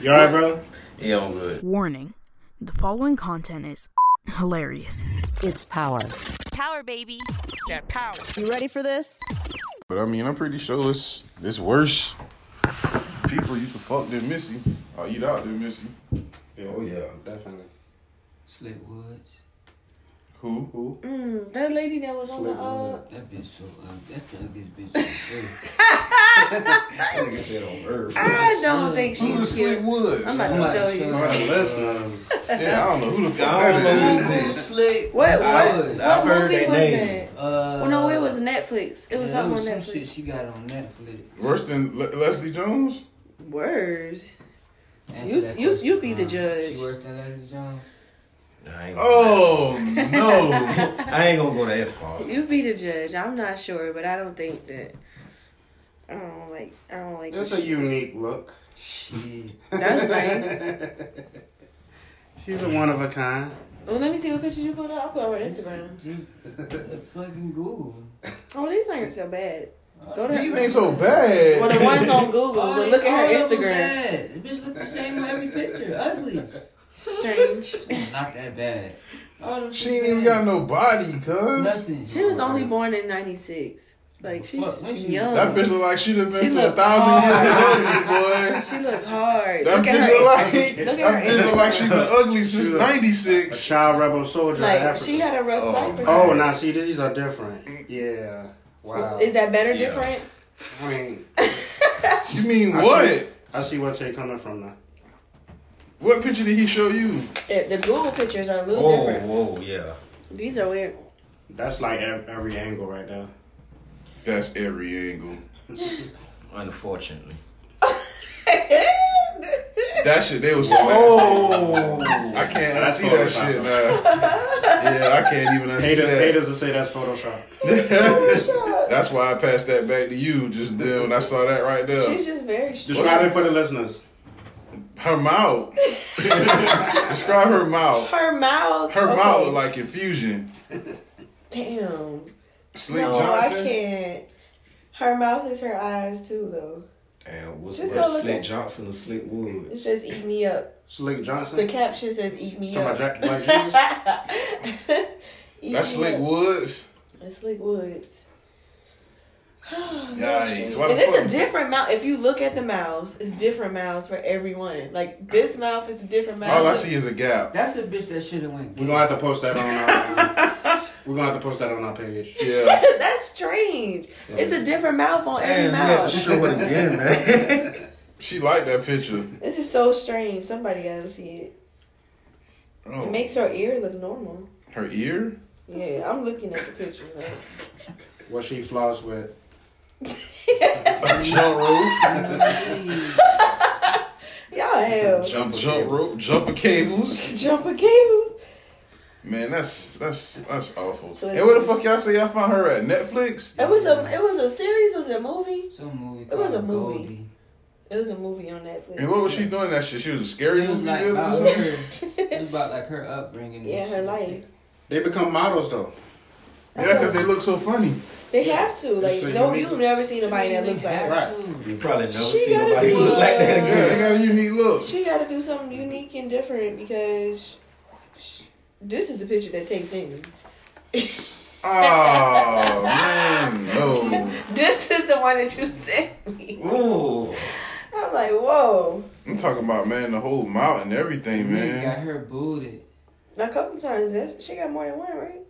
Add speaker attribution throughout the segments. Speaker 1: You alright, brother?
Speaker 2: Yeah, I'm good.
Speaker 3: Warning the following content is hilarious.
Speaker 4: It's power.
Speaker 5: Power, baby.
Speaker 6: That power.
Speaker 4: You ready for this?
Speaker 2: But I mean, I'm pretty sure it's it's worse. People you can fuck than Missy. Or eat out than Missy. Oh yeah.
Speaker 1: Definitely.
Speaker 6: Slick Woods.
Speaker 2: Who? Who?
Speaker 7: That lady that was on the uh,
Speaker 6: That bitch so ugly. That's the ugliest bitch. on earth.
Speaker 2: That nigga said on earth.
Speaker 7: I don't think
Speaker 2: Who the
Speaker 7: she's
Speaker 2: Slick
Speaker 7: cute.
Speaker 2: Woods?
Speaker 7: I'm about to show you.
Speaker 1: All right, listen.
Speaker 2: yeah, I don't know who the fuck
Speaker 1: don't
Speaker 2: that is.
Speaker 6: Slick.
Speaker 7: What what,
Speaker 6: I-
Speaker 7: what
Speaker 6: I've
Speaker 7: movie
Speaker 6: heard that
Speaker 7: was
Speaker 6: name.
Speaker 7: that?
Speaker 6: Uh,
Speaker 7: Well, no, it was Netflix. It was
Speaker 6: yeah,
Speaker 7: something on
Speaker 6: some
Speaker 7: Netflix.
Speaker 6: shit she got on Netflix.
Speaker 2: Worse than Le- Leslie Jones?
Speaker 7: Words.
Speaker 6: Answer
Speaker 7: You-
Speaker 6: that
Speaker 7: you-
Speaker 6: question.
Speaker 7: you be the
Speaker 6: Uh,
Speaker 7: judge.
Speaker 6: She worse than Leslie Jones.
Speaker 8: I ain't,
Speaker 2: Oh no.
Speaker 8: I ain't gonna go that far.
Speaker 7: You be the judge. I'm not sure, but I don't think that. I don't like. I don't like.
Speaker 1: It's
Speaker 7: what
Speaker 1: a
Speaker 7: she-
Speaker 1: unique look.
Speaker 6: Shit.
Speaker 7: That's nice.
Speaker 1: She's a one of a kind.
Speaker 7: Well, let me see what pictures you put up. I'll put on her Instagram.
Speaker 6: Fucking Google.
Speaker 7: Oh, these aren't so bad. Go to
Speaker 2: These
Speaker 7: her.
Speaker 2: ain't so bad.
Speaker 7: Well, the one's on Google,
Speaker 6: All
Speaker 7: but
Speaker 6: they-
Speaker 7: look at her
Speaker 6: all of them
Speaker 7: Instagram.
Speaker 6: bad. The bitch look the same on every picture. Ugly.
Speaker 7: Strange.
Speaker 6: Not that bad. All them
Speaker 2: she ain't even got no body, cuz.
Speaker 6: nothing.
Speaker 7: She was only born in '96. Like
Speaker 6: Fuck,
Speaker 7: she's
Speaker 6: when she-
Speaker 7: young.
Speaker 2: That bitch look like she'd have
Speaker 7: She
Speaker 2: been through a
Speaker 7: look
Speaker 2: thousand years of
Speaker 7: And
Speaker 2: ugly, boy.
Speaker 7: She look hard.
Speaker 2: That
Speaker 7: look at
Speaker 2: bitch
Speaker 7: her.
Speaker 2: look like
Speaker 7: Look
Speaker 2: that
Speaker 7: at her
Speaker 2: bitch look like she been ugly
Speaker 1: She
Speaker 2: since
Speaker 1: look- A
Speaker 2: '96.
Speaker 1: child rebel soldier. in
Speaker 7: like
Speaker 1: Africa.
Speaker 7: she had a rough life. or
Speaker 1: Oh,
Speaker 7: something.
Speaker 1: now see, these are different. Yeah. Wow.
Speaker 7: Mm-hmm. Is that better?
Speaker 8: Yeah.
Speaker 7: Different?
Speaker 1: I mean,
Speaker 2: You mean
Speaker 1: I
Speaker 2: what?
Speaker 1: see- I see where you're coming from now.
Speaker 2: What picture did he show you?
Speaker 7: Yeah, Eh, the Google pictures are a little
Speaker 8: Whoa,
Speaker 7: different.
Speaker 8: whoa, yeah.
Speaker 7: These are weird.
Speaker 1: That's like ev- every angle right there.
Speaker 2: That's every angle.
Speaker 8: Unfortunately.
Speaker 2: That shit, they was so
Speaker 8: Oh,
Speaker 2: I can't
Speaker 1: That's
Speaker 2: unsee that
Speaker 1: Photoshop.
Speaker 2: shit, man. Yeah, I can't even unsee
Speaker 1: Haters,
Speaker 2: that.
Speaker 1: haters will say that's Photoshop.
Speaker 2: That's why I passed that back to you just then when I saw that right there.
Speaker 7: She's just very. Sh-
Speaker 1: Describe it for the listeners.
Speaker 2: Her mouth. Describe her mouth.
Speaker 7: her mouth.
Speaker 2: Her
Speaker 7: okay.
Speaker 2: mouth look like infusion.
Speaker 7: Damn.
Speaker 2: Sleep
Speaker 7: no,
Speaker 2: Johnson.
Speaker 7: I can't. Her mouth is her eyes too, though.
Speaker 8: and what's
Speaker 7: Just
Speaker 8: worse,
Speaker 7: go look
Speaker 8: Slick
Speaker 7: at-
Speaker 8: Johnson or Slick Wood?
Speaker 7: It says "eat me up."
Speaker 1: Slick
Speaker 7: The
Speaker 1: Johnson.
Speaker 7: caption says "eat me
Speaker 1: Talking
Speaker 7: up."
Speaker 1: about Jack Black Jesus.
Speaker 7: Eat
Speaker 2: That's
Speaker 7: me
Speaker 2: Slick
Speaker 7: up.
Speaker 2: Woods.
Speaker 7: That's Slick Woods.
Speaker 2: Yikes. Why
Speaker 7: And
Speaker 2: the
Speaker 7: it's a
Speaker 2: fuck?
Speaker 7: different mouth. If you look at the mouths, it's different mouths for everyone. Like this mouth is a different mouth.
Speaker 2: All Oh, I see is a gap.
Speaker 6: That's a bitch that should have went.
Speaker 1: We're gonna have to post that on our. we're gonna have to post that on our page.
Speaker 2: Yeah.
Speaker 7: That's strange. It's a different mouth on
Speaker 8: Damn, you
Speaker 7: every
Speaker 8: got to
Speaker 7: mouth.
Speaker 8: show it again, man.
Speaker 2: She liked that picture.
Speaker 7: This is so strange. Somebody gotta see it.
Speaker 2: Oh.
Speaker 7: It makes her ear look normal.
Speaker 2: Her ear?
Speaker 7: Yeah, I'm looking at the pictures. Like,
Speaker 1: What she floss with?
Speaker 2: Jump rope.
Speaker 7: y'all hell
Speaker 2: Jump jump rope. Jumper cables.
Speaker 7: jumper cables.
Speaker 2: Man, that's that's that's awful.
Speaker 7: So it's-
Speaker 2: and where the fuck y'all say y'all found her at? Netflix?
Speaker 7: It was a it was a series. Was it a movie?
Speaker 6: Some movie.
Speaker 7: It was
Speaker 6: called
Speaker 7: a movie.
Speaker 6: Goldie.
Speaker 7: It was a movie on Netflix.
Speaker 2: And what was she doing that shit? She was a
Speaker 6: It
Speaker 2: scary
Speaker 6: was
Speaker 2: movie
Speaker 6: like
Speaker 2: villain or
Speaker 6: about
Speaker 2: something?
Speaker 6: her. It was about like her upbringing. and
Speaker 7: Yeah, her
Speaker 6: shit.
Speaker 7: life.
Speaker 1: They become models though.
Speaker 2: Yeah, because they look so funny.
Speaker 7: They have to. Like,
Speaker 1: so
Speaker 7: no,
Speaker 1: unique.
Speaker 7: you've never seen nobody that looks like her.
Speaker 1: Right.
Speaker 8: you probably never
Speaker 7: She
Speaker 8: see
Speaker 7: gotta
Speaker 8: nobody
Speaker 7: do
Speaker 8: look like that
Speaker 7: a-
Speaker 2: Yeah,
Speaker 8: again.
Speaker 2: they got a unique look.
Speaker 7: She got to do something unique and different because sh this is the picture that takes in. you.
Speaker 2: Oh man, no.
Speaker 7: this is the one that you sent me.
Speaker 8: Ooh,
Speaker 7: I'm like, whoa.
Speaker 2: I'm talking about man, the whole mouth and everything,
Speaker 6: Nigga got
Speaker 2: man.
Speaker 6: her booted.
Speaker 7: A couple times, eh? she got more than one, right?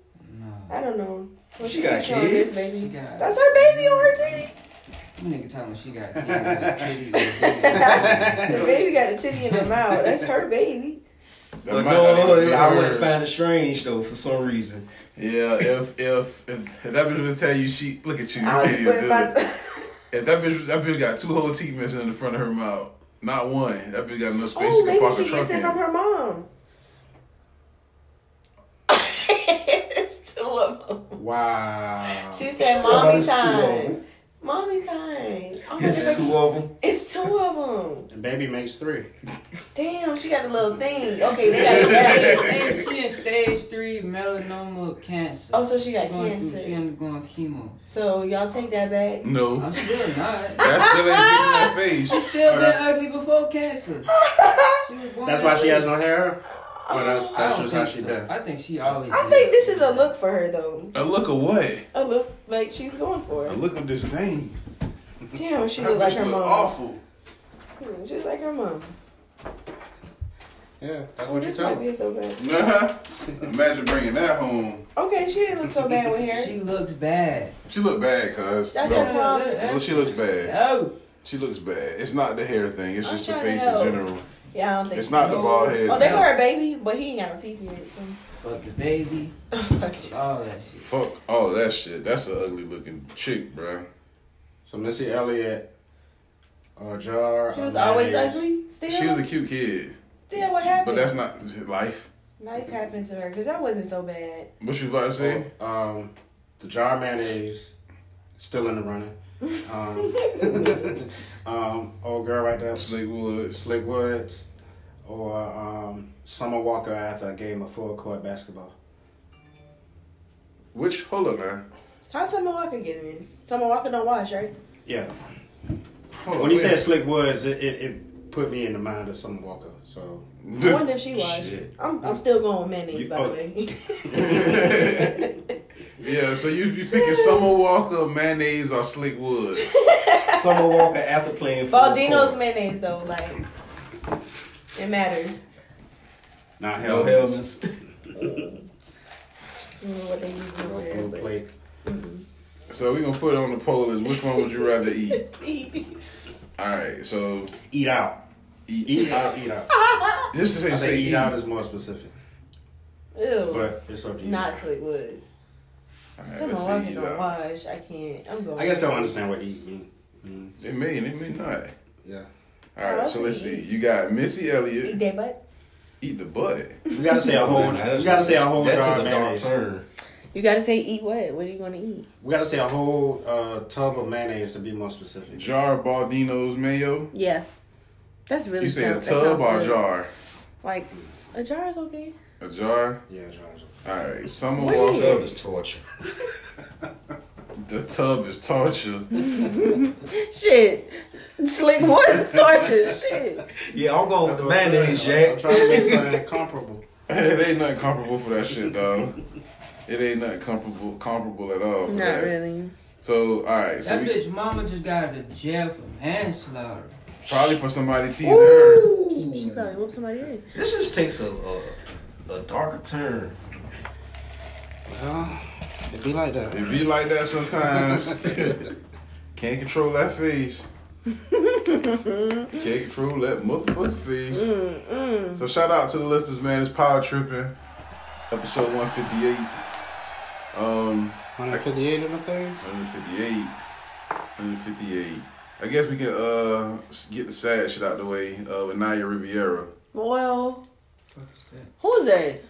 Speaker 6: No.
Speaker 7: I don't know. Well,
Speaker 8: She got
Speaker 7: keeps showing this
Speaker 8: kids?
Speaker 6: She
Speaker 7: baby.
Speaker 6: got.
Speaker 7: That's her baby on her titty.
Speaker 6: Nigga telling me she got kids with titties and
Speaker 7: The baby got a titty in her mouth. That's her baby.
Speaker 2: That
Speaker 8: but
Speaker 2: might not
Speaker 8: no,
Speaker 2: even be
Speaker 8: I would
Speaker 2: hers.
Speaker 8: find it strange though for some reason.
Speaker 2: Yeah, if if if, if that bitch would tell you she look at you, you
Speaker 7: I
Speaker 2: can't
Speaker 7: was
Speaker 2: even
Speaker 7: putting
Speaker 2: do
Speaker 7: my.
Speaker 2: it. If that bitch that bitch got two whole teeth missing in the front of her mouth, not one. That bitch got enough space
Speaker 7: oh,
Speaker 2: you can
Speaker 7: maybe
Speaker 2: park
Speaker 7: she
Speaker 2: a truck
Speaker 7: gets it
Speaker 2: in.
Speaker 7: from her mom. it's two of them.
Speaker 1: Wow.
Speaker 7: She said,
Speaker 8: Somebody's
Speaker 7: "Mommy
Speaker 8: too
Speaker 7: time."
Speaker 8: old.
Speaker 7: Mommy time. Oh my
Speaker 8: It's
Speaker 7: God.
Speaker 8: two of them.
Speaker 7: It's two of them.
Speaker 1: And baby makes three.
Speaker 7: Damn, she got a little thing. Okay, they got they got
Speaker 6: and she in stage three melanoma cancer.
Speaker 7: Oh, so she got
Speaker 6: Going through- She
Speaker 7: cancer.
Speaker 6: undergoing chemo.
Speaker 7: So y'all take that back.
Speaker 2: No.
Speaker 6: I'm still not.
Speaker 2: That still ain't fixing
Speaker 6: She
Speaker 2: that face.
Speaker 6: still
Speaker 1: Oh,
Speaker 6: been
Speaker 1: that's-
Speaker 6: ugly before cancer. She was born
Speaker 1: That's why
Speaker 6: that
Speaker 1: she
Speaker 6: way.
Speaker 1: has no hair? Or that's,
Speaker 6: I
Speaker 1: that's
Speaker 6: don't
Speaker 1: just how
Speaker 6: think
Speaker 1: she
Speaker 6: so.
Speaker 1: been?
Speaker 6: I think she always.
Speaker 7: I think this is a look for her though.
Speaker 2: A look of what?
Speaker 7: A look like she's going for
Speaker 2: A
Speaker 7: it.
Speaker 2: look of disdain.
Speaker 7: Damn, she
Speaker 2: That
Speaker 7: look like
Speaker 2: bitch
Speaker 7: her
Speaker 2: look
Speaker 7: mom.
Speaker 2: Awful.
Speaker 7: Hmm, She's like her mom.
Speaker 1: Yeah, that's
Speaker 7: Oh,
Speaker 1: what you
Speaker 7: this
Speaker 1: tell
Speaker 7: might
Speaker 1: me.
Speaker 7: be a throwback.
Speaker 2: Imagine bringing that home.
Speaker 7: Okay, she didn't look so bad with hair.
Speaker 6: She looks bad.
Speaker 2: She look bad, cuz.
Speaker 7: That's
Speaker 2: No.
Speaker 7: her problem.
Speaker 2: Well, she looks bad.
Speaker 6: No.
Speaker 2: She looks bad. It's not the hair thing. It's
Speaker 7: I'm
Speaker 2: just the
Speaker 7: trying to
Speaker 2: face in
Speaker 7: help.
Speaker 2: general.
Speaker 7: Yeah, I don't think.
Speaker 2: It's not the bald head.
Speaker 7: Oh, they got her baby, but he ain't got no teeth yet. So. Oh,
Speaker 6: But the baby,
Speaker 7: Fuck you.
Speaker 6: all that shit.
Speaker 2: Fuck all that shit. That's an ugly looking chick, bro.
Speaker 1: So Missy Elliott, uh, Jar.
Speaker 7: She was
Speaker 1: uh,
Speaker 7: always
Speaker 1: Maze.
Speaker 7: ugly. Still,
Speaker 2: She was a cute kid,
Speaker 7: still
Speaker 2: but
Speaker 7: what happened?
Speaker 2: that's not life.
Speaker 7: Life happened to her because that wasn't so bad.
Speaker 2: What you about to say?
Speaker 1: Um, the Jar Mayonnaise, still in the running. Um, um, old girl right
Speaker 7: Oh.
Speaker 1: there,
Speaker 2: Slick Woods.
Speaker 1: Slick Woods, or um, Summer Walker after a game of full court basketball.
Speaker 2: Which hold up now.
Speaker 7: How's Summer Walker getting this? Summer Walker don't wash, right?
Speaker 1: Yeah.
Speaker 2: Hold
Speaker 1: When he
Speaker 2: wait.
Speaker 1: said Slick Woods, it, it, it put me in the mind of Summer Walker. So
Speaker 7: I wonder if she washed.
Speaker 2: Shit.
Speaker 7: I'm, I'm still going with mayonnaise,
Speaker 1: You-
Speaker 7: by
Speaker 1: oh.
Speaker 7: the way.
Speaker 2: Oh. Yeah, so you be picking Summer Walker, mayonnaise, or Slick Woods.
Speaker 8: Summer Walker after playing football.
Speaker 7: Baldino's mayonnaise, though, like, it matters.
Speaker 1: not
Speaker 8: No
Speaker 1: hell.
Speaker 8: helmets.
Speaker 7: You know what they use over there,
Speaker 1: Blue
Speaker 7: but-
Speaker 1: plate.
Speaker 2: So we gonna put on the poll is which one would you rather eat? All right, so
Speaker 1: Eat out.
Speaker 2: eat.
Speaker 1: Eat out. Eat out.
Speaker 2: Just to say,
Speaker 1: I
Speaker 2: say
Speaker 1: think
Speaker 2: eat.
Speaker 1: eat out is more specific,
Speaker 7: Ew.
Speaker 1: but it's up to you.
Speaker 7: Not Slick Woods.
Speaker 2: All right,
Speaker 7: Summer
Speaker 2: let's
Speaker 7: Walker
Speaker 2: say eat
Speaker 7: don't
Speaker 2: out.
Speaker 7: wash. I can't. I'm going.
Speaker 1: I guess I don't understand what eat mean- means.
Speaker 2: It may, and it may not.
Speaker 1: Yeah.
Speaker 2: All right, so let's see.
Speaker 7: Eat.
Speaker 2: You got Missy
Speaker 7: Eat
Speaker 2: Elliott.
Speaker 7: that butt.
Speaker 2: Eat the butt.
Speaker 1: We gotta say a whole. we gotta say a whole
Speaker 8: That
Speaker 1: jar
Speaker 8: took
Speaker 1: of
Speaker 8: a dark
Speaker 1: mayonnaise.
Speaker 8: turn.
Speaker 7: You gotta say eat what? What are you gonna eat?
Speaker 1: We gotta say a whole uh, tub of mayonnaise to be more specific.
Speaker 2: Jar of Baldino's mayo.
Speaker 7: Yeah. That's really
Speaker 2: You say a
Speaker 7: sound- that sounds
Speaker 2: tub or a
Speaker 7: good.
Speaker 2: jar?
Speaker 7: Like, a jar is okay.
Speaker 2: A jar.
Speaker 1: Yeah, jars.
Speaker 2: All right. Summer
Speaker 7: What?
Speaker 2: Walker.
Speaker 8: Tub is torture.
Speaker 2: The tub is torture.
Speaker 7: Shit. Slick Woods torture. Shit.
Speaker 8: Yeah, I'm going with
Speaker 1: That's
Speaker 8: the
Speaker 1: what I'm
Speaker 8: mayonnaise,
Speaker 1: saying. I'm
Speaker 8: Jack.
Speaker 1: trying to make something comparable.
Speaker 2: it ain't nothing comparable for that shit, dog. It ain't nothing comparable comparable at all. For
Speaker 7: Not
Speaker 2: that.
Speaker 7: really.
Speaker 2: So all right. So
Speaker 6: That
Speaker 2: we,
Speaker 6: bitch mama just got out of jail for manslaughter.
Speaker 2: probably for somebody teasing her.
Speaker 7: She probably whooped somebody in.
Speaker 8: This just takes a, a, a darker turn.
Speaker 1: Well, it be like that.
Speaker 2: It be like that sometimes. Can't control that face. Can't control that motherfucking face. So shout out to the listeners, man. It's Power Tripping, episode 158. Um,
Speaker 1: 158 of the things.
Speaker 2: 158. 158. I guess we can uh s- get the sad shit out the way uh, with Naya Riviera.
Speaker 7: Well, who's that?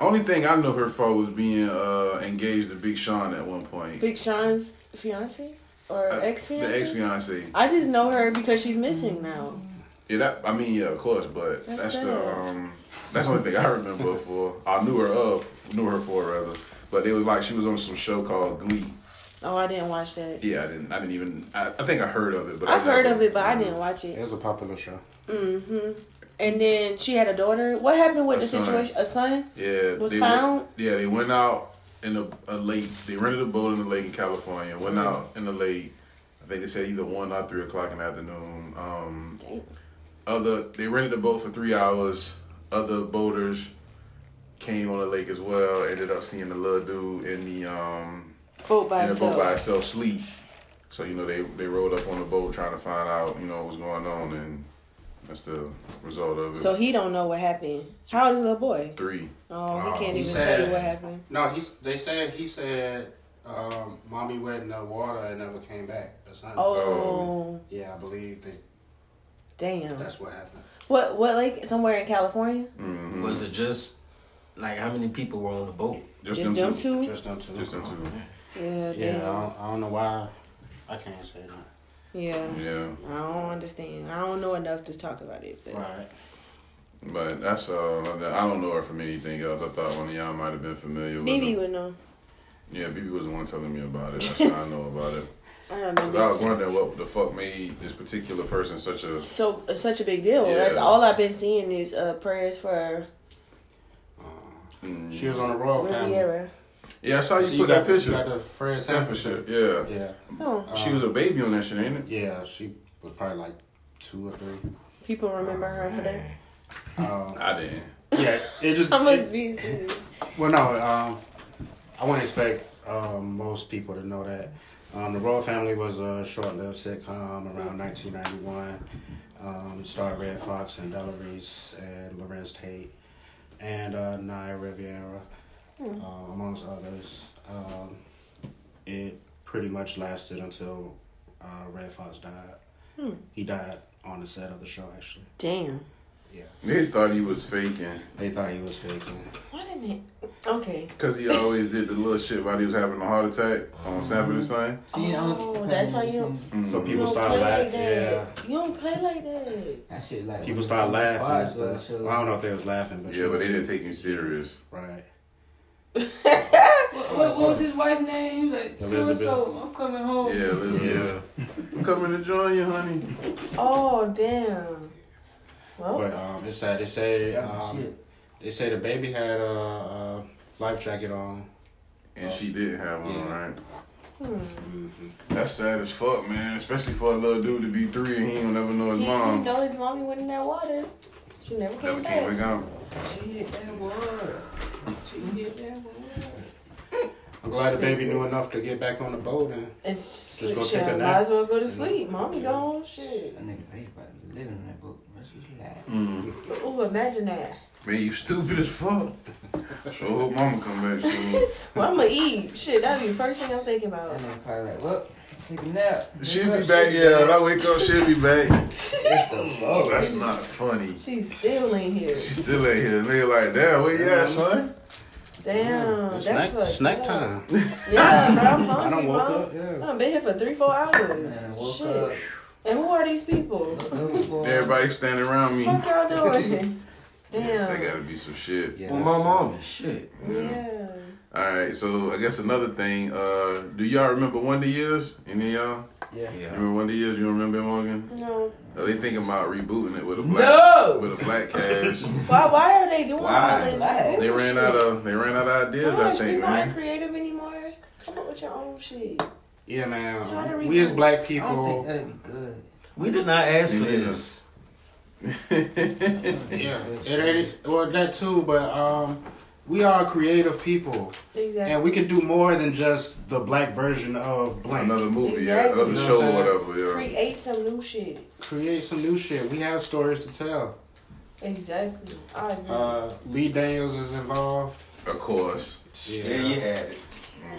Speaker 2: Only thing I know her for was being uh engaged to Big Sean at one point.
Speaker 7: Big Sean's fiance or
Speaker 2: Uh,
Speaker 7: ex
Speaker 2: The ex
Speaker 7: fiance?
Speaker 2: fiance.
Speaker 7: I just know her because she's missing now.
Speaker 2: Yeah, that, I mean, yeah, of course, but
Speaker 7: That's
Speaker 2: that's, the
Speaker 7: sad.
Speaker 2: um, that's the only thing I remember her for. I knew her of, knew her for rather. But it was like she was on some show called Glee.
Speaker 7: Oh, I didn't watch that.
Speaker 2: Yeah, I didn't, I didn't even, I, I think I heard of it, but I
Speaker 7: I've heard
Speaker 2: never-
Speaker 7: of it, but I didn't watch
Speaker 1: It
Speaker 7: it.
Speaker 1: was a popular show.
Speaker 7: hmm And then she had a daughter. What happened with
Speaker 2: A
Speaker 7: the
Speaker 2: son.
Speaker 7: situation? A son?
Speaker 2: Yeah,
Speaker 7: Was
Speaker 2: they
Speaker 7: found?
Speaker 2: Went, yeah, they went out in a, a lake. They rented a boat in the lake in California. Went
Speaker 7: Mm-hmm.
Speaker 2: out in the lake. I think they said either one or three o'clock in the afternoon. Um,
Speaker 7: Damn.
Speaker 2: other they rented the boat for three hours. Other boaters came on the lake as well. Ended up seeing the little dude in the um
Speaker 7: Vote by
Speaker 2: in the boat by
Speaker 7: itself.
Speaker 2: itself sleep. So you know they they rolled up on the boat trying to find out you know what's going on and that's the result of it.
Speaker 7: So he don't know what happened. How old is the boy?
Speaker 2: three.
Speaker 7: Oh,
Speaker 1: Wow,
Speaker 7: he can't
Speaker 1: he
Speaker 7: even
Speaker 1: said-
Speaker 7: tell you what happened.
Speaker 1: No, he's. They said he said, um, "Mommy went in the water and never came back." Or something.
Speaker 7: Oh,
Speaker 1: Yeah, I believe that
Speaker 7: damn.
Speaker 1: that's what happened.
Speaker 7: What what lake? Somewhere in California?
Speaker 2: Mhm.
Speaker 8: Was it just like how many people were on the boat?
Speaker 2: Just,
Speaker 7: Just them two?
Speaker 1: Just them two.
Speaker 2: Just them two.
Speaker 7: Yeah,
Speaker 1: Yeah, I
Speaker 7: damn.
Speaker 1: don't, I don't know why I can't say that.
Speaker 7: Yeah.
Speaker 2: Yeah,
Speaker 7: I don't understand. I don't know enough to talk about it. But
Speaker 1: Right.
Speaker 2: but that's all. I I don't know her from anything else. I thought one of y'all might have been familiar with
Speaker 7: Bibi
Speaker 2: her.
Speaker 7: would know.
Speaker 2: Yeah, BB was the one telling me about it. That's how I know about it.
Speaker 7: I don't
Speaker 2: Cause I was
Speaker 7: know.
Speaker 2: wondering what the fuck made this particular person such a
Speaker 7: So it's such a big deal.
Speaker 2: Yeah.
Speaker 7: That's all I've been seeing is uh, prayers for
Speaker 1: Uh,
Speaker 2: mm.
Speaker 1: she was on the royal family.
Speaker 7: Riviera.
Speaker 2: Yeah, I saw you
Speaker 1: So
Speaker 2: put that
Speaker 1: got-
Speaker 2: picture.
Speaker 1: You got the Fred Sanford shit.
Speaker 2: Yeah.
Speaker 1: Yeah.
Speaker 7: Oh,
Speaker 2: she was a baby on that shit, ain't it?
Speaker 1: Yeah, she was probably like two or three.
Speaker 7: people remember her for that.
Speaker 1: Um,
Speaker 2: I didn't.
Speaker 1: yeah, it just.
Speaker 7: I must
Speaker 1: it-
Speaker 7: be. serious.
Speaker 1: well, no, um, I wouldn't expect um, most people to know that. Um, the Royal Family was a short lived sitcom around 1991. Um, it starred Red Fox and Della Reese and Lorenz Tate and uh, Naya Riviera, uh, amongst others. Um, it pretty much lasted until uh, Red Fox died. He died on the set of the show, actually.
Speaker 7: Damn.
Speaker 2: They thought he was faking
Speaker 1: They thought he was faking.
Speaker 7: Wait a minute. Okay.
Speaker 2: because he always did the little shit while he was having a heart attack on
Speaker 1: Mm-hmm.
Speaker 2: Sanford and Son.
Speaker 6: See, I'm-
Speaker 7: Oh, that's why you-
Speaker 1: So
Speaker 2: Mhm.
Speaker 1: people
Speaker 7: don't
Speaker 1: start
Speaker 7: play
Speaker 1: laughing.
Speaker 7: like
Speaker 1: Yeah,
Speaker 7: that. You don't play like that.
Speaker 6: That shit like
Speaker 1: people start laughing and stuff.
Speaker 6: Show.
Speaker 1: Well, I don't know if they was laughing, but
Speaker 2: Yeah, but they didn't take him serious.
Speaker 1: Right.
Speaker 4: What, what was his wife name? Like, so and
Speaker 1: Elizabeth.
Speaker 4: so, I'm coming
Speaker 2: Yeah,
Speaker 4: home.
Speaker 2: Elizabeth. I'm coming to join you, honey.
Speaker 7: Oh damn. Well,
Speaker 1: But um, it's sad. They say um,
Speaker 6: shit.
Speaker 1: they say the baby had a, a life jacket on.
Speaker 2: And she didn't have one,
Speaker 1: Yeah.
Speaker 2: right? That's sad as fuck, man. Especially for a little dude to be three and he don't never know his
Speaker 7: he,
Speaker 2: mom.
Speaker 7: he know his mommy went in that water. She never came
Speaker 2: Never came
Speaker 7: back.
Speaker 2: back out.
Speaker 6: She hit that word. She hit that word.
Speaker 1: I'm glad the baby knew enough to get back on the boat and
Speaker 7: And sleep.
Speaker 1: go
Speaker 7: shit.
Speaker 1: take a
Speaker 7: Might
Speaker 1: nap.
Speaker 7: as well go to sleep. Mommy gone. Shit.
Speaker 6: That nigga, they about to be living in that book. That's just like.
Speaker 2: Mm.
Speaker 7: Oh, imagine that.
Speaker 2: Man, you stupid as fuck. Sure hope mama come back soon.
Speaker 7: Well, I'ma eat. Shit, that'd be the first thing I'm thinking about.
Speaker 6: That nigga probably like, well, take a nap.
Speaker 2: She'll be back, yeah. When I wake up, she'll be back.
Speaker 6: Oh,
Speaker 2: That's not funny.
Speaker 7: She still ain't here.
Speaker 2: She still ain't here. Nigga like, damn, where you at, son?
Speaker 7: Damn, that's
Speaker 1: snack,
Speaker 7: what.
Speaker 1: snack time.
Speaker 7: Yeah, bro, I'm hungry,
Speaker 1: I don't woke
Speaker 7: bro.
Speaker 1: up. Yeah.
Speaker 7: I've been here for three, four hours.
Speaker 6: Man, I woke
Speaker 7: Shit.
Speaker 6: up.
Speaker 7: And who are these people?
Speaker 6: Those boys.
Speaker 2: Everybody standing around me.
Speaker 7: Fuck y'all doing?
Speaker 2: That
Speaker 7: Damn.
Speaker 2: gotta be some shit.
Speaker 1: Yeah.
Speaker 8: Well, my mom, shit.
Speaker 7: Yeah.
Speaker 2: All right, so I guess another thing. Uh, do y'all remember Wonder Years? Any of y'all
Speaker 6: Yeah.
Speaker 8: Yeah.
Speaker 2: remember Wonder Years? You remember it, Morgan?
Speaker 7: No.
Speaker 2: Are they thinking about rebooting it with a black
Speaker 6: No!
Speaker 2: with a black cast?
Speaker 7: Why? Why are they doing
Speaker 8: Why?
Speaker 7: all this?
Speaker 6: Why?
Speaker 2: they ran out of they ran out of ideas. I
Speaker 7: Gosh,
Speaker 2: think,
Speaker 7: people aren't
Speaker 2: man.
Speaker 7: creative anymore. Come up with your own shit.
Speaker 1: Yeah,
Speaker 7: Try to
Speaker 1: man. We as
Speaker 7: reboot.
Speaker 1: black
Speaker 6: I don't think
Speaker 1: people.
Speaker 6: that'd be good.
Speaker 8: We did not ask
Speaker 2: Me
Speaker 8: for
Speaker 2: neither.
Speaker 8: this.
Speaker 1: Yeah, it ain't. Well, that too, but um, we are creative people,
Speaker 7: Exactly.
Speaker 1: and we can do more than just the black version of blank.
Speaker 2: another movie, yeah,
Speaker 7: Exactly.
Speaker 2: another
Speaker 1: You know
Speaker 2: show,
Speaker 1: what I'm saying?
Speaker 2: whatever. Yeah.
Speaker 7: Create some new shit.
Speaker 1: create some new shit. We have stories to tell.
Speaker 7: Exactly. I agree.
Speaker 1: Uh, Lee Daniels is involved.
Speaker 2: Of course.
Speaker 8: Yeah, you had it.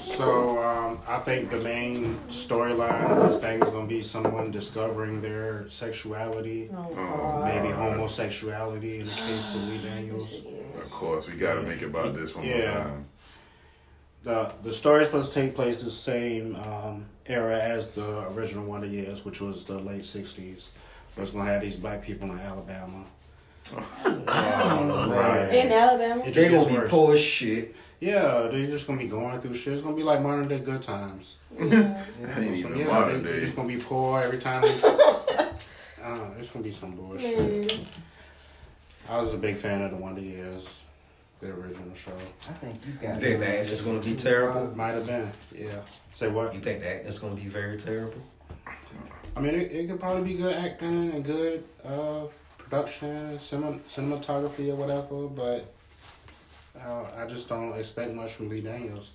Speaker 1: So um, I think the main storyline of this thing is going to be someone discovering their sexuality,
Speaker 7: oh,
Speaker 2: uh,
Speaker 7: God.
Speaker 1: maybe homosexuality in the case of Lee
Speaker 7: Yes,
Speaker 1: Daniels.
Speaker 7: again.
Speaker 2: Of course. We gotta make it about this one more
Speaker 1: Yeah.
Speaker 2: time.
Speaker 1: The the story is supposed to take place the same um, era as the original Wonder Years, which was the late '60s. But it's going to have these black people in Alabama. Um,
Speaker 2: Oh,
Speaker 1: Right.
Speaker 7: In Alabama.
Speaker 1: It just
Speaker 8: They
Speaker 1: gets
Speaker 8: gonna be
Speaker 1: worse.
Speaker 8: poor as shit.
Speaker 1: Yeah, they're just gonna be going through shit. It's gonna be like modern day good times.
Speaker 7: Yeah.
Speaker 2: That ain't
Speaker 1: So,
Speaker 2: even
Speaker 1: yeah,
Speaker 2: modern
Speaker 1: they, are
Speaker 2: day.
Speaker 1: just gonna be poor every time. They, uh, it's gonna be some bullshit.
Speaker 7: Man.
Speaker 1: I was a big fan of the Wonder Years, the original show.
Speaker 6: I think you got
Speaker 8: You think that is just gonna be terrible?
Speaker 1: Might have been, yeah. Say what?
Speaker 8: You think that is gonna be very terrible?
Speaker 1: I mean, it, it could probably be good acting and good uh, production, cinema, cinematography or whatever, but uh, I just don't expect much from Lee Daniels.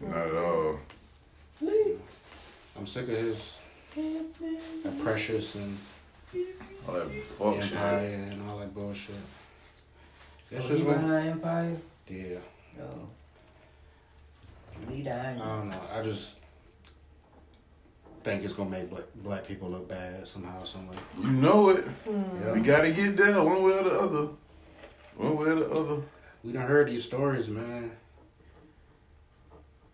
Speaker 2: Not at all.
Speaker 1: I'm sick of his that precious and
Speaker 2: All that fuck
Speaker 1: empire
Speaker 2: shit.
Speaker 1: and all that bullshit. It's
Speaker 6: That's
Speaker 1: just one.
Speaker 6: behind Empire.
Speaker 1: Yeah.
Speaker 6: No. Lead
Speaker 1: I don't know. I just think it's gonna make black, black people look bad somehow, somewhere.
Speaker 2: You know it. We
Speaker 1: Yeah.
Speaker 2: gotta get there one way or the other. One way or the other.
Speaker 1: We done heard these stories, man.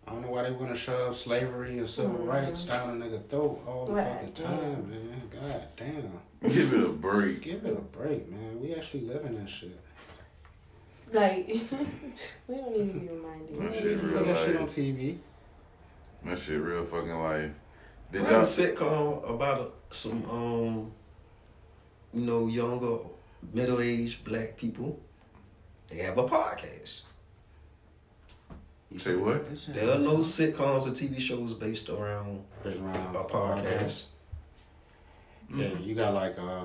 Speaker 1: I don't know why they want to shove slavery and civil rights down a nigga throat all the
Speaker 7: Right,
Speaker 1: fucking
Speaker 7: yeah.
Speaker 1: time, man. God damn.
Speaker 2: Give it a break.
Speaker 1: Give it a break, man. We actually living that shit.
Speaker 7: Like, we don't need to be reminded.
Speaker 2: That
Speaker 1: We
Speaker 2: shit
Speaker 1: used to
Speaker 2: real
Speaker 1: put that shit
Speaker 2: life.
Speaker 1: on TV.
Speaker 2: That shit real fucking life. Did
Speaker 8: Did y'all
Speaker 2: y'all?
Speaker 8: sitcom about a, some um, you know, younger, middle-aged black people? They have a podcast.
Speaker 2: Say what?
Speaker 8: There are no sitcoms or TV shows based around
Speaker 1: Been
Speaker 8: a
Speaker 1: around
Speaker 8: podcast.
Speaker 1: Yeah,
Speaker 2: Mm-hmm.
Speaker 1: you got like uh,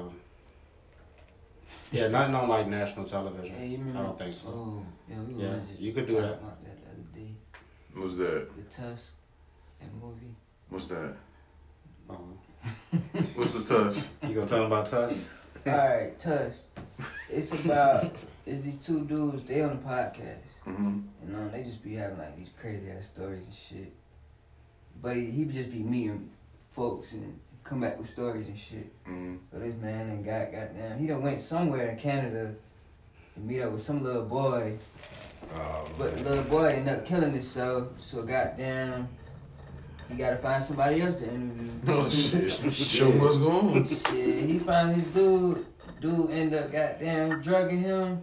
Speaker 1: yeah, nothing on like national television.
Speaker 6: Hey, you remember?
Speaker 1: I don't think so.
Speaker 6: Oh, yeah, we
Speaker 1: Yeah,
Speaker 6: were just
Speaker 1: you could do
Speaker 6: talking
Speaker 1: that.
Speaker 6: About that the other day,
Speaker 2: What's that?
Speaker 6: the Tusk, that movie.
Speaker 2: What's that?
Speaker 1: Uh,
Speaker 2: What's the tuss?
Speaker 1: you gonna tell them about Tusk?
Speaker 6: All right, Tusk. It's about it's these two dudes. They on the podcast.
Speaker 2: Mm-hmm.
Speaker 6: You know, they just be having like these crazy ass stories and shit. But he, he would just be meeting folks and come back with stories and shit.
Speaker 2: Mm-hmm.
Speaker 6: So this man and got goddamn, he done went somewhere in Canada to meet up with some little boy.
Speaker 8: Oh,
Speaker 2: Mm-hmm.
Speaker 6: But the
Speaker 8: man.
Speaker 6: little boy ended up killing himself. So goddamn, he gotta find somebody else to interview.
Speaker 2: Oh shit. Show what's going on.
Speaker 6: Shit, he found this dude. Dude end up goddamn drugging him.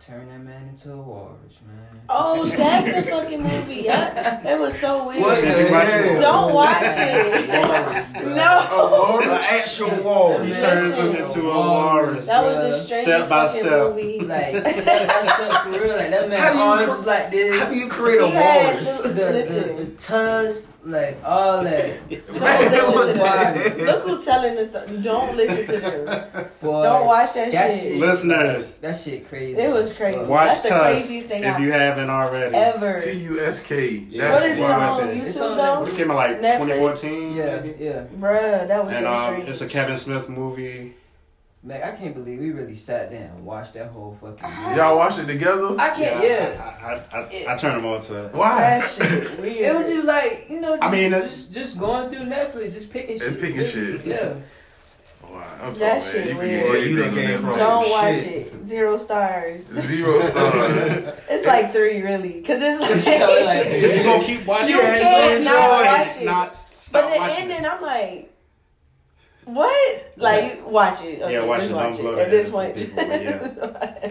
Speaker 6: Turn that man into a walrus, man.
Speaker 7: Oh, that's the fucking movie. Yeah, it was so weird.
Speaker 8: What the hell?
Speaker 7: Don't watch it. no.
Speaker 8: An actual wall.
Speaker 1: He
Speaker 6: Listen,
Speaker 1: turns him into a walrus.
Speaker 7: That was the
Speaker 6: bruh.
Speaker 7: strangest
Speaker 1: Step by
Speaker 7: fucking
Speaker 1: step.
Speaker 7: movie.
Speaker 6: Like, that's stuff for real. Like, that
Speaker 8: How
Speaker 6: man
Speaker 8: do you
Speaker 6: arms
Speaker 8: cr-
Speaker 6: was like this.
Speaker 8: How do you create a
Speaker 7: He had
Speaker 8: walrus?
Speaker 7: the-
Speaker 6: the, the,
Speaker 7: Listen.
Speaker 6: the tusk, like, all that.
Speaker 7: Don't listen to
Speaker 8: What the
Speaker 7: them. Look who telling us. stuff. Don't listen to them.
Speaker 6: Boy,
Speaker 7: Don't watch that
Speaker 6: That
Speaker 7: shit.
Speaker 6: shit-
Speaker 1: Listeners,
Speaker 6: That shit crazy.
Speaker 7: It was crazy.
Speaker 1: watch
Speaker 7: That's the
Speaker 1: Tusk
Speaker 7: craziest thing
Speaker 1: if
Speaker 7: I
Speaker 1: you haven't already.
Speaker 7: ever.
Speaker 2: T U S K.
Speaker 1: Yeah.
Speaker 7: What is
Speaker 2: That's
Speaker 7: it
Speaker 1: why I
Speaker 7: on
Speaker 1: said it.
Speaker 6: It's
Speaker 7: YouTube
Speaker 6: on
Speaker 7: though?
Speaker 1: What it came out like
Speaker 7: Netflix.
Speaker 1: 2014,
Speaker 6: Yeah,
Speaker 1: maybe?
Speaker 6: yeah.
Speaker 7: Bruh, that was
Speaker 1: And
Speaker 7: so
Speaker 1: um,
Speaker 7: strange.
Speaker 1: it's a Kevin Smith movie.
Speaker 6: Man, I can't believe we really sat down and watched that whole fucking movie.
Speaker 2: Y'all watch it together?
Speaker 6: I can't, yeah.
Speaker 1: I, I, I, I turn them on to it.
Speaker 2: Why?
Speaker 7: That shit weird.
Speaker 6: It was just like, you know, just,
Speaker 1: I mean, that's-
Speaker 6: just, just going through Netflix, just picking shit.
Speaker 2: And picking shit.
Speaker 6: Yeah.
Speaker 2: Wow, I'm sorry,
Speaker 7: That
Speaker 2: man.
Speaker 7: shit
Speaker 2: you can
Speaker 7: weird.
Speaker 2: get
Speaker 8: Boy, you done
Speaker 2: anything
Speaker 8: came
Speaker 2: on
Speaker 8: from-
Speaker 2: that
Speaker 7: Don't watch
Speaker 8: Shit.
Speaker 7: it. Zero stars.
Speaker 2: bitch. Zero star.
Speaker 7: It's like three really, because it's
Speaker 6: So,
Speaker 7: like.
Speaker 6: like,
Speaker 1: you gonna keep watching
Speaker 7: You
Speaker 1: it?
Speaker 7: can't
Speaker 1: enjoy
Speaker 7: not watch it.
Speaker 1: Not s- stop
Speaker 7: But the
Speaker 1: watching
Speaker 7: ending,
Speaker 1: it.
Speaker 7: I'm like, what? Like, watch it. Okay,
Speaker 1: Yeah, watch
Speaker 7: just
Speaker 1: it.
Speaker 7: watch
Speaker 1: Don't
Speaker 7: it.
Speaker 1: blow the
Speaker 7: At this
Speaker 1: head
Speaker 7: point,
Speaker 1: for people, but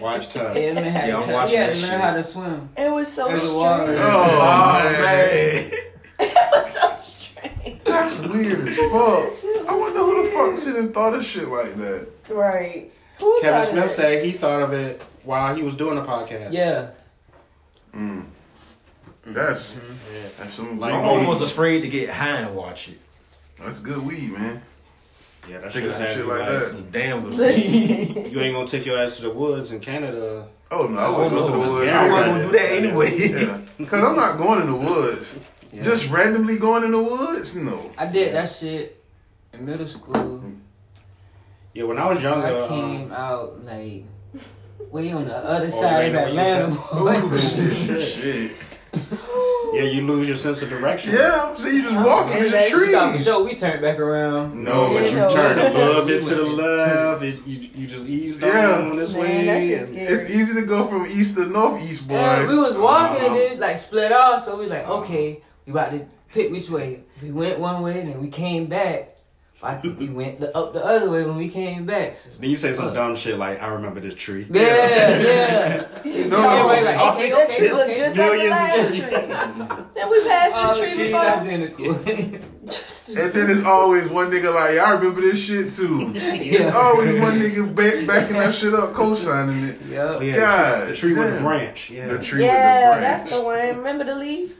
Speaker 1: Watch Tusk.
Speaker 6: Yeah, that man had
Speaker 8: Yeah, I'm
Speaker 6: to, try-
Speaker 8: watching
Speaker 6: he had
Speaker 8: that
Speaker 6: to learn
Speaker 8: shit.
Speaker 6: how to swim.
Speaker 7: it was so
Speaker 6: There's a water.
Speaker 7: strange.
Speaker 2: Oh, man.
Speaker 7: It was so strange.
Speaker 2: That's weird as fuck. I wonder who the fuck sit and thought of shit like that.
Speaker 7: Right. Who
Speaker 1: Kevin
Speaker 7: thought of
Speaker 1: Smith
Speaker 7: it?
Speaker 1: said he thought of it while he was doing the podcast.
Speaker 6: Yeah.
Speaker 2: Mm. That's
Speaker 1: Yeah.
Speaker 2: that's some
Speaker 1: Like,
Speaker 8: I'm
Speaker 2: almost,
Speaker 8: almost afraid to get high and watch it.
Speaker 2: that's good weed, man.
Speaker 1: Yeah,
Speaker 2: Think
Speaker 1: that shit
Speaker 2: of some
Speaker 1: had
Speaker 2: shit
Speaker 1: you
Speaker 2: like
Speaker 1: like,
Speaker 2: that.
Speaker 8: Some damn good
Speaker 7: Listen.
Speaker 1: You ain't gonna take your ass to the woods in Canada.
Speaker 2: Oh no, I wouldn't go to the
Speaker 1: no,
Speaker 2: woods.
Speaker 1: yeah, I
Speaker 8: wasn't gonna do that anyway.
Speaker 2: Yeah. Cause I'm not going in the woods.
Speaker 6: yeah.
Speaker 2: Just randomly going in the woods? No.
Speaker 6: I did that shit in middle school.
Speaker 1: Yeah, when I was
Speaker 6: I
Speaker 1: younger, um,
Speaker 6: came out like way on the other
Speaker 1: way
Speaker 6: side of
Speaker 1: the way Oh, you
Speaker 6: Atlanta. boy.
Speaker 1: Shit. yeah, you lose your sense of direction.
Speaker 2: Yeah, so you just walking in the
Speaker 6: Stop the
Speaker 2: trees.
Speaker 6: show. We turned back around.
Speaker 1: No, but
Speaker 7: Yeah.
Speaker 1: you turn a little bit to the
Speaker 6: Yeah.
Speaker 1: left. It, you, you just ease down
Speaker 2: Yeah.
Speaker 1: on this
Speaker 7: Man,
Speaker 1: way.
Speaker 7: that shit's
Speaker 1: and-
Speaker 7: scary.
Speaker 2: It's easy to go from east to northeast, boy.
Speaker 6: Yeah, we was walking and
Speaker 1: Uh-huh.
Speaker 6: then like split off. So we was like, okay, we about to pick which way. We went one way and then we came back. I think we went the, up the other way when we came back. So-
Speaker 1: Then you say some dumb shit like, "I remember this tree."
Speaker 6: yeah, yeah. You
Speaker 2: No.
Speaker 6: know, everybody like, okay,
Speaker 7: That
Speaker 6: okay,
Speaker 7: tree looked
Speaker 6: okay.
Speaker 7: just like the
Speaker 1: Millions
Speaker 7: last tree. Then we passed
Speaker 6: All
Speaker 7: this tree
Speaker 6: trees
Speaker 7: before.
Speaker 6: identical.
Speaker 7: Just
Speaker 2: And then there's always one nigga like, I remember this shit too. There's
Speaker 6: yeah.
Speaker 2: always one nigga back, backing that shit up, co-signing it.
Speaker 1: Oh,
Speaker 6: Yep.
Speaker 1: yeah,
Speaker 2: God
Speaker 1: the tree, the tree with the
Speaker 2: damn.
Speaker 1: branch. Yeah,
Speaker 2: The tree
Speaker 7: yeah,
Speaker 2: with the
Speaker 7: that's
Speaker 2: branch.
Speaker 7: the one. Remember the leaf?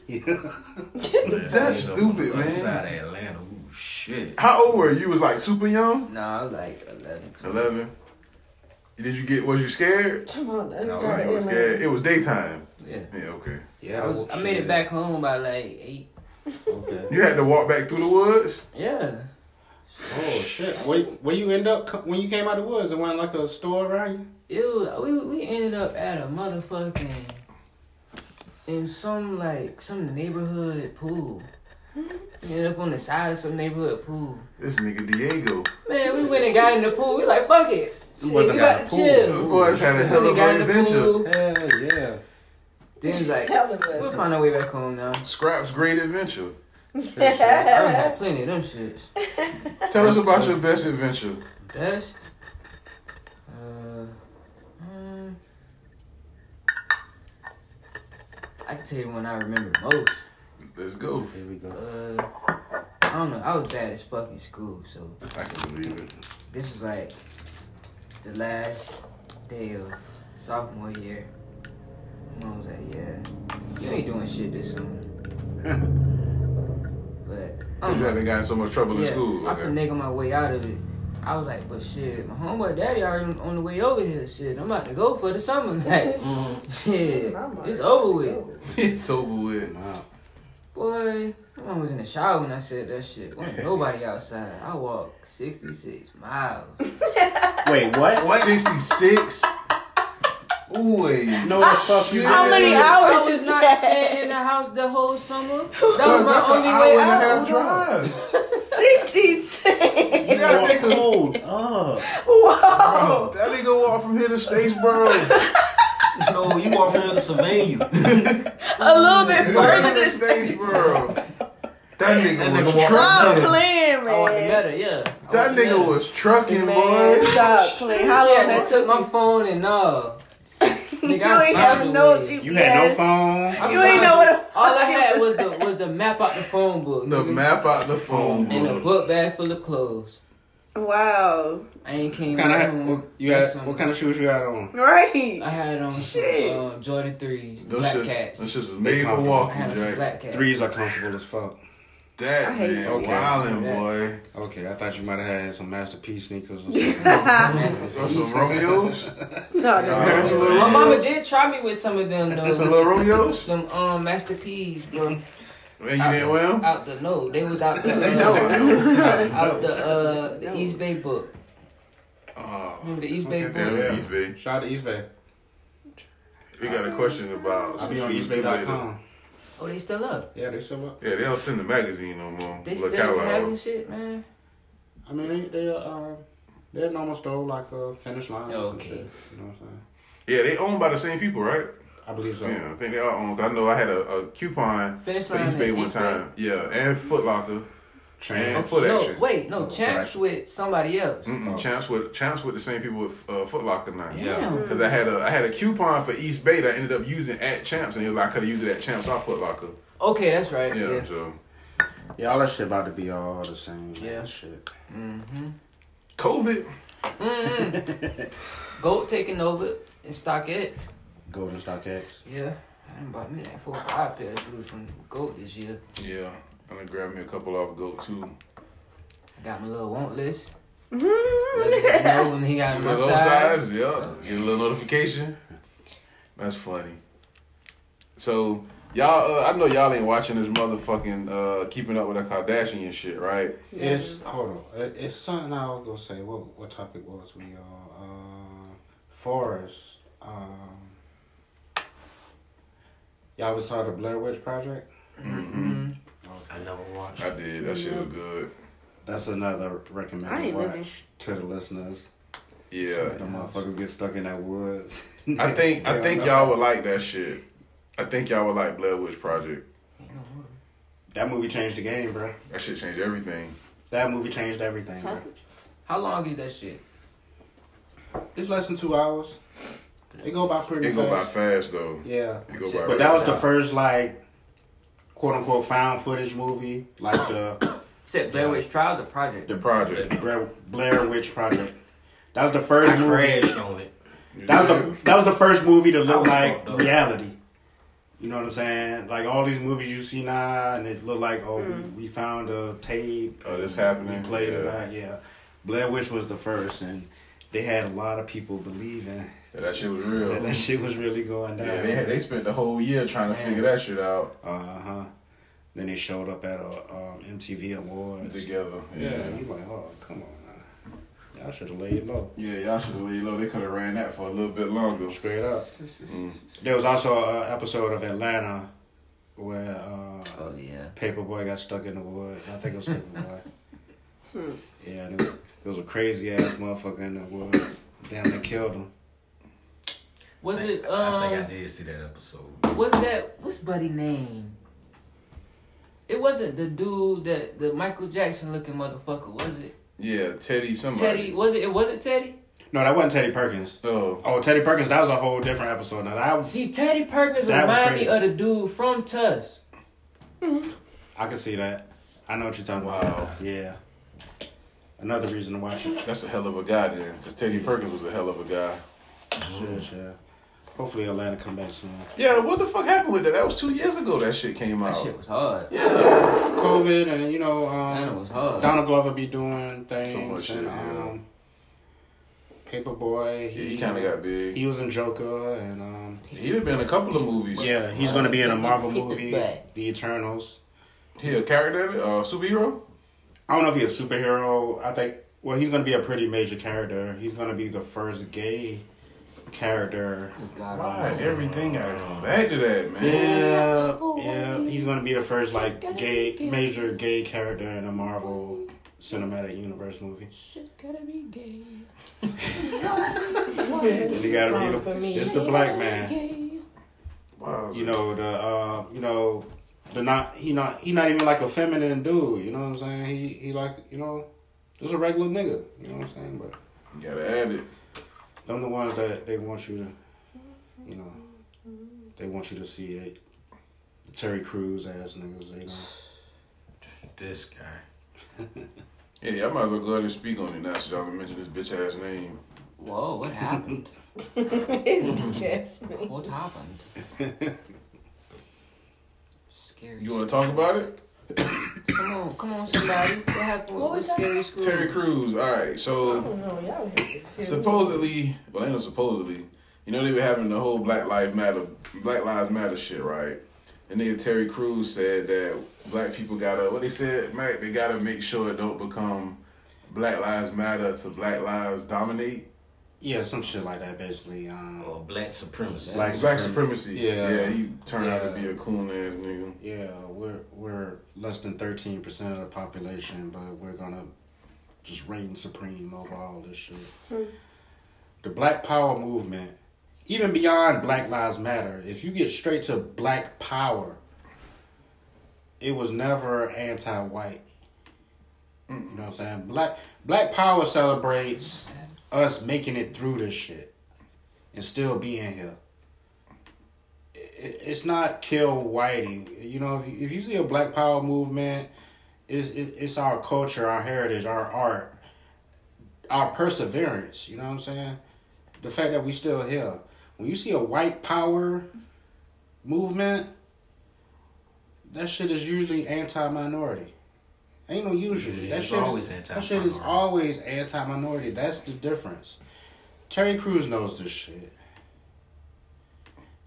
Speaker 2: That's stupid, man.
Speaker 8: Outside of Atlanta, ooh, shit.
Speaker 2: How old were you? You Was like super young.
Speaker 6: Nah, I was like 11. 12.
Speaker 2: Eleven. Did you get? Was you scared?
Speaker 7: Come on, that's
Speaker 8: No,
Speaker 2: I was
Speaker 7: not
Speaker 2: like, I was
Speaker 7: it, man.
Speaker 2: scared. It was daytime.
Speaker 6: Yeah.
Speaker 2: Yeah, okay.
Speaker 1: yeah.
Speaker 6: I, was,
Speaker 1: well,
Speaker 6: I made
Speaker 1: shit.
Speaker 6: it back home by like 8.
Speaker 1: Okay.
Speaker 2: You had to walk back through the woods.
Speaker 6: Yeah.
Speaker 1: Oh shit! Where, where you end up co- when you came out of the woods? It wasn't like a store around you.
Speaker 6: It was, we we ended up at a motherfucking in some like some neighborhood pool. We ended up on the side of some neighborhood pool.
Speaker 2: This nigga Diego.
Speaker 6: Man, we went and got in the pool. We was like, fuck it. Shit,
Speaker 1: wasn't
Speaker 6: we
Speaker 1: got
Speaker 6: got
Speaker 1: a
Speaker 6: to
Speaker 1: pool.
Speaker 6: chill.
Speaker 2: The boys had a hell
Speaker 6: We
Speaker 2: of
Speaker 6: got
Speaker 2: an
Speaker 6: in the
Speaker 2: adventure.
Speaker 6: pool.
Speaker 1: Hell yeah!
Speaker 6: Then he's like,
Speaker 7: Hell of
Speaker 6: we'll
Speaker 7: a.
Speaker 6: find our way back home now.
Speaker 2: Scraps Great Adventure.
Speaker 6: I done had plenty of them shits.
Speaker 2: Tell us about your best adventure.
Speaker 6: Best? Uh, mm, I can tell you one I remember most.
Speaker 2: Let's go.
Speaker 1: Here we go.
Speaker 6: Uh, I don't know. I was bad as fuck in school, so
Speaker 2: I can believe it.
Speaker 6: this was like the last day of sophomore year. My mom was like, "Yeah, you ain't doing shit this summer." but I
Speaker 2: You
Speaker 6: don't know.
Speaker 2: haven't gotten so much trouble in
Speaker 6: Yeah,
Speaker 2: school.
Speaker 6: I
Speaker 2: Okay.
Speaker 6: could nigga my way out of it. I was like, but shit, my homeboy daddy already on the way over here. Shit, I'm about to go for the summer. Like,
Speaker 7: Mm-hmm.
Speaker 6: shit, it's over with.
Speaker 2: it's over with.
Speaker 1: Wow.
Speaker 6: Boy, someone was in the shower when I said that shit. Wasn't nobody outside. I walked 66 miles.
Speaker 1: Wait, what?
Speaker 2: 66? Ooh, wait.
Speaker 1: No, the fuck you.
Speaker 7: How many
Speaker 1: did.
Speaker 7: hours
Speaker 6: I was
Speaker 7: is
Speaker 6: not staying in
Speaker 7: that?
Speaker 6: the house the whole summer. That
Speaker 2: Cuz
Speaker 6: was my
Speaker 2: that's an
Speaker 6: only
Speaker 2: hour
Speaker 6: way
Speaker 2: and a
Speaker 6: out.
Speaker 2: half drive.
Speaker 7: Sixty-six.
Speaker 2: You gotta think of
Speaker 1: Hold up.
Speaker 7: Whoa.
Speaker 2: that nigga walk from here to Statesboro.
Speaker 8: No, you walk from here to Savannah.
Speaker 7: A little bit
Speaker 2: He walked
Speaker 7: further
Speaker 2: to
Speaker 7: than
Speaker 2: Statesboro. That nigga
Speaker 8: That
Speaker 2: was
Speaker 8: nigga
Speaker 7: Stop
Speaker 2: trucking.
Speaker 7: playing,
Speaker 6: I wanted
Speaker 7: man.
Speaker 6: better, Oh, yeah. I
Speaker 2: That
Speaker 6: wanted better.
Speaker 2: nigga was trucking,
Speaker 7: Man,
Speaker 2: boy.
Speaker 7: stop playing. How
Speaker 6: Yeah,
Speaker 7: long
Speaker 6: they
Speaker 7: that took
Speaker 6: took my phone and uh, all.
Speaker 7: you?
Speaker 6: Nigga,
Speaker 7: You
Speaker 6: I
Speaker 7: ain't
Speaker 6: found
Speaker 7: have
Speaker 6: a
Speaker 7: no
Speaker 6: way.
Speaker 7: GPS.
Speaker 1: You had no phone.
Speaker 7: You ain't know what. the
Speaker 6: All I
Speaker 7: fuck you
Speaker 6: had was the was the map out the phone book.
Speaker 2: The
Speaker 6: nigga.
Speaker 2: map out the phone
Speaker 6: and a
Speaker 2: book.
Speaker 6: book bag full of clothes.
Speaker 7: Wow.
Speaker 6: I ain't came
Speaker 1: What kind
Speaker 6: back
Speaker 1: of what,
Speaker 6: home.
Speaker 1: you had?
Speaker 6: That's
Speaker 1: What kind of shoes you had on?
Speaker 7: Right.
Speaker 6: I had on some,
Speaker 7: Shit.
Speaker 6: um, Jordan threes,
Speaker 2: Those
Speaker 6: black
Speaker 2: shits-
Speaker 6: cats.
Speaker 2: Those shits was made for
Speaker 1: comfortable.
Speaker 6: I
Speaker 2: walking,
Speaker 6: had on some
Speaker 2: Jack.
Speaker 6: black cats.
Speaker 1: Threes are comfortable as fuck.
Speaker 2: That
Speaker 7: I hate
Speaker 2: man,
Speaker 1: Okay.
Speaker 2: wildin'
Speaker 6: Yeah.
Speaker 2: boy.
Speaker 1: Okay, I thought you might have had some masterpiece sneakers or something.
Speaker 2: So some Romeos.
Speaker 7: No,
Speaker 2: You
Speaker 7: no.
Speaker 2: had some little
Speaker 6: My mama
Speaker 2: Romeos.
Speaker 6: did try me with some of them though.
Speaker 2: Some little Romeos.
Speaker 6: Some um Master P's, bro.
Speaker 2: Man, you didn't wear 'em?
Speaker 6: Out the no, they was out the
Speaker 2: No.
Speaker 6: uh, out the uh the East Bay book.
Speaker 2: Oh,
Speaker 6: Remember the East Bay
Speaker 1: Okay,
Speaker 2: damn
Speaker 6: book?
Speaker 1: Yeah.
Speaker 2: East Bay.
Speaker 1: Shout out to East Bay.
Speaker 2: We got a question about.
Speaker 1: I'll be
Speaker 2: some
Speaker 1: on
Speaker 2: shoes too later.
Speaker 1: eastbay.com.
Speaker 6: Oh, they still up.
Speaker 1: Yeah, they still up.
Speaker 2: Yeah, they don't send the magazine no more.
Speaker 6: They
Speaker 2: Look,
Speaker 6: still
Speaker 2: catalog.
Speaker 6: having shit, man.
Speaker 1: I mean, they they uh, they're normal store like uh, finish line or some
Speaker 6: Okay.
Speaker 1: shit. You know what I'm saying?
Speaker 2: Yeah, they owned by the same people, right?
Speaker 1: I believe so.
Speaker 2: Yeah, I think they all owned. I know I had a, a coupon
Speaker 6: Finish
Speaker 2: for
Speaker 6: line
Speaker 2: East Bay
Speaker 6: and
Speaker 2: one
Speaker 6: East
Speaker 2: time. Yeah, and Foot Locker and
Speaker 1: Champs.
Speaker 2: Foot
Speaker 6: No,
Speaker 2: Action.
Speaker 6: wait, no,
Speaker 1: Oh,
Speaker 6: Champs
Speaker 1: right.
Speaker 6: with somebody else.
Speaker 2: Mm-mm,
Speaker 1: Oh.
Speaker 2: Champs with Champs with the same people with uh, Foot Locker now.
Speaker 6: Damn.
Speaker 2: Cause I had a I had a coupon for East Bay that I ended up using at Champs, and he was like, I could have used it at Champs or Foot Locker.
Speaker 6: Okay, that's right.
Speaker 2: Yeah,
Speaker 6: Yeah.
Speaker 2: so
Speaker 1: Yeah, all that shit about to be all the same. Yeah,
Speaker 6: Yeah.
Speaker 1: shit.
Speaker 2: COVID.
Speaker 6: Mm-mm. Gold taking over and stock X.
Speaker 1: Golden Stock X.
Speaker 6: Yeah. I done bought me that four or five pair of shoes from Gold this year.
Speaker 2: Yeah, I'm gonna grab me a couple off Goat too.
Speaker 6: I got my little want list. Let me know when he got my
Speaker 2: Those
Speaker 6: size.
Speaker 2: size, yeah. Get a little E notification. That's funny. So y'all, uh, I know y'all ain't watching this motherfucking uh, Keeping Up with the Kardashian shit, right?
Speaker 1: It's hold on. It- It's something I was gonna say. What what topic was we on? Uh, Forest. Um, y'all ever saw the Blair Witch Project? Mm-hmm.
Speaker 8: I never watched.
Speaker 2: I did. That shit was good.
Speaker 1: That's another recommended
Speaker 7: I ain't
Speaker 1: watch
Speaker 7: looking.
Speaker 1: to the listeners. The
Speaker 2: Yeah,
Speaker 1: motherfuckers get stuck in that woods.
Speaker 2: I think I
Speaker 1: They
Speaker 2: think
Speaker 1: don't
Speaker 2: y'all
Speaker 1: know.
Speaker 2: would like that shit. I think y'all would like Blair Witch Project.
Speaker 1: That movie changed the game, bro.
Speaker 2: That shit changed everything.
Speaker 1: That movie changed everything. Bro.
Speaker 6: How long is that shit?
Speaker 1: It's less than two hours. It go by pretty
Speaker 2: It go by
Speaker 1: fast.
Speaker 2: fast though.
Speaker 1: yeah.
Speaker 2: It go by.
Speaker 1: But that was
Speaker 2: fast.
Speaker 1: the first like quote unquote found footage movie, like the
Speaker 6: Except Blair Witch Trials or Project?
Speaker 2: the project.
Speaker 1: Blair, Blair Witch Project. That was the first
Speaker 8: I
Speaker 1: movie.
Speaker 8: crashed on it.
Speaker 1: That was the that was the first movie to look
Speaker 8: was
Speaker 1: like
Speaker 8: fucked up.
Speaker 1: reality. You know what I'm saying? Like all these movies you see now, and it look like oh we, we found a tape.
Speaker 2: Oh, this
Speaker 1: and
Speaker 2: happening?
Speaker 1: We played
Speaker 2: Yeah.
Speaker 1: it back. Yeah, Blair Witch was the first, and they had a lot of people believing
Speaker 2: Yeah, that shit was real.
Speaker 1: that that shit was really going down.
Speaker 2: Yeah, they had, they spent the whole year trying to
Speaker 6: Man.
Speaker 2: figure that shit out
Speaker 1: Uh huh. Then they showed up at a um, MTV Awards.
Speaker 2: together.
Speaker 1: Yeah, you like, oh, come on. now. Y'all should have laid low.
Speaker 2: Yeah, y'all should have laid low. They could have ran that for a little bit longer.
Speaker 1: Straight up. There was also an episode of Atlanta where uh,
Speaker 6: Oh yeah.
Speaker 1: Paperboy got stuck in the woods. I think it was Paperboy. yeah, and it was, it was a crazy ass motherfucker in the woods. Damn, they killed him.
Speaker 6: Was
Speaker 8: I think
Speaker 6: it
Speaker 8: I
Speaker 6: um?
Speaker 8: did see that episode.
Speaker 6: What's that? What's buddy name? It wasn't the dude that the Michael Jackson looking motherfucker, was it?
Speaker 2: Yeah, Teddy somebody.
Speaker 6: Teddy, was it? It wasn't Teddy.
Speaker 1: No, that wasn't Teddy Perkins.
Speaker 2: Oh,
Speaker 1: Oh, Teddy Perkins, that was a whole different episode. Now that was,
Speaker 6: See, Teddy Perkins
Speaker 1: That was
Speaker 6: remind me
Speaker 1: crazy.
Speaker 6: of the dude from Tusk.
Speaker 1: I can see that. I know what you're talking
Speaker 2: Wow.
Speaker 1: about. Yeah. Another reason to watch it.
Speaker 2: that's a hell of a guy then, because Teddy Perkins was a hell of a guy.
Speaker 1: Shit, yeah. Hopefully Atlanta come back soon.
Speaker 2: Yeah, what the fuck happened with that? That was two years ago. That shit came
Speaker 6: That
Speaker 2: out.
Speaker 6: shit was hard.
Speaker 2: Oh. Yeah,
Speaker 1: COVID and you know, um,
Speaker 6: That was hard.
Speaker 1: Donald Glover be doing things.
Speaker 2: So much shit,
Speaker 1: and,
Speaker 2: yeah.
Speaker 1: um, Paperboy.
Speaker 2: Yeah, he kind of got big.
Speaker 1: He was in Joker and um,
Speaker 2: He'd have been in a couple of movies.
Speaker 1: yeah, he's gonna be in a Marvel
Speaker 6: Hit the
Speaker 1: movie,
Speaker 6: back.
Speaker 1: The Eternals.
Speaker 2: he a character, in it? uh, superhero.
Speaker 1: I don't know if he's a superhero. I think well, he's gonna be a pretty major character. He's gonna be the first gay character.
Speaker 6: God,
Speaker 2: Why everything gotta come back to that, man?
Speaker 1: Yeah, yeah. He's gonna be the first like gay major gay character in a Marvel cinematic universe movie.
Speaker 4: Shit gotta be gay.
Speaker 1: You gotta
Speaker 7: Song
Speaker 1: read
Speaker 7: for
Speaker 1: him.
Speaker 7: me.
Speaker 1: It's the black man.
Speaker 4: Gay.
Speaker 2: Wow.
Speaker 1: You know the uh, you know the not he not he not even like a feminine dude. You know what I'm saying? He he like you know just a regular nigga. You know what I'm saying? But
Speaker 2: You gotta add it.
Speaker 1: them the ones that they want you to you know they want you to see they, Terry Crews ass niggas. They don't.
Speaker 8: This guy.
Speaker 2: Yeah, y'all might as well go ahead and speak on it now, so y'all can mention this bitch ass name.
Speaker 6: Whoa, what happened?
Speaker 7: It's Jasmine.
Speaker 6: what happened? Scary.
Speaker 2: You want to talk about it?
Speaker 6: Come on, come on, somebody. What happened
Speaker 7: What
Speaker 6: with
Speaker 7: was that?
Speaker 6: Scary Screw?
Speaker 2: Terry Crews. All right,
Speaker 7: I
Speaker 2: so
Speaker 7: don't know. Y'all hate this.
Speaker 2: supposedly, well, ain't no supposedly. You know they were having the whole Black Lives Matter, Black Lives Matter shit, right? And nigga Terry Crews said that black people gotta what they said, Mac. They gotta make sure it don't become Black Lives Matter to Black Lives Dominate.
Speaker 1: Yeah, some shit like that basically. Um,
Speaker 8: Or black supremacy.
Speaker 1: Black
Speaker 2: Black supremacy.
Speaker 1: supremacy. Yeah.
Speaker 2: yeah. He turned out to
Speaker 1: Yeah.
Speaker 2: be a coon ass nigga.
Speaker 1: Yeah, we're we're less than thirteen percent of the population, but we're gonna just reign supreme over all this shit. The Black Power movement, even beyond Black Lives Matter, if you get straight to Black Power, it was never anti-white. You know what I'm saying? Black Black Power celebrates us making it through this shit and still being here it- it's not kill whitey. You know, if you, if you see a Black Power movement, it's it, it's our culture, our heritage, our art, our perseverance. You know what I'm saying? The fact that we still here. When you see a white power movement, that shit is usually anti-minority. Ain't no usually.
Speaker 8: Yeah,
Speaker 1: that
Speaker 8: it's
Speaker 1: shit
Speaker 8: always
Speaker 1: is, that shit is
Speaker 8: anti-minority.
Speaker 1: always anti-minority. That's the difference. Terry Crews knows this shit.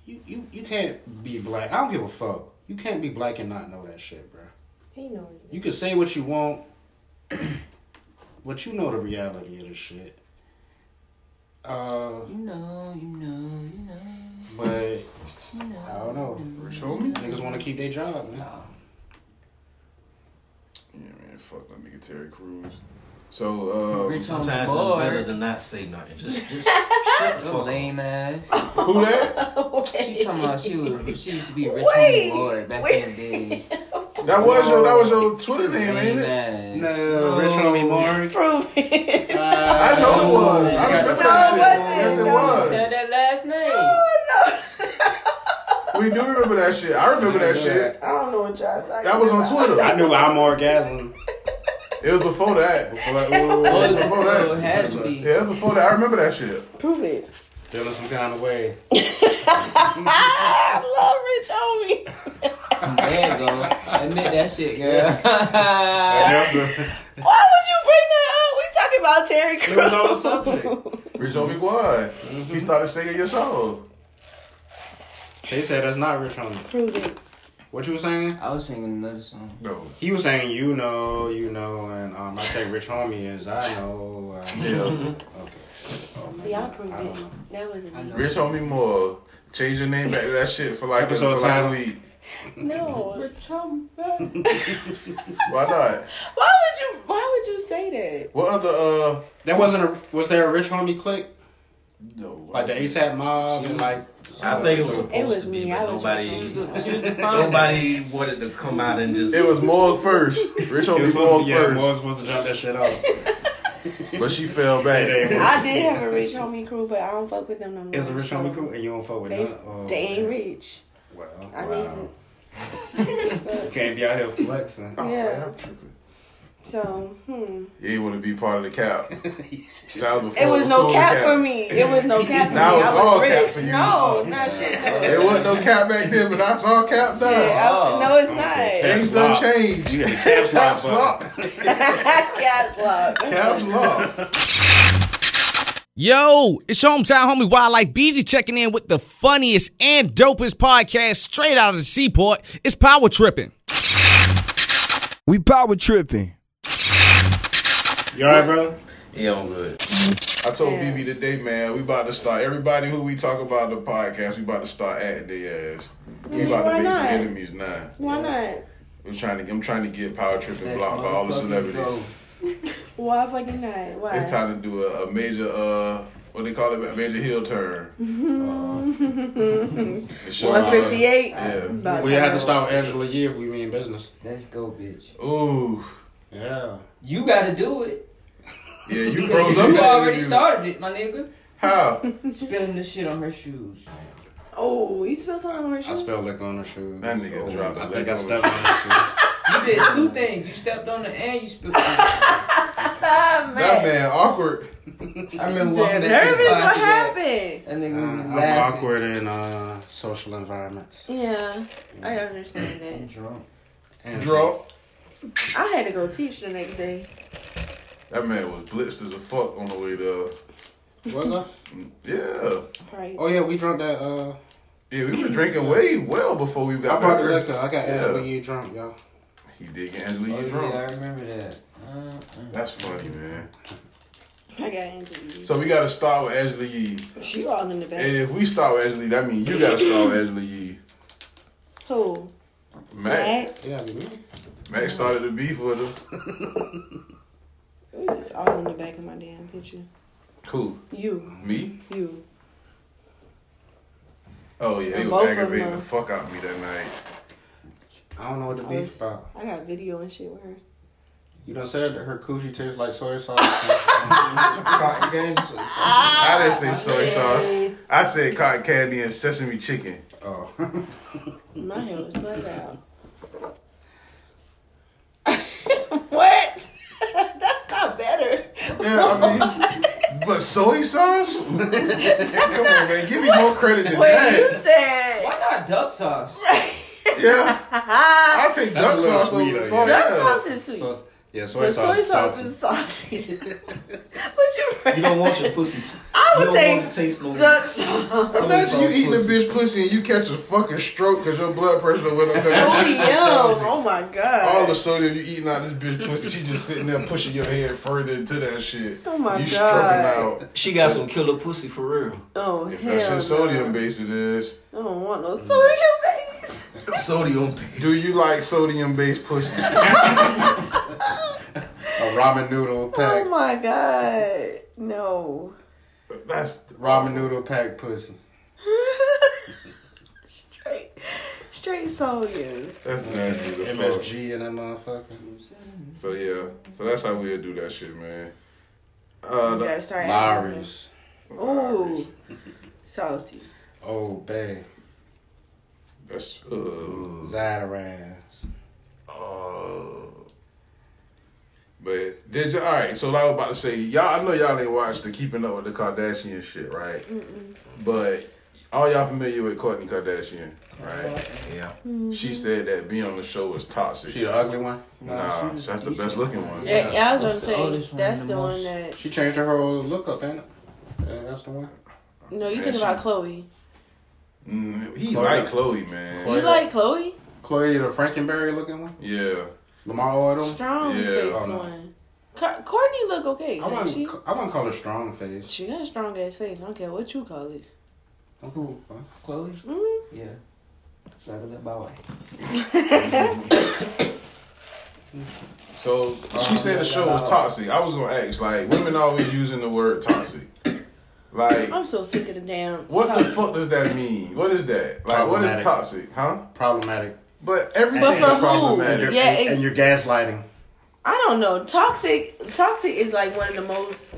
Speaker 1: You, you you can't be black. I don't give a fuck. You can't be black and not know that shit, bro.
Speaker 7: He knows.
Speaker 1: You can say what you want, but you know the reality of this shit. Uh,
Speaker 6: You know, you know, you know,
Speaker 1: but
Speaker 6: you know.
Speaker 1: I don't know.
Speaker 2: Rich homie.
Speaker 1: Niggas want to keep their job, man.
Speaker 6: Nah.
Speaker 2: Yeah, man. Fuck that nigga Terry Crews. So uh,
Speaker 6: Rich on the
Speaker 8: Sometimes it's better
Speaker 6: board.
Speaker 8: to not say nothing. Just, just shut the fuck
Speaker 6: Little
Speaker 8: up.
Speaker 6: lame ass.
Speaker 2: uh, who that?
Speaker 6: She talking about she was she used to be rich
Speaker 7: Wait,
Speaker 6: on the board back in the day.
Speaker 2: That was your that was your Twitter name, ain't
Speaker 6: Lame
Speaker 2: it?
Speaker 6: ass.
Speaker 1: No, Rich Homie Mark.
Speaker 7: Prove it.
Speaker 2: I know it was. I
Speaker 1: got
Speaker 2: remember
Speaker 1: the
Speaker 2: that shit.
Speaker 1: first
Speaker 2: Yes, it
Speaker 7: No, it
Speaker 2: was.
Speaker 6: Said that last name.
Speaker 7: Oh, no.
Speaker 2: We do remember that shit. I remember that shit.
Speaker 7: I don't know what y'all talking
Speaker 2: That was on
Speaker 7: about.
Speaker 1: I
Speaker 2: Twitter.
Speaker 1: knew I'm orgasm.
Speaker 2: It was before that.
Speaker 1: Before, ooh,
Speaker 6: Oh,
Speaker 2: Before that.
Speaker 6: it had to be.
Speaker 2: Yeah, it was before that. I remember that shit.
Speaker 7: Prove it.
Speaker 1: feeling some kind of way.
Speaker 7: I Ah, love Rich Homie.
Speaker 6: There you go. Admit that shit, girl.
Speaker 7: Why would you bring that up? We talking about Terry
Speaker 1: It
Speaker 7: Crews.
Speaker 1: was on the subject.
Speaker 2: Rich Homie Why. He started singing your song.
Speaker 1: They said that's not Rich Homie.
Speaker 7: Prove it.
Speaker 1: What you were saying?
Speaker 6: I was singing another song.
Speaker 2: No.
Speaker 1: He was saying, you know, you know, and um, I think Rich Homie is, I know. uh, I know.
Speaker 2: Yeah.
Speaker 1: Okay. Oh, man,
Speaker 7: Y'all
Speaker 1: I
Speaker 7: proved
Speaker 1: don't
Speaker 7: it.
Speaker 1: know.
Speaker 7: That wasn't
Speaker 6: I
Speaker 7: me.
Speaker 6: know.
Speaker 2: Rich Homie Moore. Change your name back to that shit for like,
Speaker 1: Episode
Speaker 2: for like a
Speaker 1: title.
Speaker 2: week.
Speaker 7: No.
Speaker 2: Why not?
Speaker 7: Why would you? Why would you say that?
Speaker 2: What other uh
Speaker 1: There wasn't a. Was there a Rich Homie click?
Speaker 2: No.
Speaker 1: Like the ASAP mob and like.
Speaker 5: I think it was supposed
Speaker 7: It was
Speaker 5: to
Speaker 7: me.
Speaker 5: be,
Speaker 7: I
Speaker 5: but
Speaker 7: was
Speaker 5: nobody,
Speaker 6: Nobody.
Speaker 5: nobody wanted to come out and just.
Speaker 2: It was Morg first. Rich
Speaker 1: It
Speaker 2: Homie
Speaker 1: was supposed
Speaker 2: Morg
Speaker 1: to, yeah,
Speaker 2: first.
Speaker 1: was supposed to jump that shit off.
Speaker 2: But she fell back.
Speaker 1: It ain't
Speaker 7: I did have a rich homie crew, but I don't fuck with them no more.
Speaker 1: It's a rich homie crew, and you don't fuck with
Speaker 7: They,
Speaker 1: none. Oh,
Speaker 7: they ain't rich.
Speaker 1: Well,
Speaker 7: I
Speaker 1: wow.
Speaker 7: need But,
Speaker 1: Can't be out here flexing.
Speaker 2: Oh,
Speaker 7: Yeah.
Speaker 2: man, I'm tripping.
Speaker 7: so, hmm.
Speaker 2: You ain't want to be part of the cap. That was before
Speaker 7: It was no
Speaker 2: cool to
Speaker 7: cap for me. It was no cap for Oh.
Speaker 2: Now
Speaker 7: me.
Speaker 2: it's
Speaker 7: I was
Speaker 2: all
Speaker 7: rich.
Speaker 2: cap for you.
Speaker 7: No, not shit.
Speaker 2: There
Speaker 7: though.
Speaker 2: wasn't no cap back then, but that's all cap now.
Speaker 7: Shit, I- no, it's
Speaker 1: Okay.
Speaker 7: not.
Speaker 2: Things don't
Speaker 1: Lock.
Speaker 2: change.
Speaker 1: You had the caps lock
Speaker 2: Caps lock.
Speaker 7: Caps lock.
Speaker 2: Caps lock.
Speaker 9: Yo, it's your hometown homie Wildlife BG checking in with the funniest and dopest podcast straight out of the seaport. It's Power Tripping.
Speaker 10: We power tripping.
Speaker 1: You alright, brother?
Speaker 5: Yeah, I'm good.
Speaker 2: I told
Speaker 7: Yeah.
Speaker 2: BB today, man, we about to start. Everybody who we talk about the podcast, we about to start at their ass. We
Speaker 7: mean,
Speaker 2: about
Speaker 7: why
Speaker 2: to make
Speaker 7: not?
Speaker 2: some enemies now.
Speaker 7: Why not?
Speaker 2: I'm trying to. I'm trying to get power trip and block by all the celebrities.
Speaker 7: Why fucking not? Why?
Speaker 2: It's time to do a, a major. uh What they call it? A major heel turn. And show
Speaker 7: One fifty eight.
Speaker 2: Yeah.
Speaker 1: We have to start with Angela Yee if we mean business.
Speaker 6: Let's go, bitch.
Speaker 2: my- Ooh.
Speaker 1: Yeah.
Speaker 6: You gotta do it.
Speaker 2: Yeah, you
Speaker 6: Because
Speaker 2: froze up.
Speaker 6: you
Speaker 2: that
Speaker 6: already
Speaker 2: interview.
Speaker 6: started it, my nigga.
Speaker 2: How?
Speaker 6: Spilling the shit on her shoes.
Speaker 7: Oh, you spilled something on her
Speaker 1: I
Speaker 7: shoe.
Speaker 1: spelled liquor on her shoes.
Speaker 2: That nigga dropped
Speaker 1: I
Speaker 2: the
Speaker 1: think
Speaker 2: liquor
Speaker 1: I
Speaker 2: on
Speaker 1: stepped on her shoes.
Speaker 6: You did two things. You stepped on it and you spilled. on
Speaker 7: Ah,
Speaker 2: That
Speaker 7: man.
Speaker 2: man awkward.
Speaker 6: it. I
Speaker 7: They're
Speaker 6: remember walking back to the
Speaker 7: nervous.
Speaker 6: car
Speaker 7: What
Speaker 6: after that.
Speaker 7: happened?
Speaker 6: That nigga
Speaker 1: Uh,
Speaker 6: was
Speaker 1: I'm
Speaker 6: laughing.
Speaker 1: awkward in uh, social environments.
Speaker 7: Yeah, I understand
Speaker 6: I'm
Speaker 7: that.
Speaker 6: drunk.
Speaker 1: And
Speaker 2: Drunk.
Speaker 7: I had to go teach the next day.
Speaker 2: That man was blitzed as a fuck on the way there.
Speaker 1: Was I?
Speaker 2: Yeah.
Speaker 7: Right.
Speaker 1: Oh yeah, we drunk that. Uh,
Speaker 2: Yeah, we was drinking way well before we
Speaker 1: I
Speaker 2: got
Speaker 1: brought the
Speaker 2: back.
Speaker 1: liquor.
Speaker 2: there.
Speaker 1: I got
Speaker 2: Yeah.
Speaker 1: Angela Yee drunk, y'all.
Speaker 2: He did get Angela
Speaker 6: Oh,
Speaker 2: Yee
Speaker 6: yeah,
Speaker 2: drunk.
Speaker 6: I remember that. Uh-uh.
Speaker 2: That's funny, man.
Speaker 7: I got injured.
Speaker 2: So we gotta start with Angela Yee.
Speaker 7: She all in the
Speaker 2: And
Speaker 7: back.
Speaker 2: if we start with Angela Yee, that means you gotta start with Angela Yee.
Speaker 7: Who?
Speaker 2: Mac.
Speaker 7: Mac?
Speaker 1: Yeah, I mean, we-
Speaker 2: Mac started the beef with her.
Speaker 7: Who is All in the back of my damn picture.
Speaker 2: Who?
Speaker 7: You,
Speaker 2: Me?
Speaker 7: you.
Speaker 2: Oh yeah, they was
Speaker 7: And both of
Speaker 2: aggravating
Speaker 7: them.
Speaker 2: the fuck out of me that night.
Speaker 1: I don't know what the beef about.
Speaker 7: I got video and shit with her.
Speaker 1: You done said that her coochie tastes like soy sauce.
Speaker 6: Cotton candy to the side.
Speaker 2: I didn't say soy sauce. I said cotton candy and sesame chicken.
Speaker 1: oh,
Speaker 7: My hair was sweat out. what? That's not better.
Speaker 2: Yeah, I mean, but soy sauce? Come on, man, give me more credit than
Speaker 7: Wait, you
Speaker 2: that.
Speaker 7: said.
Speaker 6: Why not duck sauce?
Speaker 2: Yeah, I'll take
Speaker 1: That's
Speaker 2: duck
Speaker 1: a little
Speaker 2: sauce over
Speaker 1: sweeter,
Speaker 2: soy
Speaker 1: yeah.
Speaker 7: Duck
Speaker 2: sauce.
Speaker 7: sauce is sweet.
Speaker 1: sauce. Yeah, soy
Speaker 7: The soy
Speaker 1: sauce.
Speaker 7: sauce,
Speaker 1: is salty.
Speaker 7: is salty. but you're
Speaker 5: You don't want your pussy. s-
Speaker 7: I
Speaker 5: you
Speaker 7: would
Speaker 5: don't
Speaker 7: take
Speaker 5: want to taste no
Speaker 7: duck sauce.
Speaker 5: soy
Speaker 2: Imagine you
Speaker 5: sauce
Speaker 2: eating
Speaker 5: pussy.
Speaker 2: a bitch pussy and you catch a fucking stroke because your blood pressure went up.
Speaker 7: So yum. Oh my god.
Speaker 2: All the sodium you eating out this bitch pussy, she just sitting there pushing your head further into that shit.
Speaker 7: Oh my
Speaker 2: you
Speaker 7: God.
Speaker 2: stroking out.
Speaker 5: She got some killer pussy for real.
Speaker 7: oh
Speaker 2: If
Speaker 7: hell.
Speaker 2: that shit sodium
Speaker 7: no.
Speaker 2: based, it is.
Speaker 7: I don't want no
Speaker 6: Mm.
Speaker 7: sodium base.
Speaker 5: Sodium.
Speaker 2: Do you like sodium based pussy?
Speaker 1: A ramen noodle pack.
Speaker 7: Oh my god. No.
Speaker 2: That's
Speaker 1: Ramen noodle pack pussy.
Speaker 7: straight, straight sodium.
Speaker 2: that's nasty. as a fuck.
Speaker 1: MSG and that motherfucker.
Speaker 2: So yeah, so that's how we'll do that shit, man. Uh,
Speaker 7: You
Speaker 2: the-
Speaker 7: gotta start. adding them.
Speaker 1: Larry's.
Speaker 7: Ooh, salty.
Speaker 1: Old Bay.
Speaker 2: That's uh,
Speaker 1: Zatarans.
Speaker 2: uh, but did you all right? So like I was about to say, y'all, I know y'all ain't watched the Keeping Up with the Kardashians shit, right? But all y'all familiar with Kourtney Kardashian, right?
Speaker 5: Yeah.
Speaker 2: She said that being on the show was toxic.
Speaker 1: She the ugly one.
Speaker 2: nah, that's the best looking one.
Speaker 7: Yeah, yeah, I was
Speaker 6: That's
Speaker 7: gonna
Speaker 6: the
Speaker 7: say
Speaker 6: oldest one,
Speaker 7: that's
Speaker 6: the
Speaker 7: the, one
Speaker 6: most-
Speaker 7: that.
Speaker 1: She changed her whole look up, ain't it? Yeah, that's the one.
Speaker 7: No, you
Speaker 2: Man,
Speaker 7: think
Speaker 2: she-
Speaker 7: about Chloe.
Speaker 2: Mm, he
Speaker 1: Khloe.
Speaker 2: like Chloe, man.
Speaker 1: Khloe.
Speaker 7: You like Chloe?
Speaker 1: Chloe, the Frankenberry looking one.
Speaker 2: Yeah,
Speaker 1: Lamar Odom.
Speaker 7: Strong
Speaker 2: Yeah,
Speaker 7: face
Speaker 1: I don't know.
Speaker 7: one. Co- Courtney look okay.
Speaker 1: I
Speaker 7: Like she,
Speaker 1: wouldn't. I wouldn't call her strong face.
Speaker 7: she got a strong ass face. I don't care what you call it.
Speaker 6: Who? Chloe?
Speaker 7: Mm.
Speaker 6: Yeah. So I could let my wife.
Speaker 2: So she said the show was toxic. I was gonna ask, like, women always using the word toxic. Like,
Speaker 7: I'm so sick of the damn.
Speaker 2: what the
Speaker 7: topic.
Speaker 2: fuck does that mean? What is that? Like, what is
Speaker 1: Problematic.
Speaker 2: toxic? Huh?
Speaker 1: Problematic.
Speaker 2: But everything
Speaker 7: But
Speaker 2: is
Speaker 7: for who?
Speaker 2: problematic.
Speaker 7: Yeah,
Speaker 1: and,
Speaker 7: it-
Speaker 1: and your gaslighting.
Speaker 7: I don't know. Toxic. Toxic is like one of the most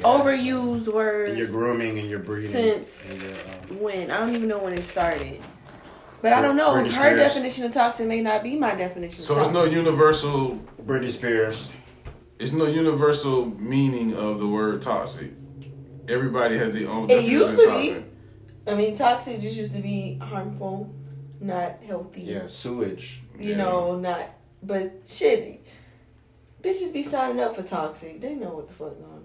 Speaker 7: overused
Speaker 1: And your
Speaker 7: words.
Speaker 1: grooming and your breeding.
Speaker 7: Since-
Speaker 1: And your, um,
Speaker 7: When I don't even know when it started. But I don't know.
Speaker 1: Britney
Speaker 7: Her
Speaker 1: Spears.
Speaker 7: definition of toxic may not be my definition. Of
Speaker 2: So it's
Speaker 7: toxic.
Speaker 2: no universal.
Speaker 1: Britney Spears.
Speaker 2: It's no universal meaning of the word toxic. Everybody has their own.
Speaker 7: It used to be.
Speaker 2: topic.
Speaker 7: I mean, toxic just used to be harmful, not healthy.
Speaker 1: Yeah, sewage.
Speaker 7: You
Speaker 2: Yeah.
Speaker 7: know, not. But shit, bitches be signing up for toxic. They know what the fuck going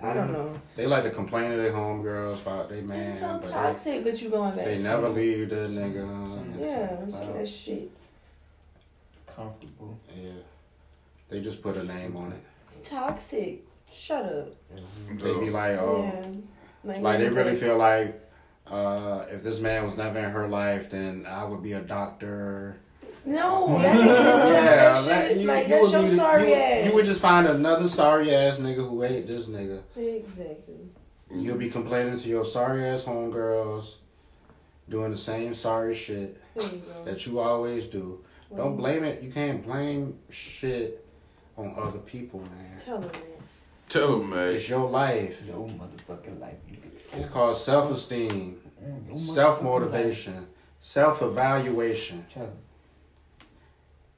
Speaker 7: on. I don't know.
Speaker 1: They like to complain to their homegirls about their Mm-hmm. man,
Speaker 7: it's so
Speaker 1: but they-
Speaker 7: toxic, but you going back.
Speaker 1: they, never leave the nigga.
Speaker 7: Yeah, I'm
Speaker 1: Wow.
Speaker 7: sick of that shit.
Speaker 5: Comfortable.
Speaker 1: Yeah. They just put a name on it.
Speaker 7: It's toxic. Shut up.
Speaker 1: They be like, oh,
Speaker 7: Yeah.
Speaker 1: like they really feel like uh, if this man was never in her life, then I would be a doctor.
Speaker 7: No, that nigga didn't tell that
Speaker 1: that-
Speaker 7: shit. like that's your
Speaker 1: be-
Speaker 7: sorry
Speaker 1: you,
Speaker 7: ass.
Speaker 1: you would just find another sorry ass nigga who ate this nigga.
Speaker 7: exactly.
Speaker 1: You'll be complaining to your sorry ass homegirls, doing the same sorry shit
Speaker 7: There you go.
Speaker 1: that you always do.
Speaker 7: Mm-hmm.
Speaker 1: Don't blame it. You can't blame shit on other people, man.
Speaker 7: Tell them that.
Speaker 2: Tell them, man.
Speaker 1: It's your life.
Speaker 5: Yo, motherfucking life. you bitch.
Speaker 1: It's called self esteem,
Speaker 5: Mm, yo,
Speaker 1: self
Speaker 5: motherfucking life.
Speaker 1: motivation, self evaluation.
Speaker 5: Tell him.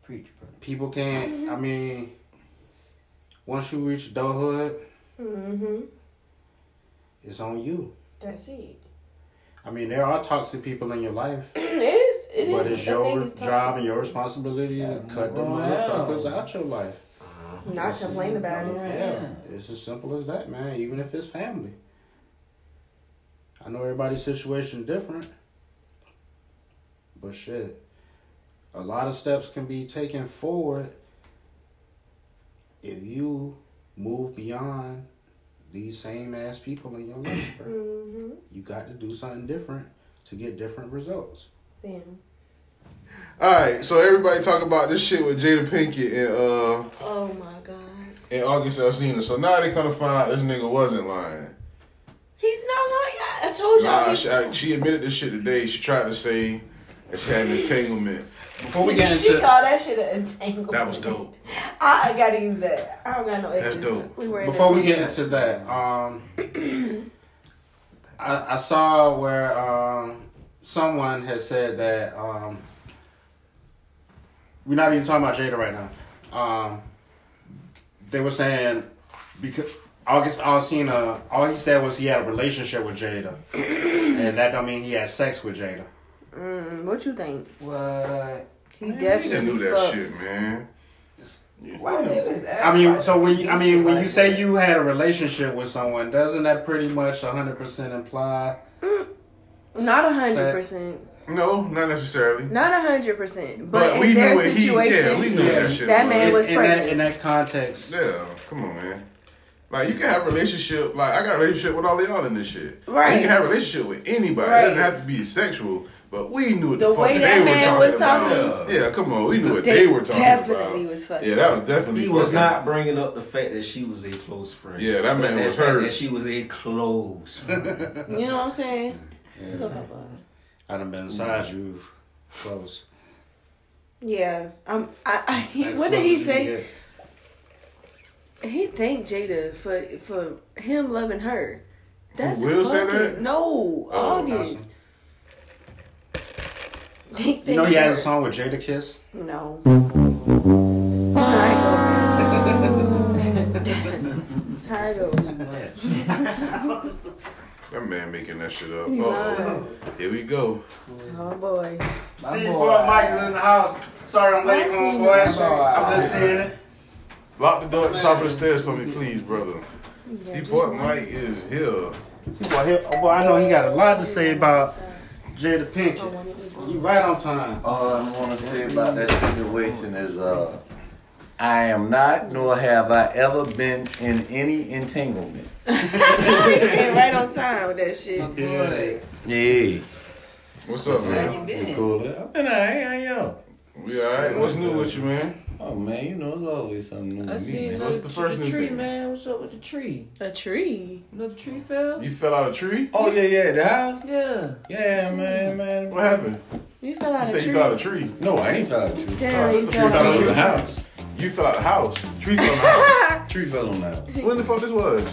Speaker 5: Preach, brother.
Speaker 1: People can't,
Speaker 7: Mm-hmm.
Speaker 1: I mean, once you reach adulthood,
Speaker 7: Mm-hmm.
Speaker 1: it's on you.
Speaker 7: That's it.
Speaker 1: I mean, there are toxic people in your life,
Speaker 7: it is. It is.
Speaker 1: but
Speaker 7: I
Speaker 1: it's
Speaker 7: think
Speaker 1: your
Speaker 7: it's toxic.
Speaker 1: job and your responsibility to cut the
Speaker 5: Wow.
Speaker 1: motherfuckers out your life.
Speaker 7: Not complain about it.
Speaker 1: Yeah, it's as simple as that, man. Even if it's family. I know everybody's situation different, but shit, a lot of steps can be taken forward if you move beyond these same ass people in your life. bro.
Speaker 7: Mm-hmm.
Speaker 1: You got to do something different to get different results.
Speaker 7: Damn.
Speaker 2: All right, so everybody talk about this shit with Jada Pinkett and uh
Speaker 7: Oh my god.
Speaker 2: and August Alsina. So now they kind of find out this nigga wasn't lying.
Speaker 7: He's not lying. I, I told y'all.
Speaker 2: Nah,
Speaker 7: he-
Speaker 2: she, I- she admitted this shit today. She tried to say that she had an entanglement.
Speaker 1: Before we get
Speaker 7: she
Speaker 1: into
Speaker 7: called that shit an entanglement.
Speaker 2: That was dope.
Speaker 7: I, I gotta use that. I don't got no
Speaker 2: That's
Speaker 7: exes.
Speaker 2: dope.
Speaker 7: We were in
Speaker 1: before we
Speaker 7: entanglement.
Speaker 1: get into that, um, I, I saw where um, someone had said that um, we're not even talking about Jada right now. Um, they were saying because August Alsina, all he said was he had a relationship with Jada, and that don't mean he had sex with Jada.
Speaker 7: Mm, what you think?
Speaker 5: What?
Speaker 7: He
Speaker 2: Nigga
Speaker 7: definitely
Speaker 2: knew that
Speaker 7: fucked.
Speaker 2: shit, man.
Speaker 5: Why niggas act
Speaker 1: I mean,
Speaker 5: like
Speaker 1: so when you, I mean when you
Speaker 5: like
Speaker 1: say
Speaker 5: that?
Speaker 1: you had a relationship with someone, doesn't that pretty much hundred percent imply?
Speaker 7: Not a hundred percent.
Speaker 2: No, not necessarily.
Speaker 7: Not a hundred percent. But,
Speaker 2: But, we
Speaker 7: in
Speaker 2: knew
Speaker 7: their
Speaker 2: what he. Yeah,
Speaker 7: situation,
Speaker 2: we knew
Speaker 1: yeah,
Speaker 2: that shit.
Speaker 7: that
Speaker 2: was.
Speaker 7: man was
Speaker 1: in that
Speaker 7: pregnant.
Speaker 1: in that context.
Speaker 2: Yeah, come on, man. Like you can have a relationship. Like I got a relationship with all of y'all in this shit.
Speaker 7: Right.
Speaker 2: You can have a relationship with anybody.
Speaker 7: Right.
Speaker 2: It doesn't have to be sexual. But we knew what the,
Speaker 7: The
Speaker 2: fuck
Speaker 7: way
Speaker 2: they
Speaker 7: that
Speaker 2: were
Speaker 7: man
Speaker 2: talking
Speaker 7: was
Speaker 2: about.
Speaker 7: talking-
Speaker 2: Yeah, come on. We knew what they,
Speaker 7: They
Speaker 2: were talking
Speaker 7: definitely
Speaker 2: about.
Speaker 7: was fucking.
Speaker 2: Yeah, that was definitely.
Speaker 8: He was
Speaker 2: fucking-
Speaker 8: not bringing up the fact that she was a close friend.
Speaker 2: Yeah, that man
Speaker 8: But
Speaker 2: was
Speaker 8: fact
Speaker 2: hurt.
Speaker 8: That she was a close friend.
Speaker 7: You know what I'm saying?
Speaker 1: I done been inside you close.
Speaker 7: Yeah. Um. I. I he,
Speaker 1: As
Speaker 7: what did
Speaker 1: close
Speaker 7: he
Speaker 1: as you
Speaker 7: say?
Speaker 1: can get.
Speaker 7: He thanked Jada for for him loving her. That's
Speaker 2: Will said
Speaker 7: fucking-
Speaker 2: that?
Speaker 7: No,
Speaker 1: Oh,
Speaker 7: August.
Speaker 1: awesome.
Speaker 7: He
Speaker 1: You know
Speaker 7: thanked
Speaker 1: he had
Speaker 7: her.
Speaker 1: a song with Jada Kiss?
Speaker 7: No. All right, go. All right, go.
Speaker 2: That man making that shit up.
Speaker 7: He
Speaker 2: Oh, here we go.
Speaker 7: Oh boy.
Speaker 5: My
Speaker 1: See,
Speaker 5: boy.
Speaker 1: boy, Mike is in the house. Sorry I'm late,
Speaker 7: My
Speaker 1: homeboy.
Speaker 5: boy.
Speaker 1: I'm just seeing it.
Speaker 2: Lock the door at the top of the stairs for me, please, brother. See, boy, Mike is here.
Speaker 1: See, boy, he, oh, boy, I know he got a lot to say about Jada Pinkett. You right on time.
Speaker 11: All I want to say about that situation is uh, I am not, nor have I ever been in any entanglement.
Speaker 7: Came right on time with that shit.
Speaker 1: Yeah,
Speaker 11: Yeah.
Speaker 2: What's up, man?
Speaker 1: cool.
Speaker 11: And I, I am.
Speaker 2: We all right? What's new with you, man?
Speaker 12: Oh man, you know it's always something new.
Speaker 6: I
Speaker 12: to me,
Speaker 6: seen
Speaker 12: man.
Speaker 6: another tr- the tree, man. What's up with the tree?
Speaker 7: A tree?
Speaker 6: Another tree fell?
Speaker 2: You fell out of a tree?
Speaker 12: Oh yeah, yeah, the house.
Speaker 6: Yeah.
Speaker 12: Yeah, man, man.
Speaker 2: What happened?
Speaker 7: You fell out
Speaker 2: You
Speaker 7: of
Speaker 2: say
Speaker 7: tree.
Speaker 2: you fell out of a tree.
Speaker 12: No, I ain't fell out of a tree.
Speaker 7: Damn, you
Speaker 2: the
Speaker 7: fell out of
Speaker 2: the
Speaker 7: a
Speaker 2: house. You fell out of the house. Tree fell out.
Speaker 12: tree fell on the house.
Speaker 2: When the fuck this was?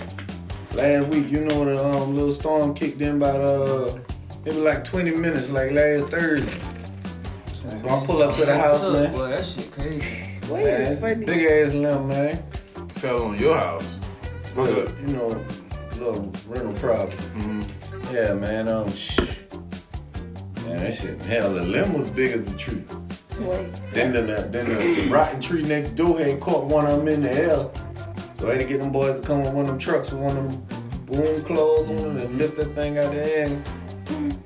Speaker 12: Last week, you know, the um, little storm kicked in about uh, maybe like 20 minutes, like last Thursday. So I pull up to the
Speaker 6: What's
Speaker 12: house,
Speaker 6: up,
Speaker 12: man.
Speaker 6: Boy, that shit crazy.
Speaker 7: Wait,
Speaker 12: Man, it's a big ass limb, man.
Speaker 2: Fell on your house.
Speaker 12: But, you know, little rental property. Yeah, man. Um, sh- man, that shit. Hell, the limb was big as a tree.
Speaker 7: Wait.
Speaker 12: Then the, the then the, the rotten tree next door had caught one of them in the air. So I had to get them boys to come with one of them trucks with one of them boom clothes on and lift that thing out the air.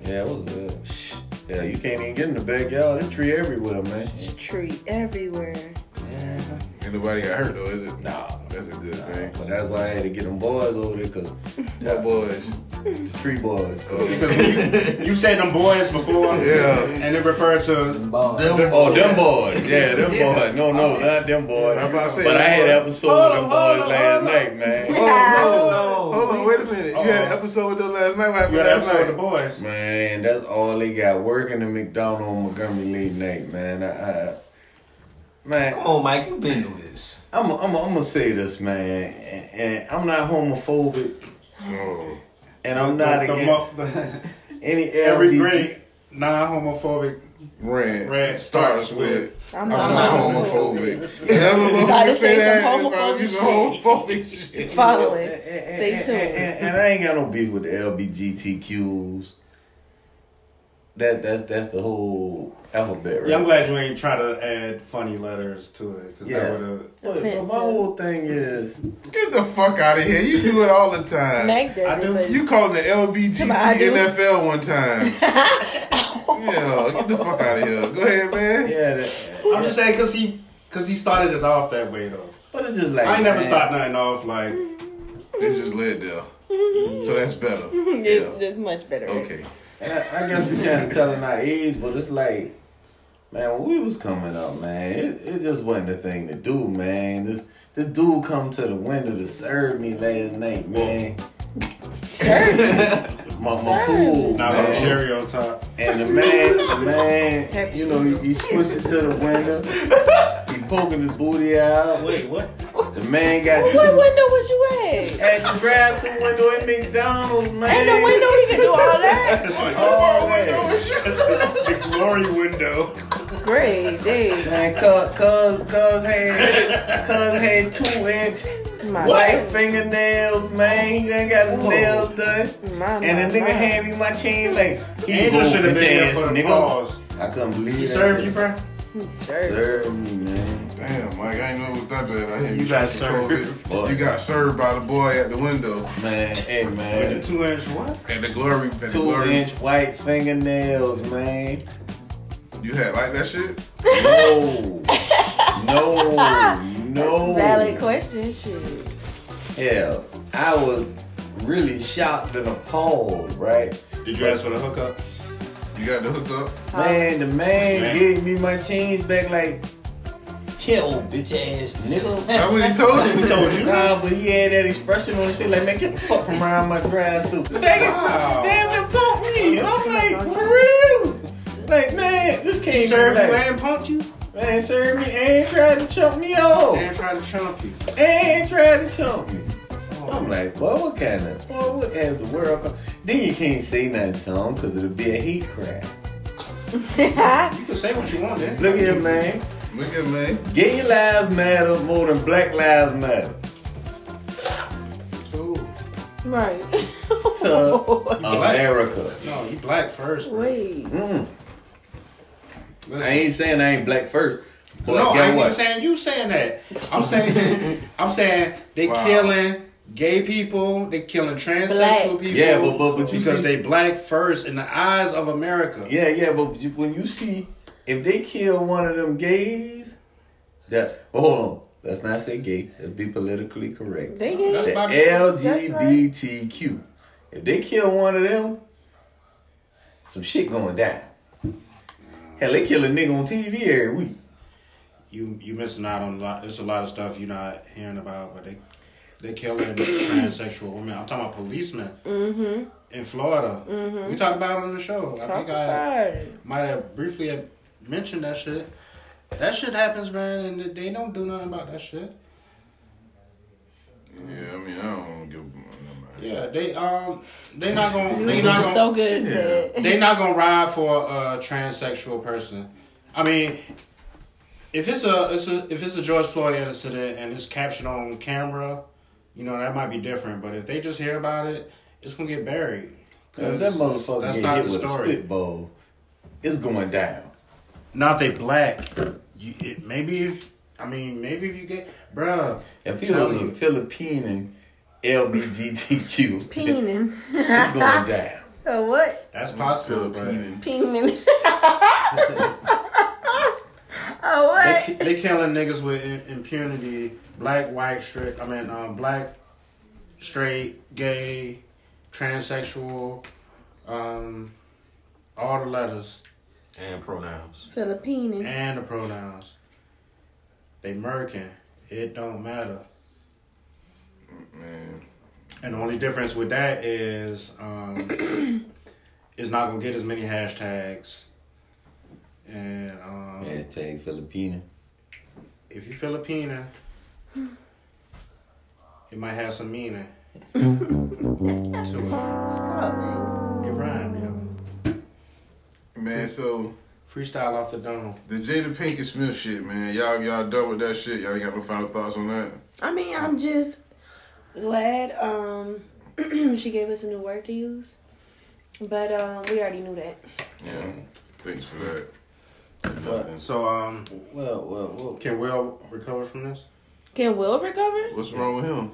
Speaker 12: Yeah, it was uh, sh- yeah, you can't even get in the backyard. There's tree everywhere, man.
Speaker 7: Tree everywhere.
Speaker 2: Ain't nobody got hurt though, is it? Nah, that's a good thing.
Speaker 12: But that's why I had to get them boys over there, cause
Speaker 2: That boys,
Speaker 12: the tree boys. Cause,
Speaker 1: You said them boys before.
Speaker 2: Yeah.
Speaker 1: And it referred to
Speaker 12: oh, them boys. Yeah, them boys. No, no, not them boys.
Speaker 2: I'm about to say
Speaker 12: But I
Speaker 2: them
Speaker 12: had
Speaker 2: boys.
Speaker 12: an episode
Speaker 2: Hold
Speaker 12: with them
Speaker 2: on,
Speaker 12: boys
Speaker 2: hold on,
Speaker 12: last
Speaker 2: hold on.
Speaker 12: night, man.
Speaker 2: Oh, no. Hold on, wait a minute. You had an episode with them last night. What happened
Speaker 1: You had an
Speaker 2: last
Speaker 1: episode with
Speaker 2: night?
Speaker 1: the boys.
Speaker 12: Man, that's all they got. Working the McDonald on Montgomery late night, man. I, I, man,
Speaker 8: Come on, Mike, you been through this.
Speaker 12: I'm I'm I'm gonna say this, man, and, and I'm not homophobic,
Speaker 2: Oh.
Speaker 12: and I'm
Speaker 1: The-
Speaker 12: not
Speaker 1: the
Speaker 12: against
Speaker 1: mo- the-
Speaker 12: any
Speaker 1: every
Speaker 12: LGBT
Speaker 1: great non-homophobic
Speaker 2: Rant,
Speaker 1: Rant
Speaker 2: starts
Speaker 1: starts
Speaker 2: with
Speaker 7: I'm
Speaker 2: I'm
Speaker 7: not
Speaker 2: not homophobic. Whenever
Speaker 7: Gotta
Speaker 2: motherfuckers
Speaker 7: say
Speaker 2: say that,
Speaker 7: some
Speaker 2: it's gotta be some
Speaker 7: homophobic
Speaker 2: homophobic shit.
Speaker 7: Follow it. Stay
Speaker 12: Stay
Speaker 7: tuned.
Speaker 12: And, and- and I ain't got no beef with the LBGTQs. That that's that's the whole alphabet, right?
Speaker 1: Yeah, I'm glad you ain't trying to add funny letters to it because
Speaker 12: Yeah.
Speaker 1: that would have.
Speaker 12: But- but my whole thing is
Speaker 2: Get the fuck out of here. You do it all the time.
Speaker 7: Meg does
Speaker 1: I
Speaker 7: it,
Speaker 1: do-
Speaker 7: but
Speaker 2: You calling the LBGT
Speaker 7: Come on, I do.
Speaker 2: NFL one time. yeah, get the fuck out of here. Go ahead, man.
Speaker 12: yeah, that,
Speaker 1: I'm just saying because he because he started it off that way though.
Speaker 12: but it's just like
Speaker 1: I ain't never
Speaker 12: man,
Speaker 1: start nothing off like
Speaker 2: They just led there. So that's better.
Speaker 7: it's,
Speaker 2: Yeah.
Speaker 7: it's much better.
Speaker 2: Okay.
Speaker 12: And I, I guess we kind of telling our age, but it's like, man, when we was coming up, man, it, it just wasn't the thing to do, man. This this dude come to the window to serve me last night, man. Serve my, my food,
Speaker 1: not with a
Speaker 12: man.
Speaker 1: cherry on top.
Speaker 12: And the man, the man, you know, he, he squished it to the window. He poking his booty out.
Speaker 1: Wait, what?
Speaker 12: The man got
Speaker 7: What
Speaker 12: two.
Speaker 7: window was you at?
Speaker 12: Had to grab the window at McDonald's, man.
Speaker 7: Ain't no window he can do all that.
Speaker 1: It's like
Speaker 12: Oh, man.
Speaker 1: the glory window.
Speaker 7: Great day.
Speaker 12: Man, cuz, cuz, cuz had, cuz had two inch
Speaker 7: My
Speaker 12: white fingernails, man. He done got his nails done.
Speaker 7: My,
Speaker 12: And the
Speaker 7: my,
Speaker 12: nigga
Speaker 7: my.
Speaker 12: hand me my chain like, he
Speaker 1: Angel
Speaker 12: broke
Speaker 1: should have been
Speaker 12: his
Speaker 1: there
Speaker 12: ass,
Speaker 1: for the
Speaker 12: nigga.
Speaker 1: pause.
Speaker 12: I couldn't believe
Speaker 1: He
Speaker 12: that
Speaker 1: served
Speaker 12: shit.
Speaker 1: you, bro.
Speaker 7: Sir.
Speaker 12: Served me, man.
Speaker 2: Damn, Mike, I ain't know it was that bad. I hear
Speaker 1: You got
Speaker 2: served.
Speaker 12: served.
Speaker 2: You got served by the boy at the window.
Speaker 12: Man, hey,
Speaker 1: With
Speaker 12: man.
Speaker 1: the two inch what?
Speaker 2: At the glory. At the
Speaker 12: Two
Speaker 2: glory.
Speaker 12: inch white fingernails, man.
Speaker 2: You had like that shit?
Speaker 12: No. No. No.
Speaker 7: Valid question, shit.
Speaker 12: Hell, I was really shocked and appalled, right?
Speaker 1: Did you ask for the hookup?
Speaker 2: You got the hookup?
Speaker 12: Man, the man,
Speaker 1: Man.
Speaker 12: gave me my change back like, kill bitch ass nigga.
Speaker 2: That's what he told you.
Speaker 1: He told you.
Speaker 12: Nah, Uh, but he had that expression on his face like, man, get the fuck from around my drive through. Wow.
Speaker 1: Wow.
Speaker 12: Damn, it bumped me. And I'm like, for real? Like, man, this can't
Speaker 1: He
Speaker 12: be
Speaker 1: served you
Speaker 12: right.
Speaker 1: and punked you
Speaker 12: Man, served me and tried to chump me off.
Speaker 1: and tried to trump you.
Speaker 12: And tried to chump me. I'm like, boy, what kind of, boy, what has the world come? Then you can't say nothing to him because it'll be a hate crime.
Speaker 1: You can say what you want, then.
Speaker 12: Look here, man.
Speaker 2: Look at me.
Speaker 12: Gay lives matter more than black lives matter.
Speaker 7: Right.
Speaker 12: To America.
Speaker 1: No, you black first. Bro.
Speaker 7: Wait.
Speaker 12: Mm.
Speaker 1: Listen.
Speaker 12: I ain't saying I ain't black first, but
Speaker 1: no, I
Speaker 12: guess
Speaker 1: ain't
Speaker 12: what?
Speaker 1: even saying you saying that. I'm saying I'm saying they
Speaker 2: Wow.
Speaker 1: killing gay people, they killing transsexual
Speaker 7: Black.
Speaker 1: people.
Speaker 12: Yeah, but- but- but you
Speaker 1: because
Speaker 12: see-
Speaker 1: they black first in the eyes of America.
Speaker 12: yeah, yeah, but you- when you see if they kill one of them gays, that well, hold on, let's not say gay. Let's be politically correct.
Speaker 7: They gay.
Speaker 1: That's
Speaker 12: The
Speaker 1: about-
Speaker 12: LGBTQ. If they kill one of them, some shit going down. Hell, they kill a nigga on TV every week.
Speaker 1: you you missing out on a lot. There's a lot of stuff you're not hearing about, but they they killing transsexual women. I'm talking about policemen
Speaker 7: Mm-hmm.
Speaker 1: in Florida.
Speaker 7: Mhm.
Speaker 1: We talked about it on the show. I think I might have briefly have mentioned that shit. That shit happens, man, and they don't do nothing about that shit.
Speaker 2: Yeah, I mean, I don't give.
Speaker 1: Yeah, they um, they not gonna they
Speaker 2: You
Speaker 1: not
Speaker 2: doing
Speaker 1: gonna,
Speaker 2: so good, Zed.
Speaker 1: They not gonna ride for a transsexual person. I mean, if it's a, it's a if it's a George Floyd incident and it's captured on camera, you know that might be different. But if they just hear about it, it's gonna get buried. 'Cause
Speaker 11: If that motherfucker
Speaker 1: that's
Speaker 11: get
Speaker 1: not
Speaker 11: hit
Speaker 1: the
Speaker 11: with a
Speaker 1: story.
Speaker 11: spitball, it's going down.
Speaker 1: Not if they black. You, it, maybe if I mean maybe if you get bruh.
Speaker 11: If
Speaker 1: I'm
Speaker 11: he was
Speaker 1: telling
Speaker 11: a
Speaker 1: you.
Speaker 11: Philippine and LBGTQ,
Speaker 7: Peening.
Speaker 11: it's going down.
Speaker 7: So what?
Speaker 1: That's possible, but
Speaker 7: Peening. oh what?
Speaker 1: they, they killing niggas with im- impunity. Black, white, straight. I mean, um, black, straight, gay, transsexual, um, all the letters
Speaker 8: And pronouns.
Speaker 7: Philippine.
Speaker 1: and the pronouns. They murking. It don't matter.
Speaker 2: Man.
Speaker 1: And the only difference with that is um, it's not gonna get as many hashtags. And um,
Speaker 11: Hashtag Filipina.
Speaker 1: if you Filipina, it might have some meaning.
Speaker 7: Stop, man.
Speaker 1: It rhymed, yo.
Speaker 2: Man, so
Speaker 1: freestyle off the dome.
Speaker 2: The Jada Pinkett Smith shit, man. Y'all, y'all done with that shit. Y'all ain't got no final thoughts on that.
Speaker 7: I mean, I'm just glad um she gave us a new word to use. But um we already knew that.
Speaker 2: Yeah. Thanks for that.
Speaker 1: So um,
Speaker 11: well, well, well,
Speaker 1: can Will recover from this?
Speaker 7: Can Will recover?
Speaker 2: What's wrong with him?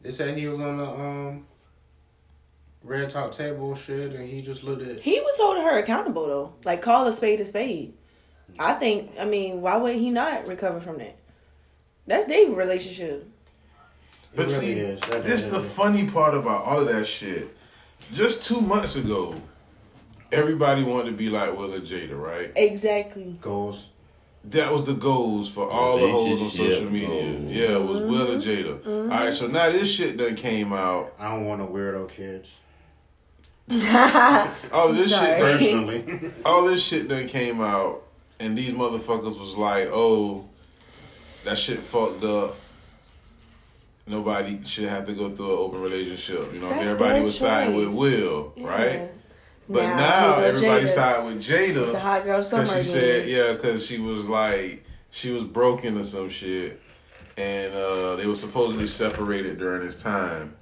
Speaker 1: They said he was on the um red top table shit, and he just looked at.
Speaker 7: He was holding her accountable though. Like call a spade a spade. I think I mean, why would he not recover from that? That's their relationship.
Speaker 2: But
Speaker 1: It really
Speaker 2: see,
Speaker 1: is. That
Speaker 2: this
Speaker 1: is
Speaker 2: the
Speaker 1: it.
Speaker 2: funny part about all of that shit. Just two months ago, everybody wanted to be like Will and Jada, right?
Speaker 7: Exactly.
Speaker 1: Goals.
Speaker 2: That was the goals for all the hoes on
Speaker 11: Relationship
Speaker 2: social media.
Speaker 11: goals.
Speaker 2: Yeah, it was Will and Jada.
Speaker 7: Mhm.
Speaker 2: All right, so now this shit that came out.
Speaker 1: I don't want no weirdo kids.
Speaker 2: All this shit that,
Speaker 1: Personally.
Speaker 2: all this shit that came out, and these motherfuckers was like, "Oh, that shit fucked up. Nobody should have to go through an open relationship." You know,
Speaker 7: That's
Speaker 2: everybody
Speaker 7: their
Speaker 2: was siding with
Speaker 7: choice.
Speaker 2: Will,
Speaker 7: Yeah.
Speaker 2: right? But
Speaker 7: Now,
Speaker 2: now,
Speaker 7: we go
Speaker 2: everybody
Speaker 7: Jada.
Speaker 2: side with Jada.
Speaker 7: It's a hot girl summer
Speaker 2: Cause she
Speaker 7: again.
Speaker 2: said, yeah, because she was like, she was broken or some shit. And uh, they were supposedly separated during this time.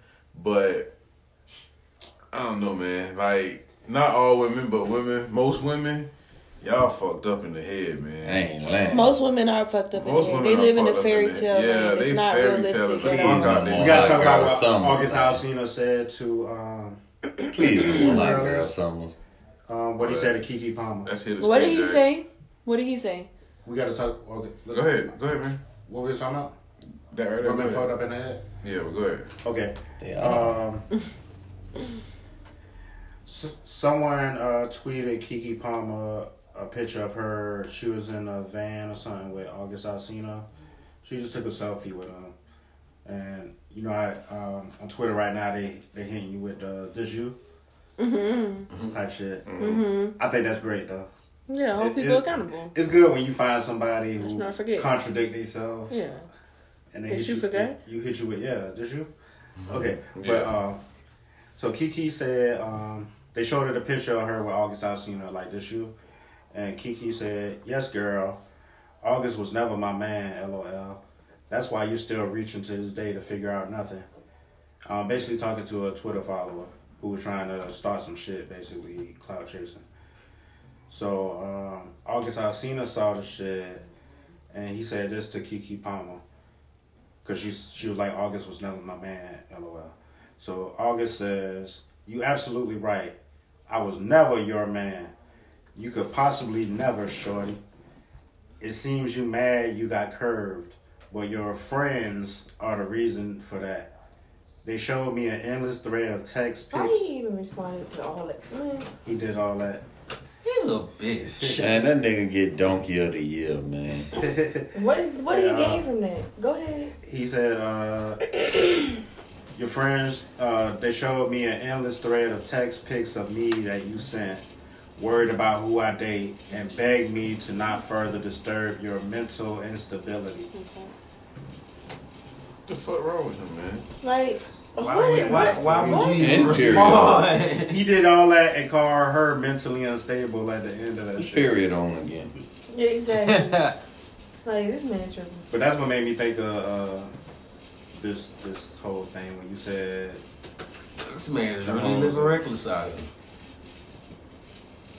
Speaker 2: But I don't know, man. Like, not all women, but women, most women, y'all fucked up in the head, man.
Speaker 11: ain't
Speaker 7: Most women are fucked up
Speaker 2: Most
Speaker 7: in
Speaker 2: women
Speaker 7: there. They
Speaker 2: are
Speaker 7: live in a
Speaker 2: fucked up
Speaker 7: fairy
Speaker 2: in there.
Speaker 7: tale.
Speaker 2: Yeah,
Speaker 7: land. it's
Speaker 2: they
Speaker 7: not
Speaker 2: fairy
Speaker 7: realistic
Speaker 2: tale. Fuck
Speaker 7: at all.
Speaker 2: out
Speaker 11: Come
Speaker 2: there.
Speaker 11: on,
Speaker 1: We
Speaker 11: Hot
Speaker 1: gotta talk
Speaker 11: Girl
Speaker 1: about what
Speaker 11: Summer.
Speaker 1: August Alsina said to um,
Speaker 11: Please, no more hot
Speaker 1: girls.
Speaker 11: girl summers.
Speaker 1: um what he said to Kiki Palmer.
Speaker 2: That's hit
Speaker 7: What did he say? What did he say?
Speaker 1: We gotta talk. Okay,
Speaker 2: Go ahead, go ahead, man.
Speaker 1: What we was talking about?
Speaker 2: That right there.
Speaker 1: Women
Speaker 2: go
Speaker 1: fucked
Speaker 2: ahead.
Speaker 1: up in the head.
Speaker 2: Yeah, but go ahead.
Speaker 1: Okay.
Speaker 11: They
Speaker 1: Um, s- someone uh, tweeted Kiki Palmer a picture of her. She was in a van or something with August Alsina. She just took a selfie with him. And you know, I um, on Twitter right now they they hitting you with uh, this you
Speaker 7: Mm-hmm.
Speaker 1: type shit.
Speaker 7: Mhm.
Speaker 1: I think that's great though.
Speaker 7: Yeah, hold
Speaker 1: It-
Speaker 7: people
Speaker 1: it-
Speaker 7: accountable.
Speaker 1: It's good when you find somebody
Speaker 7: Let's
Speaker 1: who
Speaker 7: not forget.
Speaker 1: contradict themselves.
Speaker 7: Yeah.
Speaker 1: And they
Speaker 7: Did
Speaker 1: hit
Speaker 7: you
Speaker 1: you,
Speaker 7: forget?
Speaker 1: You hit you with yeah, did you? Okay,
Speaker 2: Yeah.
Speaker 1: but um, so Kiki said um, they showed her the picture of her with August Alsina like this you, and Kiki said yes, girl. August was never my man. LOL. That's why you still reaching to this day to figure out nothing. Um, basically talking to a Twitter follower who was trying to start some shit, basically cloud chasing. So um, August Alsina saw the shit, and he said this to Kiki Palmer, cause she she was like August was never my man, lol. So August says, "You absolutely right. I was never your man. You could possibly never, shorty. It seems you mad you got curved, but your friends are the reason for that." They showed me an endless thread of text
Speaker 7: Why
Speaker 1: pics.
Speaker 7: he even responded to all that? Man,
Speaker 1: He did all that.
Speaker 7: he's
Speaker 8: He's a bitch.
Speaker 11: Man, that nigga get donkey of the year, man.
Speaker 7: What did what did
Speaker 1: Yeah.
Speaker 7: he gain from that? Go ahead.
Speaker 1: He said, uh, "Your friends, uh, they showed me an endless thread of text pics of me that you sent, worried about who I date, and begged me to not further disturb your mental instability."
Speaker 2: the fuck wrong with him, man?
Speaker 7: Like
Speaker 8: Why
Speaker 7: what,
Speaker 8: would- why-
Speaker 7: what-
Speaker 8: why would
Speaker 7: what?
Speaker 8: you-
Speaker 11: And
Speaker 8: Respond.
Speaker 11: period.
Speaker 1: He did all that and called her mentally unstable at the end of that shit.
Speaker 11: Period on again.
Speaker 7: Yeah, exactly. like this man tripping.
Speaker 1: But that's what made me think of uh, this this whole thing when you said
Speaker 8: This man is really living reckless out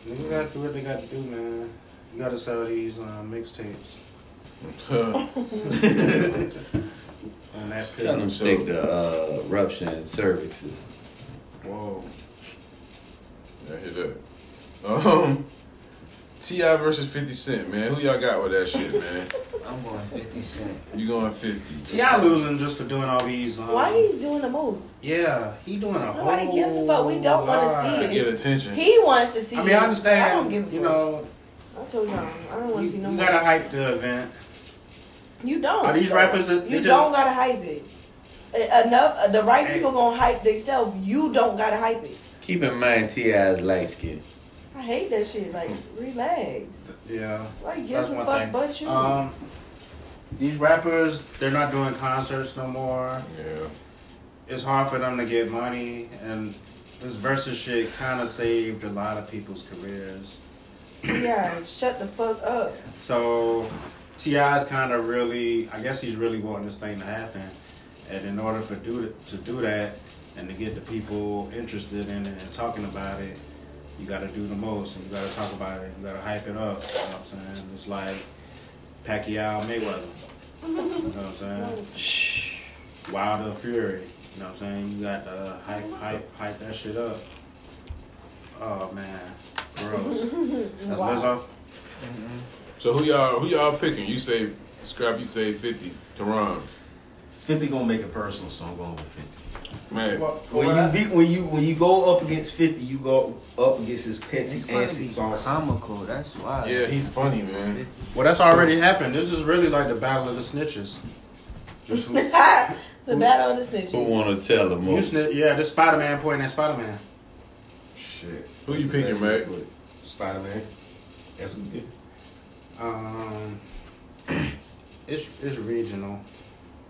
Speaker 8: here.
Speaker 1: Niggas gotta do what they gotta do, man. You gotta sell these uh, mixtapes. On that
Speaker 12: Tell them
Speaker 1: pill.
Speaker 12: stick to uh, eruption and cervixes.
Speaker 1: Whoa.
Speaker 2: I hear that. Um, Ti versus Fifty Cent, man. Who y'all got with that shit, man?
Speaker 6: I'm going 50 Cent.
Speaker 2: You going fifty?
Speaker 1: T.I. losing just for doing all these. Um,
Speaker 7: Why he doing the most?
Speaker 1: Yeah, he doing a whole.
Speaker 7: Nobody gives a fuck. We don't want to see
Speaker 1: lot.
Speaker 7: it.
Speaker 2: attention.
Speaker 7: He wants to see.
Speaker 1: I mean, I
Speaker 7: it.
Speaker 1: understand,
Speaker 7: I don't give a
Speaker 1: you
Speaker 7: fuck.
Speaker 1: know,
Speaker 7: I told y'all, I don't want
Speaker 1: You,
Speaker 7: to see no
Speaker 1: you
Speaker 7: more.
Speaker 1: gotta hype the event.
Speaker 7: You don't.
Speaker 1: Are these rappers that-
Speaker 7: you
Speaker 1: they just-
Speaker 7: don't gotta hype it. E- Enough. The right people gonna hype themselves. You don't gotta hype it.
Speaker 12: Keep in mind, Ti is light skinned.
Speaker 7: I hate that shit. Like, relax.
Speaker 1: Yeah.
Speaker 7: Like,
Speaker 1: That's
Speaker 7: gives a
Speaker 1: one
Speaker 7: fuck
Speaker 1: thing.
Speaker 7: but you.
Speaker 1: Um, these rappers, they're not doing concerts no more.
Speaker 2: Yeah.
Speaker 1: It's hard for them to get money, and this versus shit kind of saved a lot of people's careers.
Speaker 7: yeah, shut the fuck up.
Speaker 1: So Ti's kind of really, I guess he's really wanting this thing to happen, and in order for do to do that and to get the people interested in it and talking about it, you got to do the most and you got to talk about it. You got to hype it up. You know what I'm saying? It's like Pacquiao Mayweather. You know what I'm saying? Wilder Fury. You know what I'm saying? You got to hype, hype, hype that shit up. Oh man, gross. That's
Speaker 7: Wow.
Speaker 1: Lizzo.
Speaker 2: So who y'all who y'all picking? You say scrap. You say fifty. Teron.
Speaker 8: 50 gonna make it personal, so I'm going with 50.
Speaker 2: Man.
Speaker 8: When you beat when you when you go up against 50, you go up against his petty antics on
Speaker 6: comical, that's why.
Speaker 2: Yeah, he's funny, man.
Speaker 1: Well, that's already happened. This is really like the battle of the snitches. Just who,
Speaker 7: The battle of the snitches.
Speaker 12: Who want to tell them
Speaker 1: you
Speaker 12: most?
Speaker 1: snitch? Yeah, this Spider Man pointing at Spider Man.
Speaker 8: Shit.
Speaker 2: Who you picking, Mac?
Speaker 8: Spider Man. That's what we get.
Speaker 1: Um, it's it's regional.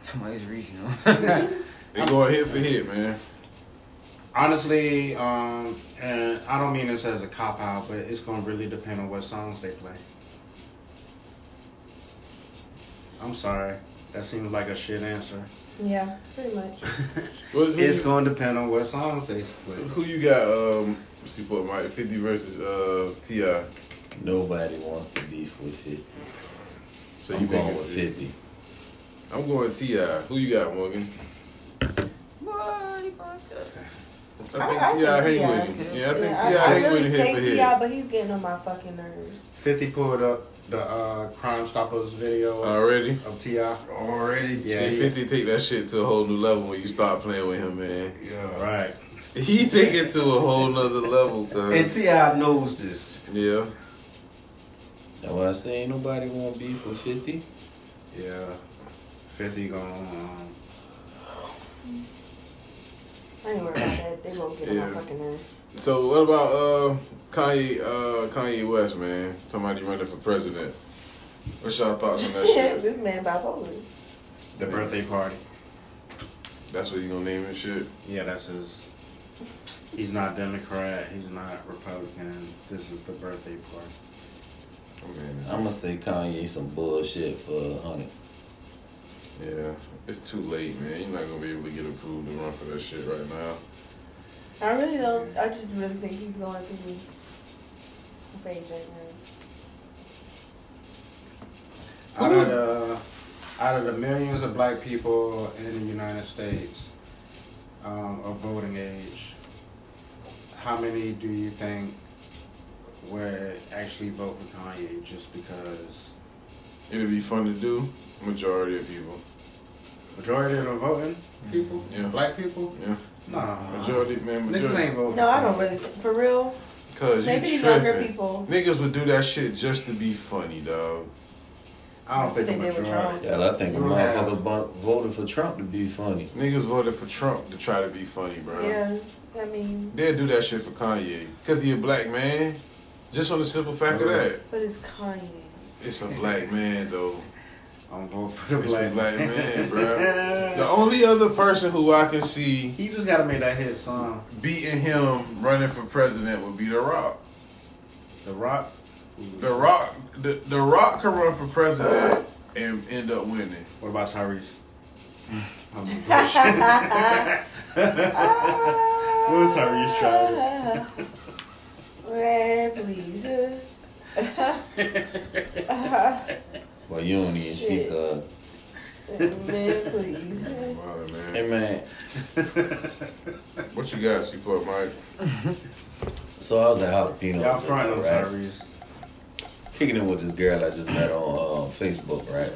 Speaker 6: Somebody's regional.
Speaker 2: They going hit for hit, man.
Speaker 1: Honestly, um, and I don't mean this as a cop out, but it's gonna really depend on what songs they play. I'm sorry, that seems like a shit answer.
Speaker 7: Yeah, pretty much.
Speaker 2: What- who
Speaker 1: It's
Speaker 2: you-
Speaker 1: gonna depend on what songs they play.
Speaker 2: Who you got? Um, let's see, what Mike Fifty versus uh Ti.
Speaker 12: Nobody wants to beef with 50.
Speaker 2: So
Speaker 12: I'm
Speaker 2: you
Speaker 12: going
Speaker 2: picking
Speaker 12: with 50.
Speaker 2: I'm going Ti. Who you got, Morgan? I think
Speaker 7: I
Speaker 2: Ti
Speaker 7: say
Speaker 2: hang
Speaker 7: T.I.
Speaker 2: with him. Yeah, I think
Speaker 7: Yeah,
Speaker 2: Ti
Speaker 7: I, I
Speaker 2: hang
Speaker 7: really
Speaker 2: with him
Speaker 7: say
Speaker 2: hit for
Speaker 7: T.I.,
Speaker 2: hit.
Speaker 7: but he's getting on my fucking nerves.
Speaker 1: Fifty pulled up the uh, Crime Stoppers video
Speaker 2: Already.
Speaker 1: of Ti.
Speaker 8: Already.
Speaker 1: Yeah,
Speaker 2: See,
Speaker 1: he-
Speaker 2: Fifty take that shit to a whole new level when you start playing with him, man.
Speaker 8: Yeah.
Speaker 1: Right.
Speaker 2: He take it to a whole nother level,
Speaker 8: And
Speaker 2: cuz.
Speaker 8: T.I. knows this.
Speaker 2: Yeah.
Speaker 12: That's why I say ain't nobody want beef with 50.
Speaker 1: Yeah, Fifty gonna. Um,
Speaker 7: I ain't worried about that. They gonna get on
Speaker 2: Yeah.
Speaker 7: my fucking nerves.
Speaker 2: So what about uh Kanye uh Kanye West, man? Somebody running for president. What's y'all thoughts on that shit?
Speaker 7: this man bipolar.
Speaker 1: The birthday party.
Speaker 2: That's what you gonna name and shit.
Speaker 1: Yeah, that's his. He's not Democrat. He's not Republican. This is the birthday party.
Speaker 2: I mean,
Speaker 12: I'm going to say Kanye some bullshit for a 100.
Speaker 2: yeah, it's too late, man. You're not gonna be able to get approved to run for that shit right now.
Speaker 7: I really don't. I just really think he's going through with AJ now.
Speaker 1: Out of the out of the millions of black people in the United States um, of voting age, how many do you think would actually vote for Kanye just because
Speaker 2: It'd be fun to do. Majority of people.
Speaker 1: majority of the voting people,
Speaker 2: Mm-hmm. Yeah.
Speaker 1: black people,
Speaker 2: Yeah.
Speaker 1: nah,
Speaker 12: Uh-huh.
Speaker 2: Majority man,
Speaker 1: niggas
Speaker 2: majority.
Speaker 1: ain't voting.
Speaker 7: No,
Speaker 1: for
Speaker 7: I don't
Speaker 1: Kanye.
Speaker 7: really. For real,
Speaker 2: Cause
Speaker 7: Maybe
Speaker 2: you
Speaker 7: these younger
Speaker 2: tripping.
Speaker 7: people.
Speaker 2: Niggas would do that shit just to be funny, dog.
Speaker 1: I don't think a majority.
Speaker 12: Yeah, I think a
Speaker 2: You have-
Speaker 12: motherfucker bu- voted for Trump to be funny.
Speaker 2: Niggas voted for Trump to try to be funny, bro.
Speaker 7: Yeah, I mean,
Speaker 2: They'll do that shit for Kanye because he a black man. Just on the simple fact of that,
Speaker 7: but it's Kanye.
Speaker 2: it's a black man though.
Speaker 1: I'm voting for the
Speaker 2: it's
Speaker 1: black
Speaker 2: a black man, bro.
Speaker 1: Yeah.
Speaker 2: The only other person who I can see
Speaker 1: He just gotta make that hit song.
Speaker 2: beating him running for president would be The Rock.
Speaker 1: The Rock.
Speaker 2: The Rock. The, the Rock can run for president and end up winning.
Speaker 1: What about Tyrese? I'm what was Tyrese trying?
Speaker 7: Man, please.
Speaker 12: Well, you don't even uh, see the.
Speaker 7: Man, please.
Speaker 12: Hey man.
Speaker 2: what you got, C-Pop Mike?
Speaker 12: So I was at Jalapeno.
Speaker 1: Y'all front on Tyrese.
Speaker 12: Kicking it with this girl I just met on uh, Facebook, right?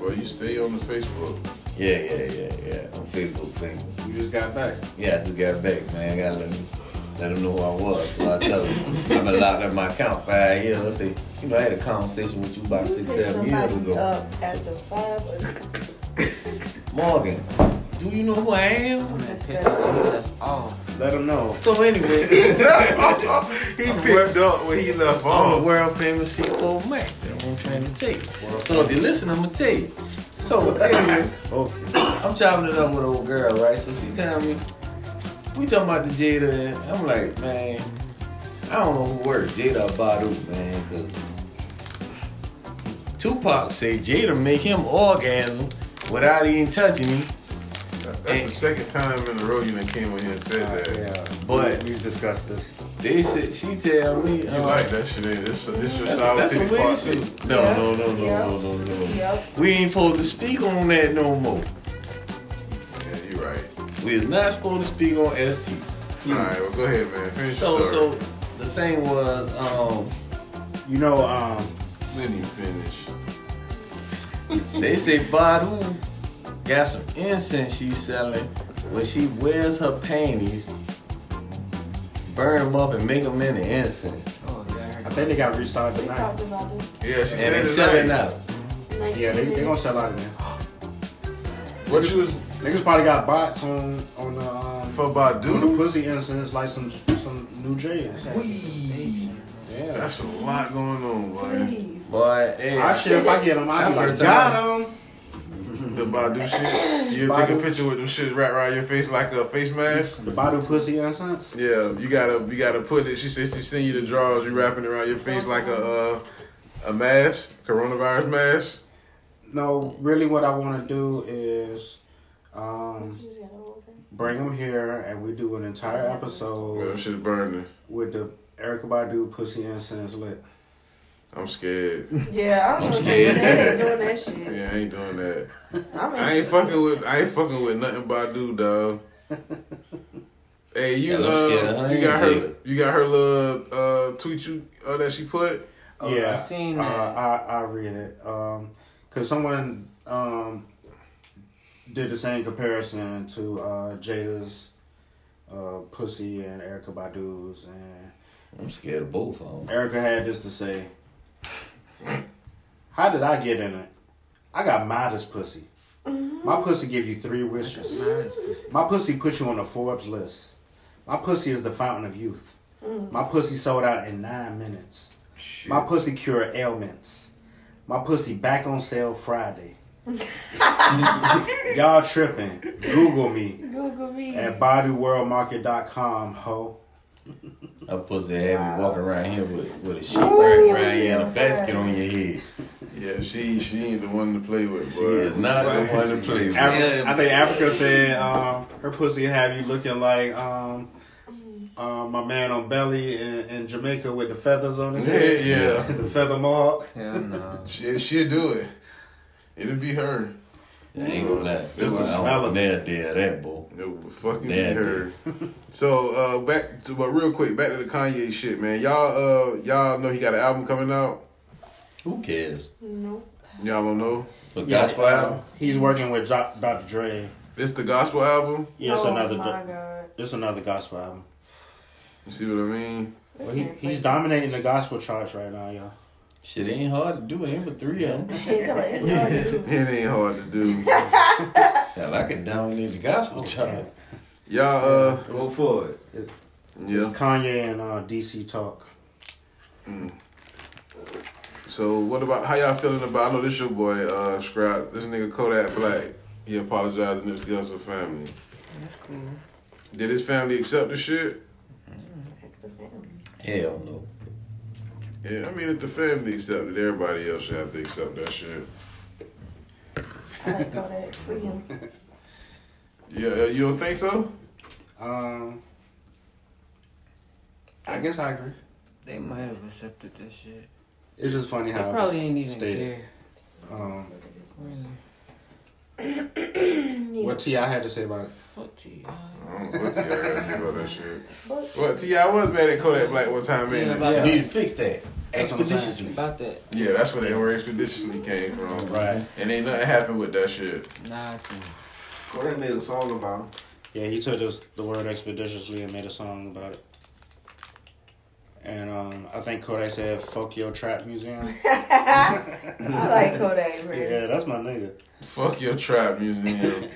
Speaker 2: Well, you stay on the Facebook.
Speaker 12: Yeah, yeah, yeah, yeah. On Facebook, Facebook.
Speaker 1: You just got back.
Speaker 12: Yeah, I just got back, man. I gotta let them, let them know who I was. So I tell them I've been locked up in my account five years. I say, you know, I had a conversation with you about six, seven years ago.
Speaker 7: Up after five. Or
Speaker 12: Morgan, do you know who I am?
Speaker 6: Oh.
Speaker 1: Let him know.
Speaker 12: So anyway,
Speaker 2: he picked up when he left
Speaker 12: I'm a
Speaker 2: off.
Speaker 12: world famous C4 Mac. That's what I'm trying to tell you. So if you listen, I'm gonna tell you. So anyway, I'm chopping it up with an old girl, right? So she telling me, we talking about the Jada, and I'm like, man, I don't know who works Jada or Badu, man, because Tupac says Jada make him orgasm without even touching me.
Speaker 2: That's the second time in a row you done came in here and said
Speaker 1: Oh,
Speaker 2: that.
Speaker 12: But
Speaker 1: we've discussed this.
Speaker 12: They said she tell me
Speaker 2: You
Speaker 12: uh,
Speaker 2: like that shit? Ain't it? this this your
Speaker 12: That's-
Speaker 2: sour
Speaker 12: that's
Speaker 2: titty
Speaker 12: some weird
Speaker 2: part?
Speaker 12: shit.
Speaker 2: too.
Speaker 12: No, no, no, no, no, no, no.
Speaker 7: Yep.
Speaker 12: We ain't supposed to speak on that no more.
Speaker 2: Yeah, you right.
Speaker 12: We is not supposed to speak on ST.
Speaker 2: All right, well, go ahead, man. Finish
Speaker 12: So,
Speaker 2: your story.
Speaker 12: so the thing was, um,
Speaker 1: you know, um,
Speaker 2: let me finish.
Speaker 12: they say Badu got some incense she's selling when she wears her panties, burn them up and make them into incense.
Speaker 1: I think they got restarted
Speaker 7: We
Speaker 1: tonight.
Speaker 7: talked about it.
Speaker 2: Yeah, she
Speaker 12: And
Speaker 2: said
Speaker 12: they
Speaker 2: it
Speaker 12: selling
Speaker 2: tonight.
Speaker 12: out.
Speaker 1: Yeah, they, they gonna sell out of there.
Speaker 2: What you was
Speaker 1: Niggas probably got bots on on the um,
Speaker 2: for
Speaker 1: on the
Speaker 2: Badu?
Speaker 1: pussy instance like some some new J's.
Speaker 2: Wee.
Speaker 1: Yeah.
Speaker 2: That's a lot going on, boy.
Speaker 12: Boy, hey,
Speaker 1: I should if I get them, I'd be
Speaker 12: That
Speaker 1: like,
Speaker 12: first time I-
Speaker 1: got him.
Speaker 2: The Badu shit. You take a
Speaker 1: Badu.
Speaker 2: picture with them shit right around your face like a face mask.
Speaker 1: The Badu pussy incense.
Speaker 2: Yeah, you gotta you gotta put it. She said she sent you the drawers. You wrapping it around your face like a uh, a mask, coronavirus mask.
Speaker 1: No, really, what I want to do is um, bring them here, and we do an entire
Speaker 2: Well,
Speaker 1: episode
Speaker 2: shit burning.
Speaker 1: with the Erica Badu pussy incense lit.
Speaker 2: I'm scared.
Speaker 7: Yeah, I don't know. They ain't doing that shit.
Speaker 2: Yeah, I ain't doing that.
Speaker 7: I'm
Speaker 2: I ain't fucking with I ain't fucking with nothing Badu, dog. Hey, you
Speaker 12: Yeah, I'm scared of
Speaker 2: uh,
Speaker 12: her
Speaker 2: you got
Speaker 12: and
Speaker 2: her you got her little uh tweet you uh, that she put.
Speaker 6: Oh,
Speaker 1: yeah,
Speaker 6: I seen
Speaker 1: uh,
Speaker 6: that.
Speaker 1: I I read it. Um, cause someone um did the same comparison to uh Jada's uh pussy and Erica Badu's, and
Speaker 12: I'm scared of both of them.
Speaker 1: Erica had this to say: How did I get in it? I got modest pussy. My pussy give you three wishes. My pussy put you on the Forbes list. My pussy is the fountain of youth.
Speaker 6: Mm.
Speaker 1: My pussy sold out in nine minutes. My pussy cure ailments. My pussy back on sale Friday. Y'all tripping. Google me
Speaker 7: Google me.
Speaker 1: at bodyworldmarket.com, ho.
Speaker 12: I pussy have you walking around here with, with a sheet
Speaker 7: Ooh,
Speaker 12: wrapped
Speaker 7: I
Speaker 12: around
Speaker 7: see
Speaker 12: you and a
Speaker 7: him.
Speaker 12: basket on your head.
Speaker 2: Yeah, she she ain't the one to play with,
Speaker 12: She
Speaker 2: boy.
Speaker 12: is not the one to play with.
Speaker 1: Af- I think Africa said um, her pussy have you looking like um, uh, my man on belly in, in Jamaica with the feathers on his head.
Speaker 2: Yeah, yeah.
Speaker 1: the feather mohawk.
Speaker 6: Hell no.
Speaker 2: She she'll do it. It'll be her.
Speaker 12: I ain't gonna lie.
Speaker 1: the smell of
Speaker 12: They're dead, that boy.
Speaker 2: It would fucking
Speaker 12: Yeah,
Speaker 2: be her. so uh back to but real quick, back to the Kanye shit, man. Y'all uh y'all know he got an album coming out.
Speaker 12: Who cares?
Speaker 7: No.
Speaker 2: Y'all don't know.
Speaker 12: But
Speaker 1: Yeah,
Speaker 12: gospel album?
Speaker 1: He's working with jo- Dr. Dre.
Speaker 2: It's the gospel album.
Speaker 1: Yeah, it's
Speaker 7: oh
Speaker 1: another
Speaker 7: my
Speaker 1: jo-
Speaker 7: God.
Speaker 1: it's another gospel album.
Speaker 2: You see what I mean?
Speaker 1: Well, he, he's dominating the gospel charts right now, y'all.
Speaker 12: Shit ain't hard to do. Ain't but three of them.
Speaker 2: it ain't hard to do.
Speaker 12: Hell, I could download the gospel chart.
Speaker 2: Y'all, uh,
Speaker 1: go for it.
Speaker 2: Yeah.
Speaker 1: It's Kanye and uh, DC talk.
Speaker 2: So what about how y'all feeling about? I know this your boy, uh, Scrap. This nigga Kodak Black. He apologized to Nipsey Hussle family. Did his family accept the shit?
Speaker 12: Hell no.
Speaker 2: Yeah, I mean if the family accepted, everybody else should have to accept that shit. Yeah, uh, you don't think so?
Speaker 1: Um, I guess I agree.
Speaker 6: They might have accepted this shit.
Speaker 1: It's just funny how
Speaker 6: They
Speaker 1: it
Speaker 6: probably
Speaker 1: was
Speaker 6: ain't even
Speaker 1: stated. Um,
Speaker 6: Really.
Speaker 1: what Ti had to say about it?
Speaker 6: What T.I.?
Speaker 2: What T.I. gotta say about that shit? Well, T.I. was mad at Kodak Black one time, man.
Speaker 12: Yeah, about that. Need to fix that.
Speaker 2: That's what I'm saying.
Speaker 12: Expeditiously.
Speaker 6: About that.
Speaker 2: Yeah, that's where they were expeditiously came from.
Speaker 1: Right.
Speaker 2: And ain't nothing happened with that shit.
Speaker 6: Nah, I can't.
Speaker 1: Kodak made a song about him. Yeah, he took this, the word expeditiously and made a song about it. And um, I think Kodak said, "Fuck your trap museum."
Speaker 7: I like Kodak, man.
Speaker 1: Yeah, that's my nigga.
Speaker 2: Fuck your trap museum.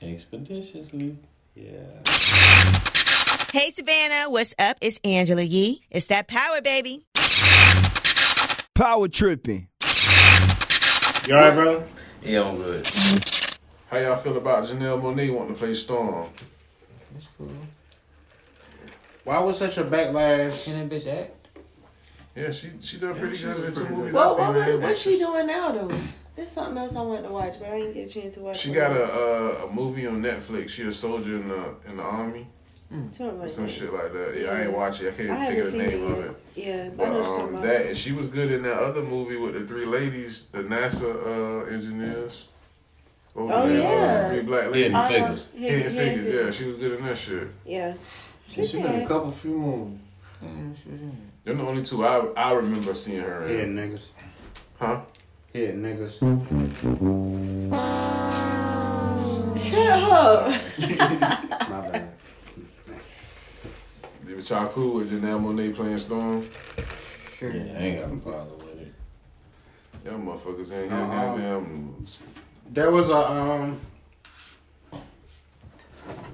Speaker 12: Expeditiously.
Speaker 13: Hey Savannah, what's up? It's Angela Yee. It's that power, baby.
Speaker 10: Power tripping.
Speaker 1: You alright, bro?
Speaker 2: Yeah, I'm good. How y'all feel about Janelle Monet wanting to play Storm?
Speaker 1: Why was such a backlash?
Speaker 6: Can that bitch act?
Speaker 2: Yeah, she she done pretty good in two movies.
Speaker 7: What,
Speaker 2: I
Speaker 7: what,
Speaker 2: seen
Speaker 7: what,
Speaker 2: her
Speaker 7: what's
Speaker 2: in.
Speaker 7: she doing now, though? There's something else I wanted to watch, but I didn't get a chance to watch
Speaker 2: She
Speaker 7: it.
Speaker 2: got a uh, a movie on Netflix. She a soldier in the in the army.
Speaker 7: Something like
Speaker 2: Some
Speaker 7: that.
Speaker 2: shit like that. Yeah, I ain't watch it. I can't
Speaker 7: I
Speaker 2: even think of
Speaker 7: haven't
Speaker 2: the
Speaker 7: seen
Speaker 2: name
Speaker 7: it
Speaker 2: of
Speaker 7: yet.
Speaker 2: it.
Speaker 7: Yeah, I
Speaker 2: But
Speaker 7: know what you're
Speaker 2: um,
Speaker 7: talking about.
Speaker 2: that and she was good in that other movie with the three ladies, the NASA uh, engineers. What was
Speaker 7: Oh,
Speaker 2: that?
Speaker 7: yeah.
Speaker 2: Uh, three black ladies.
Speaker 12: Hidden Oh, Figures.
Speaker 7: yeah.
Speaker 2: Hidden
Speaker 7: Hidden
Speaker 2: figures. Yeah,
Speaker 7: Figures.
Speaker 2: she was good in that shit.
Speaker 7: Yeah.
Speaker 12: She
Speaker 7: She
Speaker 12: been in a
Speaker 7: had-
Speaker 12: couple few movies.
Speaker 2: They're the only two I I remember seeing her in.
Speaker 1: Yeah, niggas.
Speaker 2: Huh?
Speaker 1: Yeah, niggas.
Speaker 7: Shut up.
Speaker 1: My bad.
Speaker 2: They was y'all cool with Janelle Monet playing Storm.
Speaker 6: Sure.
Speaker 12: Yeah, I ain't got no problem with it.
Speaker 2: Y'all motherfuckers in here,
Speaker 1: Uh-uh.
Speaker 2: goddamn. s-
Speaker 1: There was a um.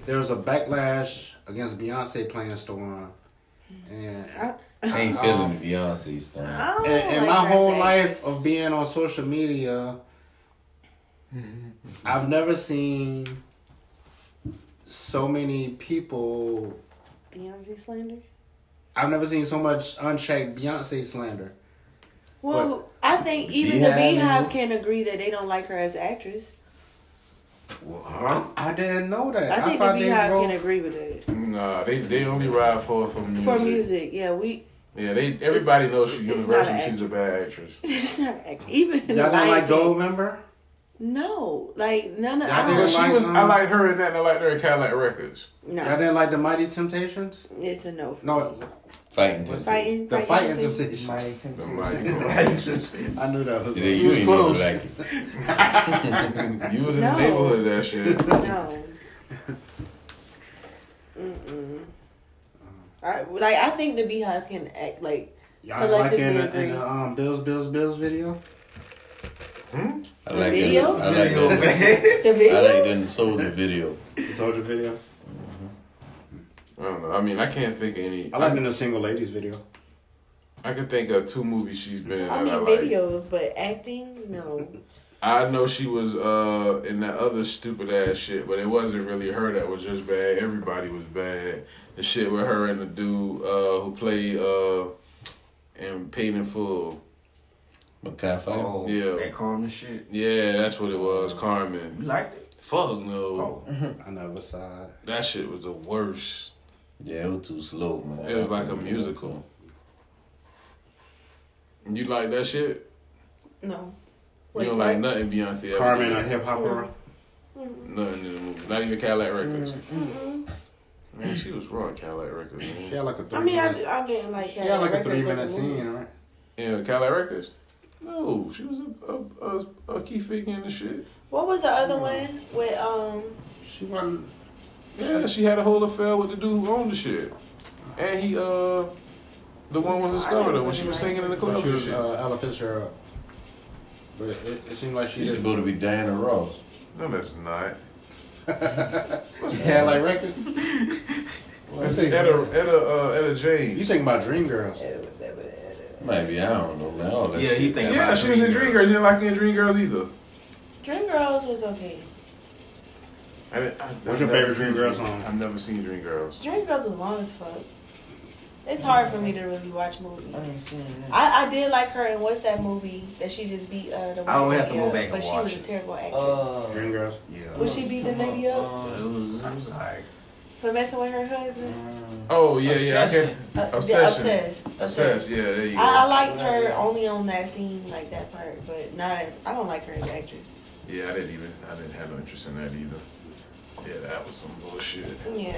Speaker 1: There was a backlash against Beyonce playing Storm, and
Speaker 12: I ain't
Speaker 1: um,
Speaker 12: feeling the Beyonce stuff.
Speaker 1: And,
Speaker 7: Oh,
Speaker 1: and
Speaker 7: like
Speaker 1: my
Speaker 7: that
Speaker 1: whole
Speaker 7: face.
Speaker 1: life of being on social media, I've never seen so many people.
Speaker 7: Beyonce slander?
Speaker 1: I've never seen so much unchecked Beyonce slander.
Speaker 7: Well, I think even the
Speaker 1: Beehive
Speaker 7: Beehive
Speaker 1: and-
Speaker 7: can agree that they don't like her as an actress.
Speaker 2: Uh-huh.
Speaker 1: I didn't know that.
Speaker 7: I
Speaker 1: I,
Speaker 7: think the
Speaker 1: thought they
Speaker 7: Beehive
Speaker 1: wrote.
Speaker 7: can agree with it.
Speaker 2: Nah, they they only ride for her for music.
Speaker 7: For music, yeah, we.
Speaker 2: Yeah, they everybody knows she's
Speaker 7: it's not
Speaker 2: universal.
Speaker 7: an
Speaker 2: She's a bad actress.
Speaker 7: It's not act- even. in
Speaker 1: Y'all
Speaker 7: the
Speaker 1: don't
Speaker 7: Lion
Speaker 1: like
Speaker 7: King.
Speaker 1: Gold Member?
Speaker 7: No, like none of.
Speaker 1: Y'all
Speaker 7: I don't
Speaker 1: didn't
Speaker 2: She
Speaker 1: like.
Speaker 2: was,
Speaker 1: um,
Speaker 2: I like her in that. and I like her in Cadillac Records.
Speaker 7: No.
Speaker 1: Y'all didn't like the Mighty Temptations?
Speaker 7: It's a no.
Speaker 1: No,
Speaker 12: Fighting
Speaker 1: What's-
Speaker 7: Fighting-
Speaker 1: The
Speaker 7: Fighting
Speaker 1: fighting
Speaker 7: Temptations.
Speaker 1: temptation.
Speaker 6: Mighty
Speaker 2: Temptations.
Speaker 1: I knew that was.
Speaker 12: Yeah, you ain't never like it.
Speaker 2: You was in
Speaker 7: No.
Speaker 2: the neighborhood of that shit.
Speaker 7: No. Mm-mm. I, like I think the Beehive can act like.
Speaker 1: Y'all like in
Speaker 7: collectively
Speaker 1: the, in
Speaker 7: agree.
Speaker 1: the um, Bills, Bills, Bills video?
Speaker 12: I like
Speaker 7: Video?
Speaker 12: that. I like that.
Speaker 7: The video?
Speaker 12: I like that in the soldier video.
Speaker 1: The soldier video?
Speaker 2: I don't know. I mean, I can't think of any.
Speaker 1: I like in the single ladies video.
Speaker 2: I can think of two movies she's been in
Speaker 7: I
Speaker 2: that
Speaker 7: mean
Speaker 2: I like.
Speaker 7: videos, but acting, no.
Speaker 2: I know she was uh in that other stupid ass shit, but it wasn't really her that was just bad. Everybody was bad. The shit with her and the dude uh who played uh and paid in full.
Speaker 12: Mackay Fight.
Speaker 2: Oh, yeah.
Speaker 5: That calm and shit.
Speaker 2: Yeah, that's what it was, Carmen.
Speaker 5: You liked it?
Speaker 2: Fuck no.
Speaker 1: I never saw it.
Speaker 2: That shit was the worst.
Speaker 12: Yeah, it was too slow, man.
Speaker 2: It was like a musical. You like that shit?
Speaker 7: No.
Speaker 2: You don't like nothing Beyonce ever
Speaker 1: Carmen,
Speaker 2: did.
Speaker 1: a hip hopper.
Speaker 2: Nothing in the movie. Not even Cadillac Records. Man, she was raw in Cadillac Records. Man.
Speaker 1: She had like a three
Speaker 7: I mean, I,
Speaker 1: minute.
Speaker 7: ju- I didn't like
Speaker 1: She
Speaker 7: that.
Speaker 1: had like a
Speaker 7: Records
Speaker 1: three
Speaker 7: of
Speaker 1: minute
Speaker 7: the
Speaker 1: scene,
Speaker 7: movie.
Speaker 1: right?
Speaker 2: Yeah, Cadillac Records. No, she was a a, a, a key figure in the shit.
Speaker 7: What was the
Speaker 12: Mm-hmm.
Speaker 7: other one with um?
Speaker 1: She wasn't.
Speaker 2: Yeah, she had a whole affair with the dude who owned the shit. And he uh the one was discovered her when she was singing in the club.
Speaker 1: She
Speaker 2: and
Speaker 1: was
Speaker 2: shit.
Speaker 1: uh, Ella Fitzgerald. But it, it seemed like she
Speaker 2: She's
Speaker 1: did-
Speaker 2: supposed to be Diana Ross. No, that's not.
Speaker 1: You
Speaker 2: Cadillac Records? That's Etta, Etta, uh, Etta James.
Speaker 1: You think about Dreamgirls?
Speaker 12: Maybe I don't know, man. All that
Speaker 1: Yeah,
Speaker 12: shit.
Speaker 1: he think
Speaker 2: Yeah,
Speaker 1: about
Speaker 2: she was in
Speaker 1: Dreamgirls.
Speaker 2: Dreamgirls. You didn't like any Dreamgirls either.
Speaker 7: Dreamgirls was okay.
Speaker 2: I didn't, I,
Speaker 1: What's your
Speaker 2: I've never
Speaker 1: favorite
Speaker 2: seen
Speaker 1: Dreamgirls
Speaker 2: Dream-
Speaker 1: song?
Speaker 2: I've never seen Dreamgirls.
Speaker 7: Dreamgirls was long as fuck. It's hard for me to really watch movies.
Speaker 6: I ain't seen that.
Speaker 7: I, I did like her in what's that movie that she just beat uh, the
Speaker 12: I would
Speaker 7: white
Speaker 12: have to
Speaker 7: lady
Speaker 12: go
Speaker 7: up,
Speaker 12: back and
Speaker 7: But she
Speaker 12: watch
Speaker 7: was a
Speaker 12: it.
Speaker 7: terrible actress.
Speaker 12: Uh,
Speaker 1: Dreamgirls.
Speaker 12: Yeah.
Speaker 7: Would she beat the lady up
Speaker 6: uh,
Speaker 12: It was, it was alright.
Speaker 7: for messing with her husband?
Speaker 2: Oh yeah, yeah. I
Speaker 12: Obsession.
Speaker 2: can.
Speaker 7: Uh, the
Speaker 2: Obsession.
Speaker 7: Obsessed.
Speaker 2: Obsessed. Yeah, there you go.
Speaker 7: I, I liked her only on that scene, like that part, but not as I don't like her as an actress.
Speaker 2: Yeah, I didn't even. I didn't have no interest in that either. Yeah, that was some bullshit.
Speaker 7: Yeah.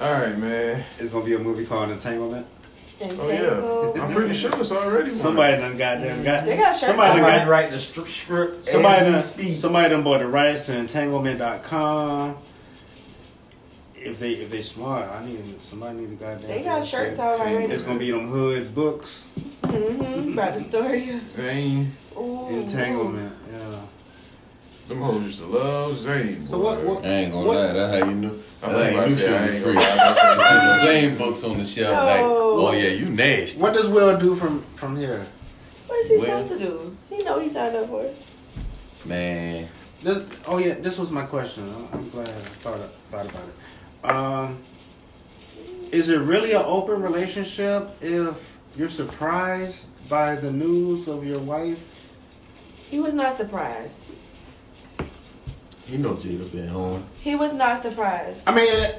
Speaker 2: All right, man.
Speaker 1: It's gonna be a movie called Entanglement.
Speaker 2: Oh yeah, I'm pretty sure it's already. one.
Speaker 1: Somebody done got them. Got,
Speaker 7: They got shirts
Speaker 1: somebody
Speaker 7: on.
Speaker 1: done got
Speaker 12: Somebody write the stri- script.
Speaker 1: Somebody
Speaker 12: as we
Speaker 1: done,
Speaker 12: speak.
Speaker 1: somebody done bought the rights to entanglement.com. If they if they smart, I need somebody need to goddamn.
Speaker 7: They got
Speaker 1: do
Speaker 7: shirts
Speaker 1: that.
Speaker 7: out already.
Speaker 1: It's gonna be them hood books.
Speaker 7: Mm-hmm. About the story.
Speaker 2: Zane
Speaker 7: Ooh.
Speaker 1: Entanglement. Yeah.
Speaker 2: Them hoes used to love Zane.
Speaker 1: So what-
Speaker 2: boy.
Speaker 1: what-
Speaker 14: I ain't gonna lie, that's how you knew.
Speaker 2: I'm
Speaker 14: That's how you
Speaker 2: about
Speaker 14: knew
Speaker 2: to
Speaker 14: she
Speaker 2: say,
Speaker 14: was
Speaker 2: I
Speaker 14: a
Speaker 2: ain't
Speaker 14: freak.
Speaker 2: gonna lie, that's how you
Speaker 14: She
Speaker 2: knew.
Speaker 14: was laying books on the shelf, like,
Speaker 7: Oh.
Speaker 14: oh yeah, you nasty.
Speaker 1: What does Will do from from here?
Speaker 7: What is he
Speaker 14: Well-
Speaker 7: supposed to do? He know he signed up for it.
Speaker 14: Man,
Speaker 1: This, oh yeah, this was my question. I'm- I'm glad I thought, thought about it. Um, is it really an open relationship if you're surprised by the news of your wife?
Speaker 7: He was not surprised.
Speaker 12: You know Jada been on.
Speaker 7: He was not surprised.
Speaker 1: I mean,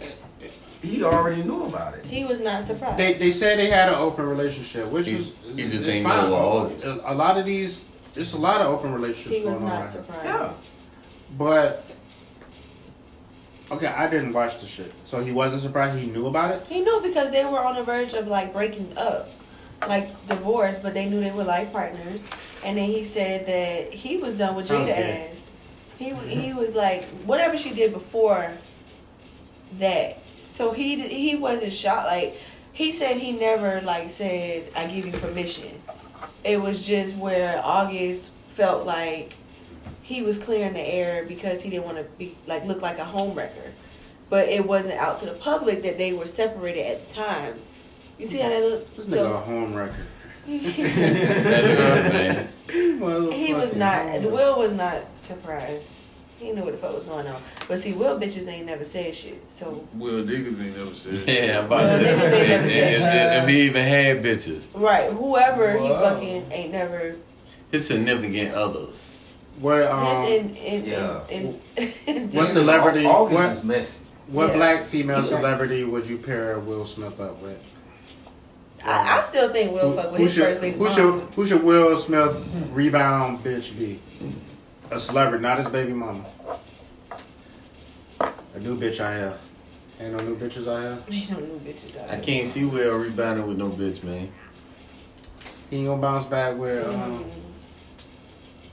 Speaker 12: He already knew about it.
Speaker 7: He was not surprised.
Speaker 1: they they said they had an open relationship, which
Speaker 14: He-
Speaker 1: is
Speaker 14: he just
Speaker 1: it's
Speaker 14: ain't
Speaker 1: fine.
Speaker 14: know what August.
Speaker 1: A, a lot of these, it's a lot of open relationships
Speaker 7: he was
Speaker 1: going on.
Speaker 7: not
Speaker 1: right now.
Speaker 7: surprised.
Speaker 1: But okay, I didn't watch the shit, so he wasn't surprised. He knew about it.
Speaker 7: He knew because they were on the verge of like breaking up, like divorce, but they knew they were life partners. And then he said that he was done with
Speaker 1: Sounds
Speaker 7: Jada
Speaker 1: gay.
Speaker 7: ass. He he was like whatever she did before that. So he did- he wasn't shocked. Like he said he never like said I give you permission. It was just where August felt like he was clearing the air because he didn't want to be like look like a homewrecker but it wasn't out to the public that they were separated at the time. You see how that looked?
Speaker 1: This nigga a
Speaker 7: So
Speaker 1: home record.
Speaker 14: that nigga, man.
Speaker 7: he was not. Will was not surprised. He knew what the fuck was going on. But see, Will bitches ain't never said shit. So
Speaker 2: Will Diggers ain't never said.
Speaker 14: Yeah, I'm about to.
Speaker 7: niggas ain't
Speaker 14: If,
Speaker 7: never
Speaker 14: if,
Speaker 7: said
Speaker 14: if- if he even had bitches,
Speaker 7: right, whoever he
Speaker 14: Wow.
Speaker 7: fucking ain't never.
Speaker 14: his significant others.
Speaker 1: Where
Speaker 7: That's
Speaker 1: um,
Speaker 7: in in
Speaker 14: yeah.
Speaker 7: in. in
Speaker 1: what celebrity?
Speaker 12: August
Speaker 1: what,
Speaker 12: is messy.
Speaker 1: What
Speaker 7: Yeah.
Speaker 1: black female
Speaker 7: He's right.
Speaker 1: celebrity would you pair Will Smith up with?
Speaker 7: I, I still think Will fuck with
Speaker 1: Who
Speaker 7: his
Speaker 1: should,
Speaker 7: first lady's
Speaker 1: who,
Speaker 7: mom.
Speaker 1: should, who should Will Smith rebound bitch be? A celebrity, not his baby mama. A new bitch I have. Ain't no new bitches I have.
Speaker 7: Ain't no new bitches out
Speaker 14: I
Speaker 7: here.
Speaker 14: can't see Will rebounding with no bitch, man.
Speaker 1: He ain't gonna bounce back with. Um,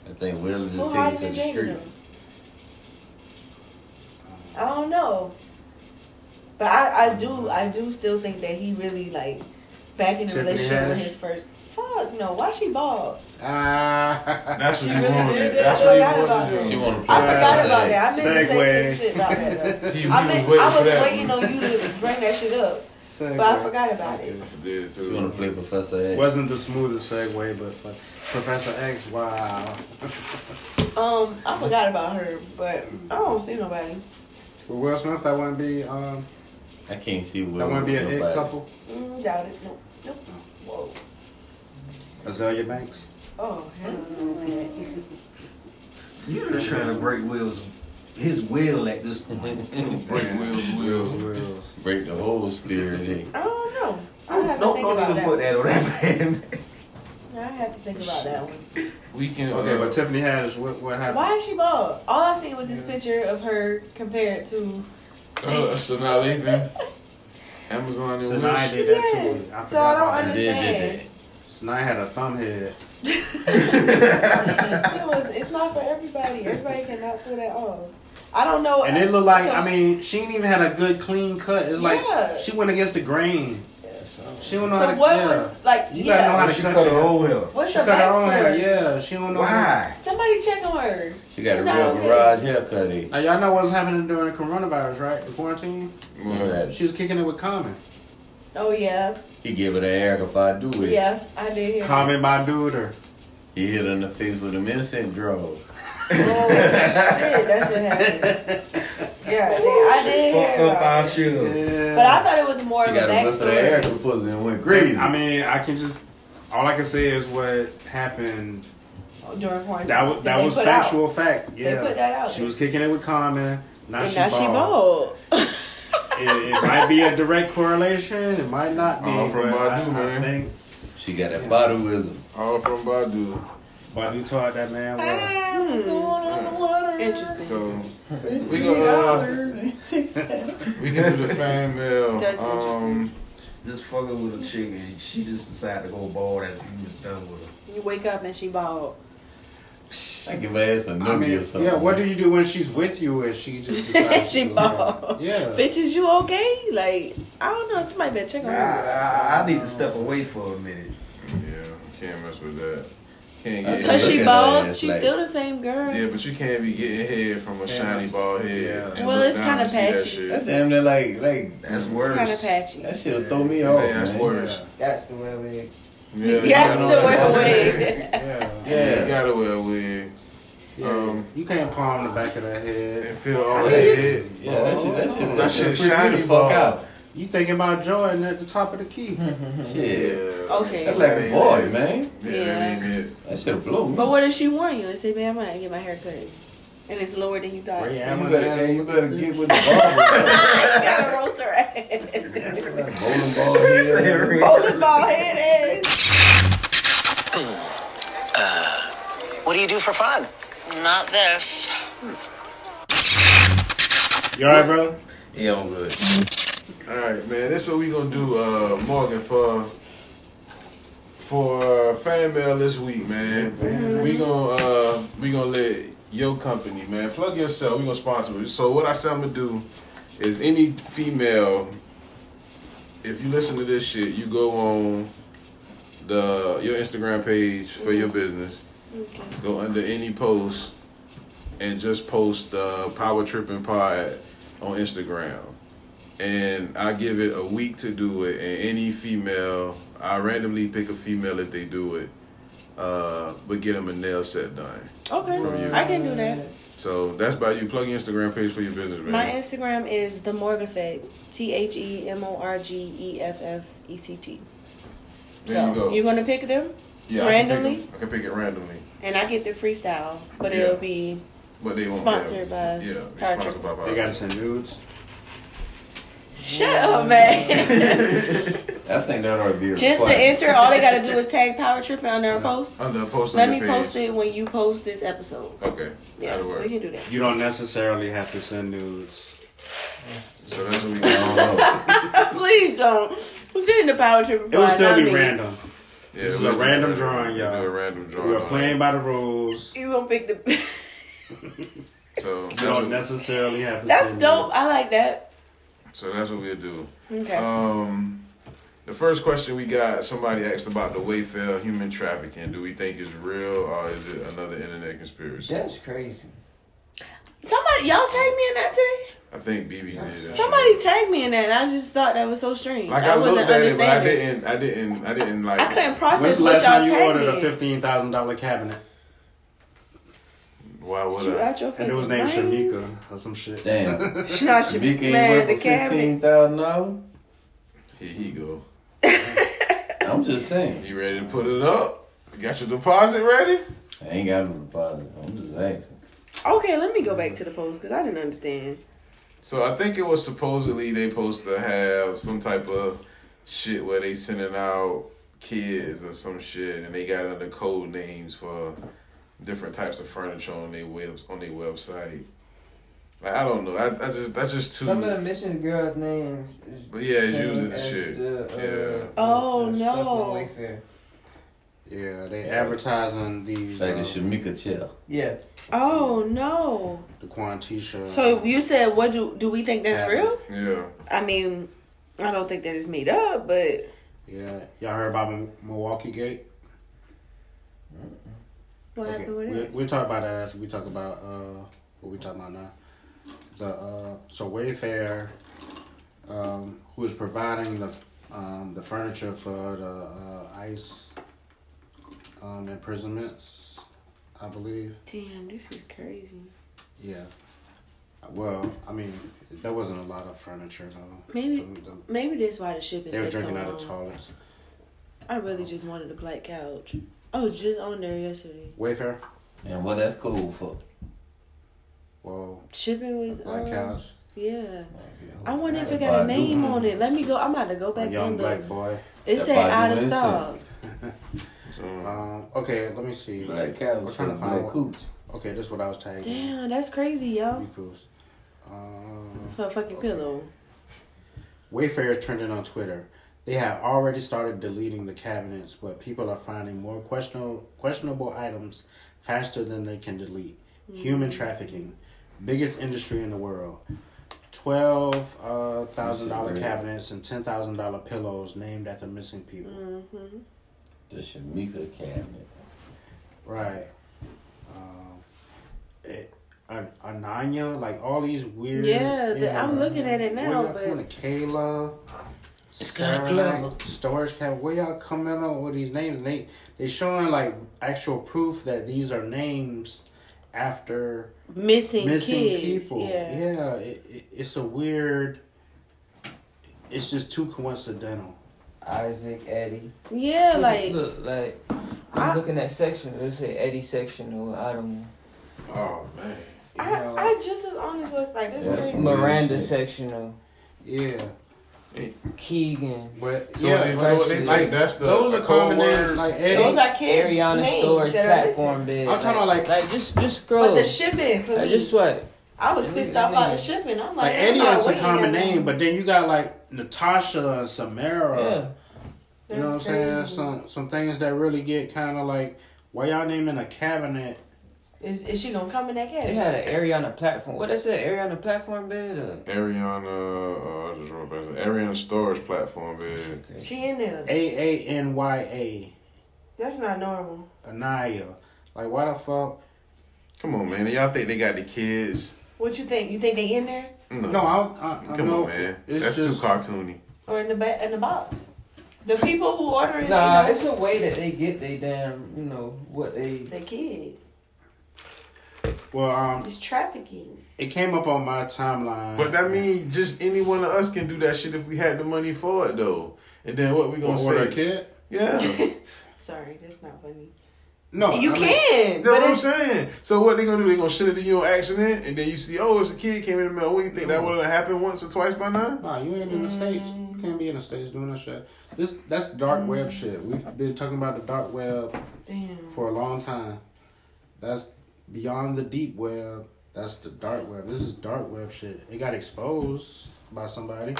Speaker 14: I think Will is
Speaker 7: Who
Speaker 14: just taking
Speaker 7: hides
Speaker 14: to
Speaker 7: in
Speaker 14: the
Speaker 7: Jada
Speaker 14: street.
Speaker 7: though? I don't know. But I, I do I do still think that he really like back in the
Speaker 1: Tiffany
Speaker 7: relationship with
Speaker 1: Haddish?
Speaker 7: his first fuck no, why she bald?
Speaker 1: ah.
Speaker 2: That's what
Speaker 1: She
Speaker 2: you
Speaker 1: really
Speaker 2: wanted.
Speaker 1: did
Speaker 2: That's
Speaker 1: that.
Speaker 2: what
Speaker 1: Forgot
Speaker 2: you wanted
Speaker 1: about
Speaker 2: to do.
Speaker 1: that. She
Speaker 14: wanna
Speaker 7: I forgot about that. I meant to say
Speaker 1: Segway.
Speaker 7: some shit about that though.
Speaker 2: He- he
Speaker 7: I,
Speaker 2: was
Speaker 7: meant,
Speaker 2: waiting
Speaker 7: I
Speaker 2: for
Speaker 7: was
Speaker 2: that
Speaker 7: waiting on you to bring that shit up. But I
Speaker 1: Segway.
Speaker 7: forgot about it.
Speaker 2: Did
Speaker 14: She want to play Professor X.
Speaker 1: Wasn't the smoothest segue, but fuck. Professor X, wow.
Speaker 7: Um, I forgot about her, but I don't see nobody.
Speaker 1: With Will Smith, that wouldn't be. Um,
Speaker 14: I can't see Will.
Speaker 1: that wouldn't be an
Speaker 14: with
Speaker 1: it
Speaker 14: nobody.
Speaker 1: couple.
Speaker 7: Mm, doubt it. Nope. Nope. Whoa.
Speaker 1: Azalea Banks.
Speaker 7: Oh hell no.
Speaker 5: You just trying to break Will's his will at this point.
Speaker 2: break Will's will.
Speaker 1: Wills.
Speaker 14: Break the whole spirit. eh?
Speaker 7: I don't know. Oh, I have to
Speaker 5: Don't,
Speaker 7: think
Speaker 5: don't
Speaker 7: about
Speaker 5: even
Speaker 7: that.
Speaker 5: put that on that man.
Speaker 7: I have to think about that one.
Speaker 2: We can.
Speaker 1: Okay,
Speaker 2: uh,
Speaker 1: but Tiffany Haddish, what, what happened?
Speaker 7: Why is she bald? All I seen was this picture of her compared to.
Speaker 2: Uh, Sanaa Lathan. Amazon and
Speaker 1: Sinai
Speaker 2: Wish.
Speaker 1: did that too.
Speaker 7: Yes.
Speaker 1: I
Speaker 7: So I
Speaker 1: forgot.
Speaker 7: don't
Speaker 1: about that.
Speaker 7: understand.
Speaker 1: Sinai had a thumb head.
Speaker 7: It was. It's not for everybody. Everybody cannot pull that off. I don't know.
Speaker 1: And it looked like
Speaker 7: so-
Speaker 1: I mean, she ain't even had a good clean cut. It's
Speaker 7: Yeah.
Speaker 1: like she went against the grain. She don't know
Speaker 7: So
Speaker 1: how to.
Speaker 7: what
Speaker 1: yeah.
Speaker 7: was- like,
Speaker 1: You
Speaker 7: yeah.
Speaker 1: gotta know how to
Speaker 7: She
Speaker 1: cut,
Speaker 7: cut
Speaker 1: your
Speaker 7: her own
Speaker 1: hair.
Speaker 7: What's
Speaker 1: she
Speaker 7: her
Speaker 1: cut her own hair.
Speaker 7: backstory?
Speaker 1: Yeah, she don't know
Speaker 7: Why? Somebody check on her.
Speaker 14: She got a
Speaker 7: Nah,
Speaker 14: real
Speaker 7: okay.
Speaker 14: garage haircut. eh?
Speaker 1: Now y'all know what's happening during the coronavirus, right? The quarantine.
Speaker 14: What's that?
Speaker 1: She was kicking it with Common.
Speaker 7: Oh yeah,
Speaker 14: He gave it to Erica Badu. eh?
Speaker 7: yeah, I did hear.
Speaker 1: Common by dude or
Speaker 14: He hit her in the face with an innocent drug.
Speaker 7: Oh, Shit, that's what happened. Yeah, I did hear.
Speaker 14: Fucked up our shoes.
Speaker 7: But I thought it was more
Speaker 14: She
Speaker 7: of a
Speaker 14: got a list of
Speaker 7: backstory.
Speaker 14: Erica pussy and went crazy.
Speaker 1: I mean, I can just all I can say is what happened.
Speaker 7: During quarantine.
Speaker 1: That was that
Speaker 7: they
Speaker 1: was
Speaker 7: put out.
Speaker 1: factual fact.
Speaker 7: They
Speaker 1: Yeah,
Speaker 7: put that out.
Speaker 1: She was kicking it with Common. Now
Speaker 7: And
Speaker 1: she
Speaker 7: now she
Speaker 1: bald.
Speaker 7: bald.
Speaker 1: It, it might be a direct correlation. It might not be.
Speaker 2: All from
Speaker 1: but I-
Speaker 2: Badu,
Speaker 1: I
Speaker 2: man.
Speaker 1: think-
Speaker 14: She got that
Speaker 1: Yeah.
Speaker 14: Baduism.
Speaker 2: All from Badu.
Speaker 1: Badu taught that man well.
Speaker 7: Ah. Interesting.
Speaker 2: So we go. uh, We can do the fan mail.
Speaker 7: That's
Speaker 2: um,
Speaker 5: Just fucking with a chick and she just decided to go bald after you was done with her.
Speaker 7: You wake up and she bald.
Speaker 14: I give her ass a
Speaker 1: I
Speaker 14: nugget
Speaker 1: mean,
Speaker 14: or something.
Speaker 1: yeah. What do you do when she's with you and she just decides
Speaker 7: she
Speaker 1: to-
Speaker 7: bald.
Speaker 1: Yeah.
Speaker 7: Bitch, is you okay? Like, I don't know. Somebody better check on
Speaker 5: Nah,
Speaker 7: her.
Speaker 5: I, I need to step away for a minute.
Speaker 2: yeah, can't mess with that. Can't
Speaker 14: That's
Speaker 2: get.
Speaker 7: Cause
Speaker 14: Look
Speaker 7: she
Speaker 14: at
Speaker 7: bald,
Speaker 14: her ass,
Speaker 7: she's
Speaker 14: like-
Speaker 7: still the same girl.
Speaker 2: Yeah, but you can't be getting head from a shiny bald head. and
Speaker 7: Well,
Speaker 2: look
Speaker 7: it's
Speaker 2: down
Speaker 7: kinda
Speaker 2: and see that
Speaker 7: patchy.
Speaker 2: shit.
Speaker 12: That damn near like like
Speaker 5: That's
Speaker 7: It's
Speaker 5: worse.
Speaker 7: kind of patchy.
Speaker 12: that shit'll throw me off.
Speaker 2: Yeah, that's
Speaker 12: man.
Speaker 2: worse.
Speaker 5: That's the way we.
Speaker 2: Yeah,
Speaker 7: You got to
Speaker 2: gotta
Speaker 7: wear a
Speaker 2: wear
Speaker 7: wig.
Speaker 1: Yeah.
Speaker 2: Yeah, you gotta wear a wig.
Speaker 1: Yeah.
Speaker 2: Um,
Speaker 1: you can't palm the back of that head.
Speaker 2: and feel all that shit.
Speaker 12: Yeah, that shit that shit
Speaker 2: That shit
Speaker 12: freak me
Speaker 2: shiny
Speaker 12: the fuck
Speaker 2: ball.
Speaker 12: out.
Speaker 1: You thinking about Jordan at the top of the key?
Speaker 2: Hmm.
Speaker 12: Shit.
Speaker 7: Okay.
Speaker 12: That like a
Speaker 2: ain't
Speaker 12: boy,
Speaker 2: it.
Speaker 12: man.
Speaker 2: Yeah,
Speaker 7: Yeah.
Speaker 2: that ain't it.
Speaker 12: That shit'll blow me.
Speaker 7: But what if she warned you and said, "Man, I might get my hair cut," and it's lower than you thought?
Speaker 1: Ray
Speaker 12: You
Speaker 1: Allen
Speaker 12: better,
Speaker 1: ass
Speaker 12: hey, you
Speaker 1: looking
Speaker 12: better
Speaker 1: bitch.
Speaker 12: get with the barber.
Speaker 7: You gotta roast her ass.
Speaker 12: Bowling ball here.
Speaker 7: Bowling ball head ass.
Speaker 15: What do you do for fun? Not this.
Speaker 1: You alright, brother?
Speaker 5: Yeah, I'm good.
Speaker 2: All right, man. That's what we gonna do, uh, Morgan, for for fan mail this week, man. We gonna uh, we gonna let your company, man, plug yourself. We gonna sponsor you. So what I said I'm gonna do is any female, if you listen to this shit, you go on the your Instagram page for your business. Go under any post and just post uh, Power Tripping Pod on Instagram and I give it a week to do it. And any female, I randomly pick a female if they do it, uh, but get them a nail set done. From
Speaker 7: Okay,
Speaker 2: you.
Speaker 7: I can do that.
Speaker 2: So that's by you. Plug your Instagram page for your business, man.
Speaker 7: My Instagram is the Morg Effect. T H E M O R G E F F E C T.
Speaker 2: there you
Speaker 7: So
Speaker 2: go.
Speaker 7: you're gonna pick them,
Speaker 2: yeah, I
Speaker 7: randomly?
Speaker 2: can, pick 'em. I can pick it randomly,
Speaker 7: and I get the freestyle, but
Speaker 2: Yeah.
Speaker 7: it'll be
Speaker 2: but they won't.
Speaker 7: sponsored by.
Speaker 2: Yeah, yeah
Speaker 7: Power
Speaker 2: it's sponsored by.
Speaker 1: They
Speaker 2: Power.
Speaker 1: gotta send nudes.
Speaker 7: Shut up,
Speaker 2: Mm.
Speaker 7: man.
Speaker 14: I think that ought to be a
Speaker 7: Just to
Speaker 14: requirement.
Speaker 7: enter, all they gotta do is tag Power Tripping on their post.
Speaker 2: Under a post on
Speaker 7: Let me
Speaker 2: your page.
Speaker 7: post it when you post this episode.
Speaker 2: Okay,
Speaker 7: Yeah,
Speaker 2: that'll work.
Speaker 7: we can do that.
Speaker 1: You don't necessarily have to send nudes.
Speaker 2: So that's what we got.
Speaker 7: Please don't. We're sitting the Power Tripping.
Speaker 1: It would
Speaker 7: pod,
Speaker 1: still
Speaker 7: not
Speaker 1: be
Speaker 7: me.
Speaker 1: random.
Speaker 2: yeah,
Speaker 1: This is
Speaker 2: we'll
Speaker 1: a
Speaker 2: do
Speaker 1: random drawing,
Speaker 2: we'll
Speaker 1: y'all.
Speaker 2: Do a random drawing.
Speaker 1: We're playing by the rules.
Speaker 7: You gonna pick the.
Speaker 2: So that's,
Speaker 1: You don't
Speaker 2: what,
Speaker 1: necessarily have to.
Speaker 7: That's
Speaker 1: send
Speaker 7: dope.
Speaker 1: nudes.
Speaker 7: I like that.
Speaker 2: so that's what we'll do.
Speaker 7: Okay.
Speaker 2: Um, the first question we got, somebody asked about the Wayfair human trafficking. Do we think it's real or is it another internet conspiracy?
Speaker 5: That's crazy.
Speaker 7: Somebody, y'all tagged me in that today.
Speaker 2: I think BB did. that.
Speaker 7: Somebody tagged me in that. And I just thought that was so strange.
Speaker 2: like
Speaker 7: I,
Speaker 2: I,
Speaker 7: wasn't
Speaker 2: looked at it, but I
Speaker 7: understanding.
Speaker 2: didn't. I didn't. I didn't like.
Speaker 7: I couldn't
Speaker 1: When's
Speaker 7: process
Speaker 1: the
Speaker 7: what
Speaker 1: last
Speaker 7: y'all
Speaker 1: time you
Speaker 7: tagged
Speaker 1: ordered
Speaker 7: me.
Speaker 1: a fifteen thousand dollar cabinet?
Speaker 2: Why would
Speaker 7: you
Speaker 2: I?
Speaker 7: out your
Speaker 1: And it was
Speaker 7: fucking
Speaker 1: named
Speaker 7: brains?
Speaker 1: Shamika or some shit.
Speaker 14: Damn.
Speaker 7: Shot your
Speaker 14: Big ain't
Speaker 7: man, the
Speaker 14: worth
Speaker 7: cabinet.
Speaker 12: Fifteen thousand dollars.
Speaker 2: Here he go.
Speaker 14: I'm just saying.
Speaker 2: You ready to put it up? You got your deposit ready?
Speaker 14: I ain't got no deposit. I'm just asking.
Speaker 7: Okay, let me go back to the post because I didn't understand.
Speaker 2: So I think it was supposedly they supposed to have some type of shit where they sending out kids or some shit, and they got under code names for different types of furniture on their web on their website. Like I don't know. I, I just that's just too.
Speaker 5: Some of the missing girls' names is
Speaker 2: But yeah,
Speaker 5: the
Speaker 2: it's
Speaker 5: same
Speaker 2: used as
Speaker 5: as
Speaker 2: shit.
Speaker 5: the, uh,
Speaker 2: Yeah.
Speaker 7: Oh,
Speaker 5: the stuff
Speaker 7: no.
Speaker 5: on Wayfair.
Speaker 1: Yeah, they advertising these. uh,
Speaker 14: Like the Shamika chair.
Speaker 1: Yeah.
Speaker 7: Oh no.
Speaker 1: The Quan T-shirt.
Speaker 7: So you said, what do do we think that's real?
Speaker 1: Yeah.
Speaker 7: I mean, I don't think that is made up, but
Speaker 1: Yeah. Y'all heard about M- Milwaukee Gate?
Speaker 7: what happened with
Speaker 1: We'll,
Speaker 7: it?
Speaker 1: we'll talk about that after we talk about uh, what we talking about now. The uh, so Wayfair, um, who is providing the um, the furniture for the uh, ICE um, imprisonments, I believe.
Speaker 7: Damn, this is crazy.
Speaker 1: Yeah. Well, I mean, there wasn't a lot of furniture though.
Speaker 7: Maybe
Speaker 1: The- the-
Speaker 7: maybe that's why the shipping
Speaker 1: they were
Speaker 7: takes so
Speaker 1: drinking out
Speaker 7: long.
Speaker 1: of toilets.
Speaker 7: I really just wanted a black couch. I was just on there yesterday.
Speaker 1: Wayfair.
Speaker 14: And what that's cool for?
Speaker 1: Whoa.
Speaker 7: Shipping was
Speaker 1: Black
Speaker 7: um,
Speaker 1: couch.
Speaker 7: Yeah. I wonder if it
Speaker 1: Buy
Speaker 7: got
Speaker 1: a
Speaker 7: a
Speaker 1: new
Speaker 7: name
Speaker 1: one.
Speaker 7: on it. Let me go. I'm about to go back
Speaker 1: A young
Speaker 7: and look.
Speaker 1: black boy.
Speaker 7: It said out of stock.
Speaker 1: um, okay, let me see.
Speaker 14: Black couch
Speaker 1: I'm trying to
Speaker 14: with
Speaker 1: find
Speaker 14: black
Speaker 1: one. Okay, this is what I was tagging.
Speaker 7: Damn, that's crazy, yo.
Speaker 1: Equals. Um,
Speaker 7: For a fucking pillow.
Speaker 1: Wayfair is trending on Twitter. They have already started deleting the cabinets, but people are finding more questionable, questionable items faster than they can delete. Human
Speaker 11: Mm.
Speaker 1: trafficking, biggest industry in the world. Twelve uh, thousand dollar cabinets and ten thousand dollar pillows named after missing people.
Speaker 7: Mm-hmm.
Speaker 14: The Shamika cabinet.
Speaker 1: Right. Um, it, An- Ananya, like all these weird.
Speaker 7: Yeah, the- I'm looking at it now,
Speaker 1: Where y'all
Speaker 7: but-
Speaker 1: coming to Kayla? It's
Speaker 7: kinda clever.
Speaker 1: Storage cap. Where y'all coming up with these names? And they they showing like actual proof that these are names after
Speaker 7: Missing,
Speaker 1: missing
Speaker 7: kids.
Speaker 1: people.
Speaker 7: Yeah.
Speaker 1: it, it, it's a weird. It's just too coincidental.
Speaker 6: Isaac Eddie.
Speaker 7: Yeah,
Speaker 6: Look,
Speaker 7: like-
Speaker 6: look, like I'm looking at section. It say Eddie section or Adam.
Speaker 2: Oh man.
Speaker 7: I, I just as honest was like this.
Speaker 6: That's
Speaker 7: crazy.
Speaker 6: Miranda sectional.
Speaker 1: Yeah.
Speaker 6: Keegan.
Speaker 1: But
Speaker 2: So yeah, they- so they think that's the- Those are the code common names, word? like Eddie.
Speaker 7: Those are kids'
Speaker 6: Ariana
Speaker 7: names
Speaker 6: Storage
Speaker 7: that are
Speaker 6: platform
Speaker 7: missing.
Speaker 6: bed.
Speaker 7: I'm talking about,
Speaker 6: like like just just scroll.
Speaker 7: But the shipping for
Speaker 6: Like,
Speaker 7: me.
Speaker 6: just what?
Speaker 7: I was pissed off about the shipping. I'm like,
Speaker 1: Like Eddie
Speaker 7: I'm not
Speaker 1: is a
Speaker 7: waiting
Speaker 1: common
Speaker 7: on that.
Speaker 1: name, but then you got like Natasha and Samara.
Speaker 7: Yeah.
Speaker 1: You know what I'm
Speaker 7: That's
Speaker 1: saying?
Speaker 7: crazy.
Speaker 1: Some some things that really get kind of like why y'all naming a cabinet?
Speaker 7: Is, is she gonna come in that
Speaker 6: They
Speaker 7: cabinet?
Speaker 6: had an Ariana platform. What is it? Ariana platform bed. Or?
Speaker 2: Ariana, oh, I just wrote back. Ariana storage platform, man.
Speaker 7: She in there.
Speaker 1: A A N Y A
Speaker 7: That's not normal.
Speaker 1: Anaya. Like why the fuck?
Speaker 2: Come on, man. Y'all think they got the kids?
Speaker 7: What you think? You think they in there
Speaker 2: No,
Speaker 1: No, I, I, I
Speaker 2: Come
Speaker 1: know.
Speaker 2: on, man.
Speaker 1: It's
Speaker 2: That's
Speaker 1: just
Speaker 2: too cartoony.
Speaker 7: or in the ba- in the box? The people who order it,
Speaker 6: Nah,
Speaker 7: they know
Speaker 6: it's a way that they get they damn, you know, what they.
Speaker 7: the kid.
Speaker 1: well, um,
Speaker 7: It's trafficking.
Speaker 1: it came up on my timeline.
Speaker 2: But that means just any one of us can do that shit if we had the money for it, though. And then what we gonna
Speaker 1: Or
Speaker 2: say?
Speaker 1: order a kid?
Speaker 2: Yeah.
Speaker 7: Sorry, that's not funny.
Speaker 1: No,
Speaker 7: you
Speaker 2: I mean-
Speaker 7: can.
Speaker 2: That's what I'm saying. So what they gonna do? They gonna shit it to you on accident, and then you see, oh, it's a kid came in the mail. What you think that would have happened once or twice by now?
Speaker 1: Nah, you ain't in the states. You can't be in the states doing that shit. This that's dark
Speaker 7: Mm.
Speaker 1: web shit. We've been talking about the dark web
Speaker 7: Damn.
Speaker 1: for a long time. That's beyond the deep web. That's the dark web. This is dark web shit. It got exposed by somebody,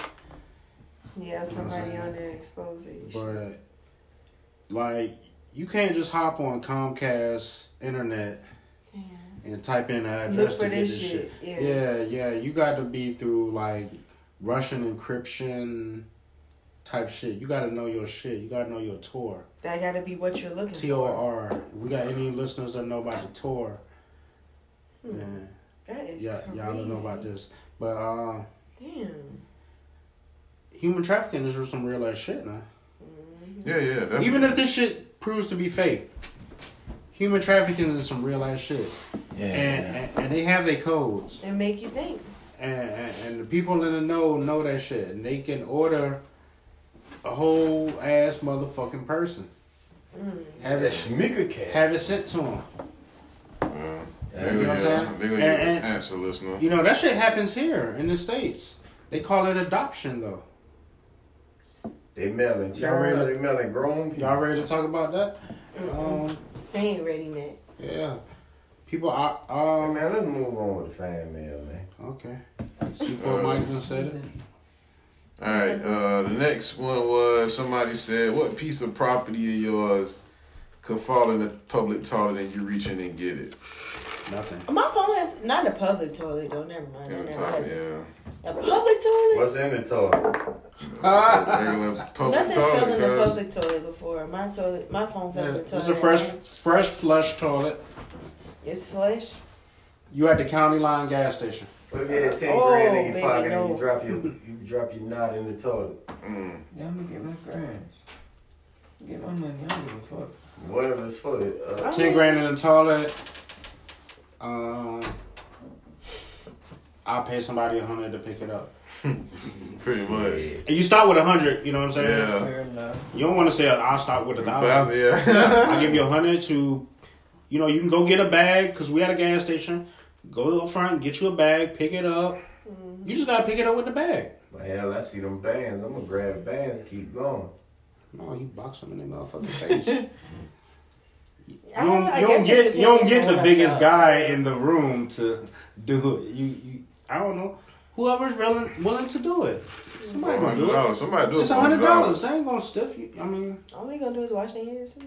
Speaker 7: Yeah,
Speaker 1: You know what I'm
Speaker 7: somebody
Speaker 1: saying?
Speaker 7: on there exposing.
Speaker 1: but like you can't just hop on Comcast internet and type in an address
Speaker 7: for
Speaker 1: to get
Speaker 7: this
Speaker 1: this shit.
Speaker 7: shit,
Speaker 1: Yeah.
Speaker 7: yeah.
Speaker 1: yeah, You got to be through like Russian encryption type shit. You got to know your shit. You got to know your tour.
Speaker 7: That gotta be what you're looking
Speaker 1: T O R. If We got any listeners that know about the tour?
Speaker 7: for. Hmm.
Speaker 1: Then
Speaker 7: That is
Speaker 1: yeah, y'all don't know about this. But um,
Speaker 7: Damn.
Speaker 1: human trafficking is some real ass shit now.
Speaker 2: Yeah, yeah. That's
Speaker 1: Even if this shit proves to be fake, human trafficking is some real ass shit.
Speaker 2: Yeah.
Speaker 1: And, and and they have their codes,
Speaker 7: And make you think.
Speaker 1: and, and and the people in the know know that shit, and they can order a whole ass motherfucking person.
Speaker 7: Mm.
Speaker 1: Have it, have it sent to them.
Speaker 2: They
Speaker 1: You know
Speaker 2: gonna
Speaker 1: what I'm saying?
Speaker 2: get- they gonna
Speaker 1: And-
Speaker 2: get an
Speaker 1: and-
Speaker 2: answer, listener.
Speaker 1: You know, that shit happens here in the States. They call it adoption, though.
Speaker 11: They mailing.
Speaker 1: Y'all ready?
Speaker 11: They mailing grown people.
Speaker 1: Y'all ready to talk about that? Um,
Speaker 7: They ain't ready, man.
Speaker 1: yeah. People are. Um,
Speaker 11: man, let's move on with the fan mail, man.
Speaker 1: Okay. Super Mike done said it.
Speaker 2: All right. Uh, the next one was somebody said, "What piece of property of yours could fall in the public toilet and you reach in and get it?
Speaker 1: Nothing.
Speaker 7: My phone has not a public toilet though. Never mind.
Speaker 2: In the
Speaker 7: Never
Speaker 2: toilet,
Speaker 7: mind.
Speaker 2: yeah.
Speaker 7: A public toilet.
Speaker 11: What's inventory?
Speaker 2: regular
Speaker 7: Nothing fell in the public toilet before. My toilet, my phone fell in the toilet.
Speaker 1: It's a fresh, fresh flush toilet.
Speaker 7: It's flush.
Speaker 1: You at the county line gas station.
Speaker 11: But if you had ten
Speaker 7: Oh,
Speaker 11: grand in your
Speaker 7: baby,
Speaker 11: pocket
Speaker 7: no.
Speaker 11: and you drop your you drop your knot in the toilet.
Speaker 6: Yeah, I'm gonna get my friends. Get my money. I don't give a fuck.
Speaker 11: Whatever it's for. Uh,
Speaker 1: Ten grand in the toilet. Um, I'll pay somebody a hundred to pick it up.
Speaker 2: Pretty much.
Speaker 1: And you start with a hundred, you know what I'm saying?
Speaker 2: Yeah.
Speaker 1: You don't want to say I'll start with a thousand.
Speaker 2: Thousand, yeah.
Speaker 1: I'll give you a hundred to, you know, you can go get a bag because we at a gas station. Go up front, get you a bag, pick it up.
Speaker 7: Mm-hmm.
Speaker 1: You just gotta pick it up with the bag.
Speaker 11: But hell, I see them bands. I'm gonna grab bands and keep going.
Speaker 1: No, you box them in their motherfucking face.
Speaker 7: I
Speaker 1: You don't,
Speaker 7: I
Speaker 1: you don't
Speaker 7: guess it
Speaker 1: get you don't
Speaker 7: depends
Speaker 1: get
Speaker 7: on
Speaker 1: the
Speaker 7: what I
Speaker 1: biggest
Speaker 7: felt.
Speaker 1: guy in the room to do it. You, you I don't know. Whoever's willing willing to do it. Somebody gonna do it.
Speaker 2: $100. Somebody do it
Speaker 1: It's
Speaker 2: for
Speaker 1: hundred dollars.
Speaker 2: $100.
Speaker 1: They ain't gonna stiff you. I mean,
Speaker 7: All they gonna do is wash their hands. too.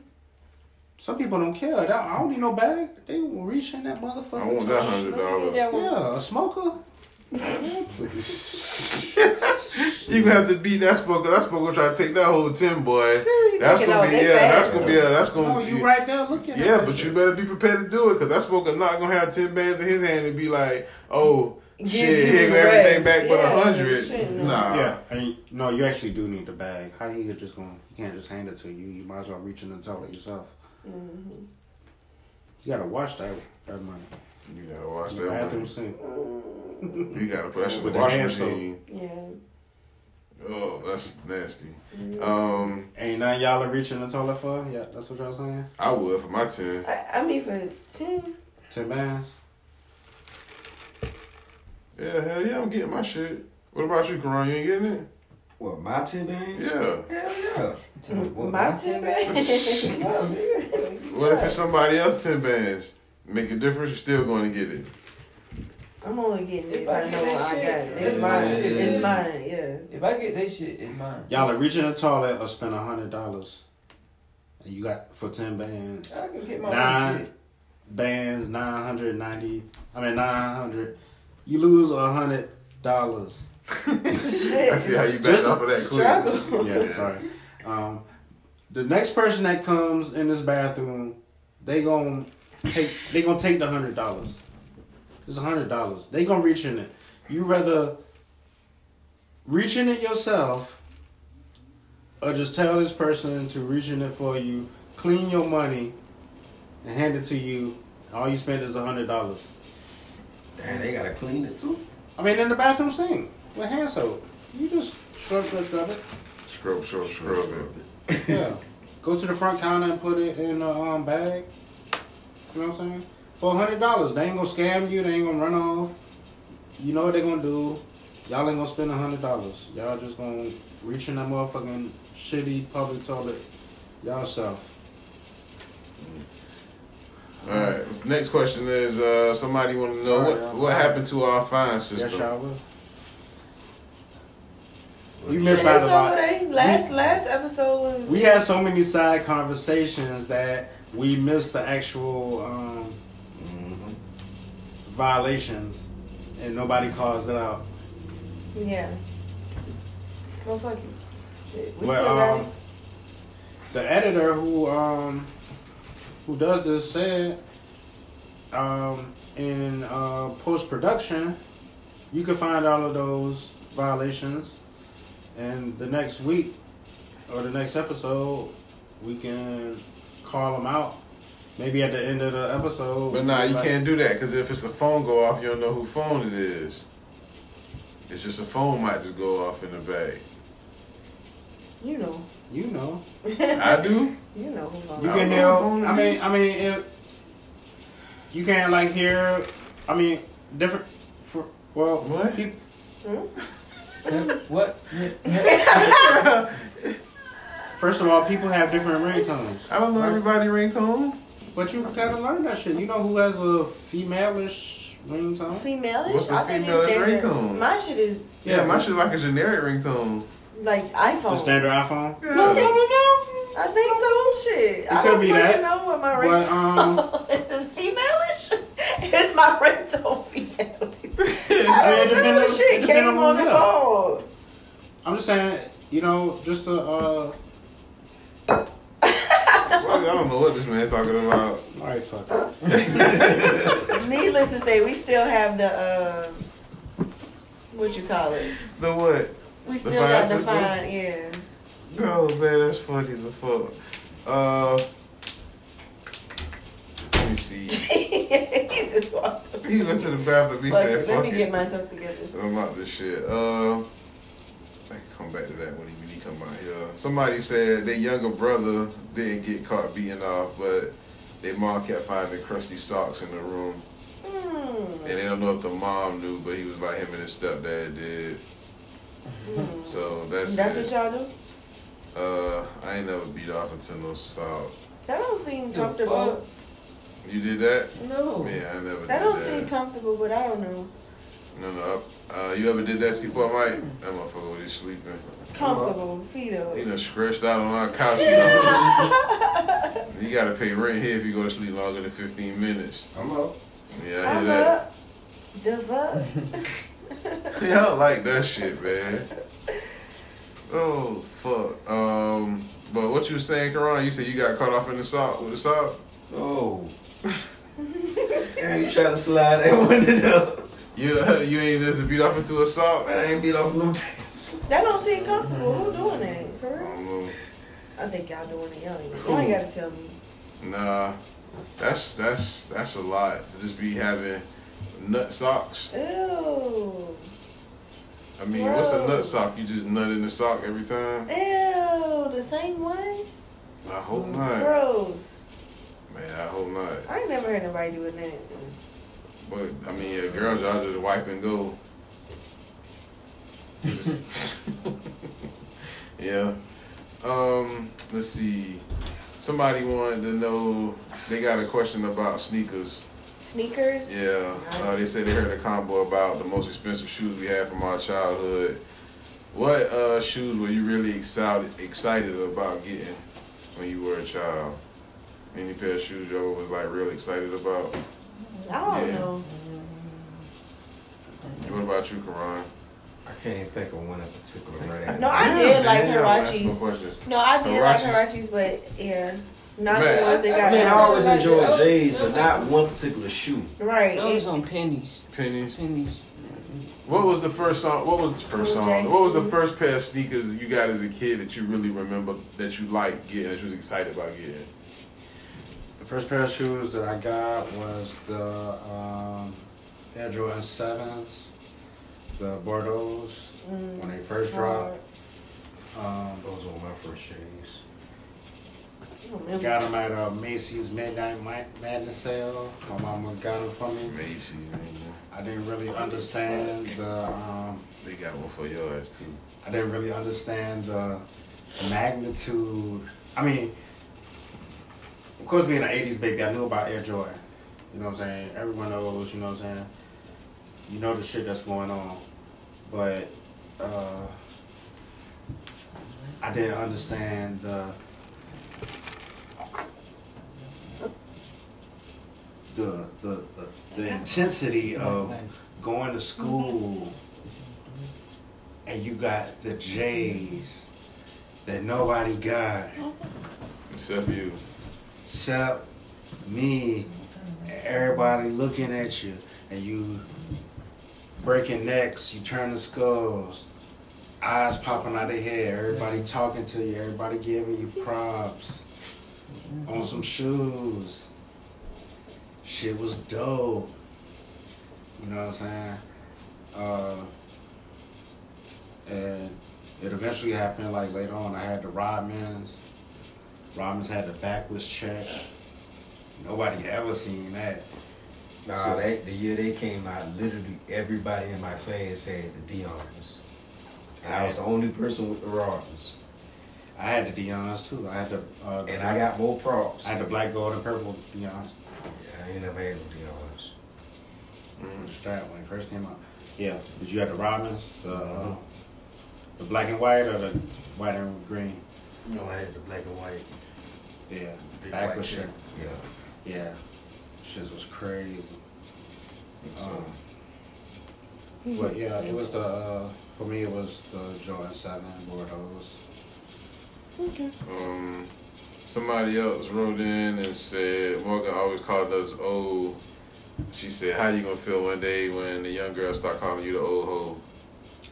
Speaker 1: some people don't care. That- I don't need no bag. They will reach in that motherfucker.
Speaker 2: I want that hundred dollars.
Speaker 1: Yeah, a smoker.
Speaker 2: You gonna have to beat that smoker. That smoker try to take that whole ten, boy. That's
Speaker 1: taking
Speaker 2: gonna
Speaker 1: all
Speaker 2: be
Speaker 1: that
Speaker 2: yeah.
Speaker 1: back.
Speaker 2: That's gonna be yeah. That's
Speaker 1: No,
Speaker 2: gonna
Speaker 1: Oh, you
Speaker 2: be
Speaker 1: right there looking.
Speaker 2: yeah.
Speaker 1: at
Speaker 2: But you better be prepared to do it because that smoker not gonna have ten bands in his hand and be like, oh
Speaker 1: Give
Speaker 2: shit,
Speaker 1: you
Speaker 2: here go
Speaker 1: the
Speaker 2: everything
Speaker 1: rest.
Speaker 2: back but
Speaker 1: Yeah,
Speaker 2: a hundred.
Speaker 1: shit, no.
Speaker 2: Nah.
Speaker 1: Yeah,
Speaker 6: Uh,
Speaker 1: and no, you actually do need the bag. How he just gonna? He can't just hand it to you. You might as well reach in and tell it yourself.
Speaker 6: Mm-hmm.
Speaker 7: Mhm.
Speaker 1: You gotta wash that that money.
Speaker 2: You gotta wash
Speaker 1: The
Speaker 2: that
Speaker 1: bathroom
Speaker 2: money.
Speaker 1: sink.
Speaker 2: You gotta pressure
Speaker 1: With
Speaker 2: with
Speaker 1: the
Speaker 2: that
Speaker 1: hand
Speaker 2: machine.
Speaker 7: Yeah.
Speaker 2: Oh, that's nasty.
Speaker 1: Mm-hmm.
Speaker 2: Um,
Speaker 1: Ain't nothing y'all are reaching the toilet for? Yeah, that's what y'all saying.
Speaker 2: I would for my ten.
Speaker 7: I, I mean, for ten.
Speaker 1: Ten bands.
Speaker 2: Yeah, hell yeah, I'm getting my shit. What about you, Karan? You ain't getting it?
Speaker 5: What, my ten bands?
Speaker 2: Yeah.
Speaker 5: Hell yeah.
Speaker 7: My ten bands.
Speaker 2: What if it's somebody else ten bands? Make a difference, you're still going to get it.
Speaker 7: I'm only getting it if
Speaker 6: I
Speaker 7: I
Speaker 6: get
Speaker 7: know I
Speaker 6: that
Speaker 7: got
Speaker 6: shit,
Speaker 7: it.
Speaker 6: it's mine.
Speaker 7: It's mine. Yeah.
Speaker 6: If I get that shit, it's mine.
Speaker 1: Y'all are reaching the toilet or spend a hundred dollars, and you got for ten bands.
Speaker 6: I can get my own
Speaker 1: Nine
Speaker 6: shit.
Speaker 1: bands, nine hundred ninety. I mean nine hundred. You lose a hundred dollars.
Speaker 2: I see how you backed off of that quick. Struggle.
Speaker 1: Yeah, sorry. Um, the next person that comes in this bathroom, they gonna take they gonna take the hundred dollars. It's a hundred dollars. They gonna reach in it. You rather reach in it yourself, or just tell this person to reach in it for you, clean your money, and hand it to you. and All you spend is a hundred dollars.
Speaker 5: Damn, they gotta clean it too.
Speaker 1: I mean, in the bathroom sink with hand soap. You just scrub, scrub, scrub it.
Speaker 2: Scrub, scrub, scrub it.
Speaker 1: Yeah. Go to the front counter and put it in a um, bag. You know what I'm saying? For hundred dollars, they ain't gonna scam you. They ain't gonna run off. You know what they gonna do? Y'all ain't gonna spend hundred dollars. Y'all just gonna reach in that motherfucking shitty public toilet y'all self.
Speaker 2: All right. Next question is uh, somebody want to know
Speaker 1: Sorry,
Speaker 2: what
Speaker 1: I'm-
Speaker 2: what happened to our fine
Speaker 1: Yes, y'all
Speaker 2: system.
Speaker 1: will. You
Speaker 7: Yeah,
Speaker 1: missed out
Speaker 7: that's
Speaker 1: a
Speaker 7: over
Speaker 1: lot.
Speaker 7: there. Last last episode was.
Speaker 1: We had so many side conversations that we missed the actual um, violations, and nobody calls it out.
Speaker 7: Yeah. Well, fuck you. Shit, We
Speaker 1: But
Speaker 7: still got
Speaker 1: um, the editor who um who does this said um in uh, post production, you can find all of those violations, and the next week or the next episode, we can call them out. Maybe at the end of the episode.
Speaker 2: But nah, you
Speaker 1: like-
Speaker 2: can't do that because if it's a phone go off, you don't know who phone it is. It's just a phone might just go off in the bag.
Speaker 7: it. You know.
Speaker 1: You know.
Speaker 2: I do.
Speaker 7: You know. who I'm
Speaker 1: You
Speaker 7: talking
Speaker 1: can
Speaker 7: about.
Speaker 1: hear. I mean, I mean, it, you can like hear. I mean, different. For, well, what?
Speaker 6: what?
Speaker 1: First of all, people have different ringtones.
Speaker 2: I don't know everybody ringtone.
Speaker 1: But you gotta learn that shit. You know who has a female-ish ringtone?
Speaker 7: Female-ish?
Speaker 2: What's a
Speaker 7: I think it's
Speaker 2: female-ish
Speaker 7: standard.
Speaker 2: ringtone?
Speaker 7: My shit is
Speaker 2: Yeah, my shit like a generic ringtone.
Speaker 7: like iPhone.
Speaker 1: The standard iPhone.
Speaker 7: No, no, no, no. I think so. Shit,
Speaker 1: It
Speaker 7: I
Speaker 1: could
Speaker 7: don't
Speaker 1: be
Speaker 7: fucking
Speaker 1: that,
Speaker 7: know what my
Speaker 1: but,
Speaker 7: ringtone
Speaker 1: um,
Speaker 7: is. Is femalish? It's my ringtone femalish. I don't know. Shit came on the phone.
Speaker 1: I'm just saying, you know, just to uh,
Speaker 2: I don't know what this man talking about.
Speaker 1: All right, fuck. it.
Speaker 7: Needless to say, we still have the um, what you call it?
Speaker 2: The what?
Speaker 7: We
Speaker 2: The
Speaker 7: still
Speaker 2: fire
Speaker 7: got the
Speaker 2: system?
Speaker 7: fine. Yeah,
Speaker 2: Oh man, that's funny as a fuck. Uh, let me see.
Speaker 7: he just walked. away.
Speaker 2: He went to the bathroom. He
Speaker 7: Fuck
Speaker 2: said,
Speaker 7: it,
Speaker 2: "Fuck
Speaker 7: Let me
Speaker 2: it."
Speaker 7: get myself together.
Speaker 2: I'm about this shit. Uh, I can come back to that when he, when he come out here. Somebody said their younger brother didn't get caught beating off, but their mom kept finding crusty socks in the room.
Speaker 7: Hmm.
Speaker 2: And they don't know if the mom knew, but he was like him and his stepdad did. So that's
Speaker 7: Hmm. That's
Speaker 2: it.
Speaker 7: what y'all do.
Speaker 2: Uh, I ain't never beat off until no sock.
Speaker 7: That don't seem comfortable.
Speaker 2: You did that?
Speaker 7: No.
Speaker 2: Yeah, I never
Speaker 7: That
Speaker 2: did
Speaker 7: don't
Speaker 2: that.
Speaker 7: seem comfortable, but I don't know.
Speaker 2: No, no. Uh, you ever did that C4 Mike? That motherfucker was just sleeping.
Speaker 7: Comfortable feet up.
Speaker 2: He done stretched out on our couch. you know. you gotta pay rent here if you go to sleep longer than 15 minutes. I'm up. Yeah, I hear
Speaker 7: I'm
Speaker 2: that.
Speaker 7: up. The fuck?
Speaker 2: Yeah, I don't like that shit, man. Oh, fuck. Um, but what you was saying, Karan, you said you got caught off in the sock with the sock? Oh.
Speaker 5: And you try to slide that one up.
Speaker 2: You, you ain't just beat off into a sock?
Speaker 5: I ain't beat off no times.
Speaker 7: That don't seem comfortable. Who doing that? For real? I think y'all doing it. Y'all ain't, y'all ain't gotta tell me.
Speaker 2: Nah, that's that's that's a lot. Just be having nut socks.
Speaker 7: Ew.
Speaker 2: I mean, what's a nut
Speaker 7: Gross.
Speaker 2: sock? You just nut in the sock every time?
Speaker 7: Ew. The same one?
Speaker 2: I hope not,
Speaker 7: Gross.
Speaker 2: man. I hope not.
Speaker 7: I ain't never heard nobody doing that.
Speaker 2: But I mean, yeah, girls, y'all just wipe and go. Just- yeah. Um. Let's see. Somebody wanted to know. They got a question about sneakers.
Speaker 7: Sneakers?
Speaker 2: Yeah, uh, they said they heard a combo about the most expensive shoes we had from our childhood. What uh, shoes were you really excited excited about getting when you were a child? Any pair of shoes you all was like real excited about?
Speaker 7: I don't
Speaker 2: Yeah.
Speaker 7: know.
Speaker 2: What about you, Karan?
Speaker 5: I can't think of one in particular right now.
Speaker 7: No, I did like
Speaker 2: damn, asking
Speaker 7: Hirachis.
Speaker 2: questions.
Speaker 7: No, I did like
Speaker 5: Hirachis.
Speaker 7: Hirachis, but yeah. Not
Speaker 5: Man,
Speaker 7: the ones that
Speaker 5: I,
Speaker 7: got
Speaker 5: mean, I always enjoyed
Speaker 7: Jay.
Speaker 5: J's, but not one particular shoe.
Speaker 7: Right.
Speaker 6: Those on pennies.
Speaker 2: Pennies.
Speaker 6: Pennies.
Speaker 2: What was the first song? What was the first song? What was the first pair of sneakers you got as a kid that you really remember that you liked getting, that you was excited about getting?
Speaker 1: The first pair of shoes that I got was the um, Air Jordan Sevens, the Bordeaux's
Speaker 11: Mm,
Speaker 1: when they first
Speaker 11: hard.
Speaker 1: dropped. Um, Those were my first shoes. Got them at uh, Macy's Midnight Ma- Madness sale. My mama got them for me.
Speaker 2: Macy's.
Speaker 1: I didn't really understand the. Um,
Speaker 2: they got one for yours too.
Speaker 1: I didn't really understand the magnitude. I mean, of course, being an '80s baby, I knew about Air Jordan. You know what I'm saying? Everyone knows. You know what I'm saying? You know the shit that's going on, but uh, I didn't understand the the the the, the intensity of going to school and you got the J's that nobody got
Speaker 2: except you,
Speaker 1: except me. And everybody looking at you, and you breaking necks, you turning skulls, eyes popping out of head. Everybody talking to you, everybody giving you props on some shoes. Shit was dope. You know what I'm saying? Uh, and it eventually happened like later on. I had the Rodmans. Rodmans had the backwards check. Nobody ever seen that.
Speaker 5: Nah, they, the year they came out, literally everybody in my class had the Dion's. And I was the only person with the Rodmans.
Speaker 1: I had the Dion's too. I had the. Uh,
Speaker 5: and I got more props.
Speaker 1: I had the black, gold, and purple Dion's.
Speaker 5: Yeah, I ain't never had no Dion's. Mm-hmm.
Speaker 1: Just that when it first came out. Yeah, but
Speaker 5: Mm-hmm.
Speaker 1: you had the Rodmans, the uh, the black and white or the white and green.
Speaker 5: You know, I had the black and white.
Speaker 1: Yeah.
Speaker 5: Big
Speaker 1: Back
Speaker 5: white
Speaker 1: with shit.
Speaker 5: chick. Yeah.
Speaker 1: Yeah. Shit was crazy. Um, but yeah, it was the uh, for me it was the Jordan Seven Bordeaux.
Speaker 7: Okay.
Speaker 2: Um, somebody else wrote in and said Morgan always called us old. She said, "How you gonna feel one day when the young girls start calling you the old hoe?"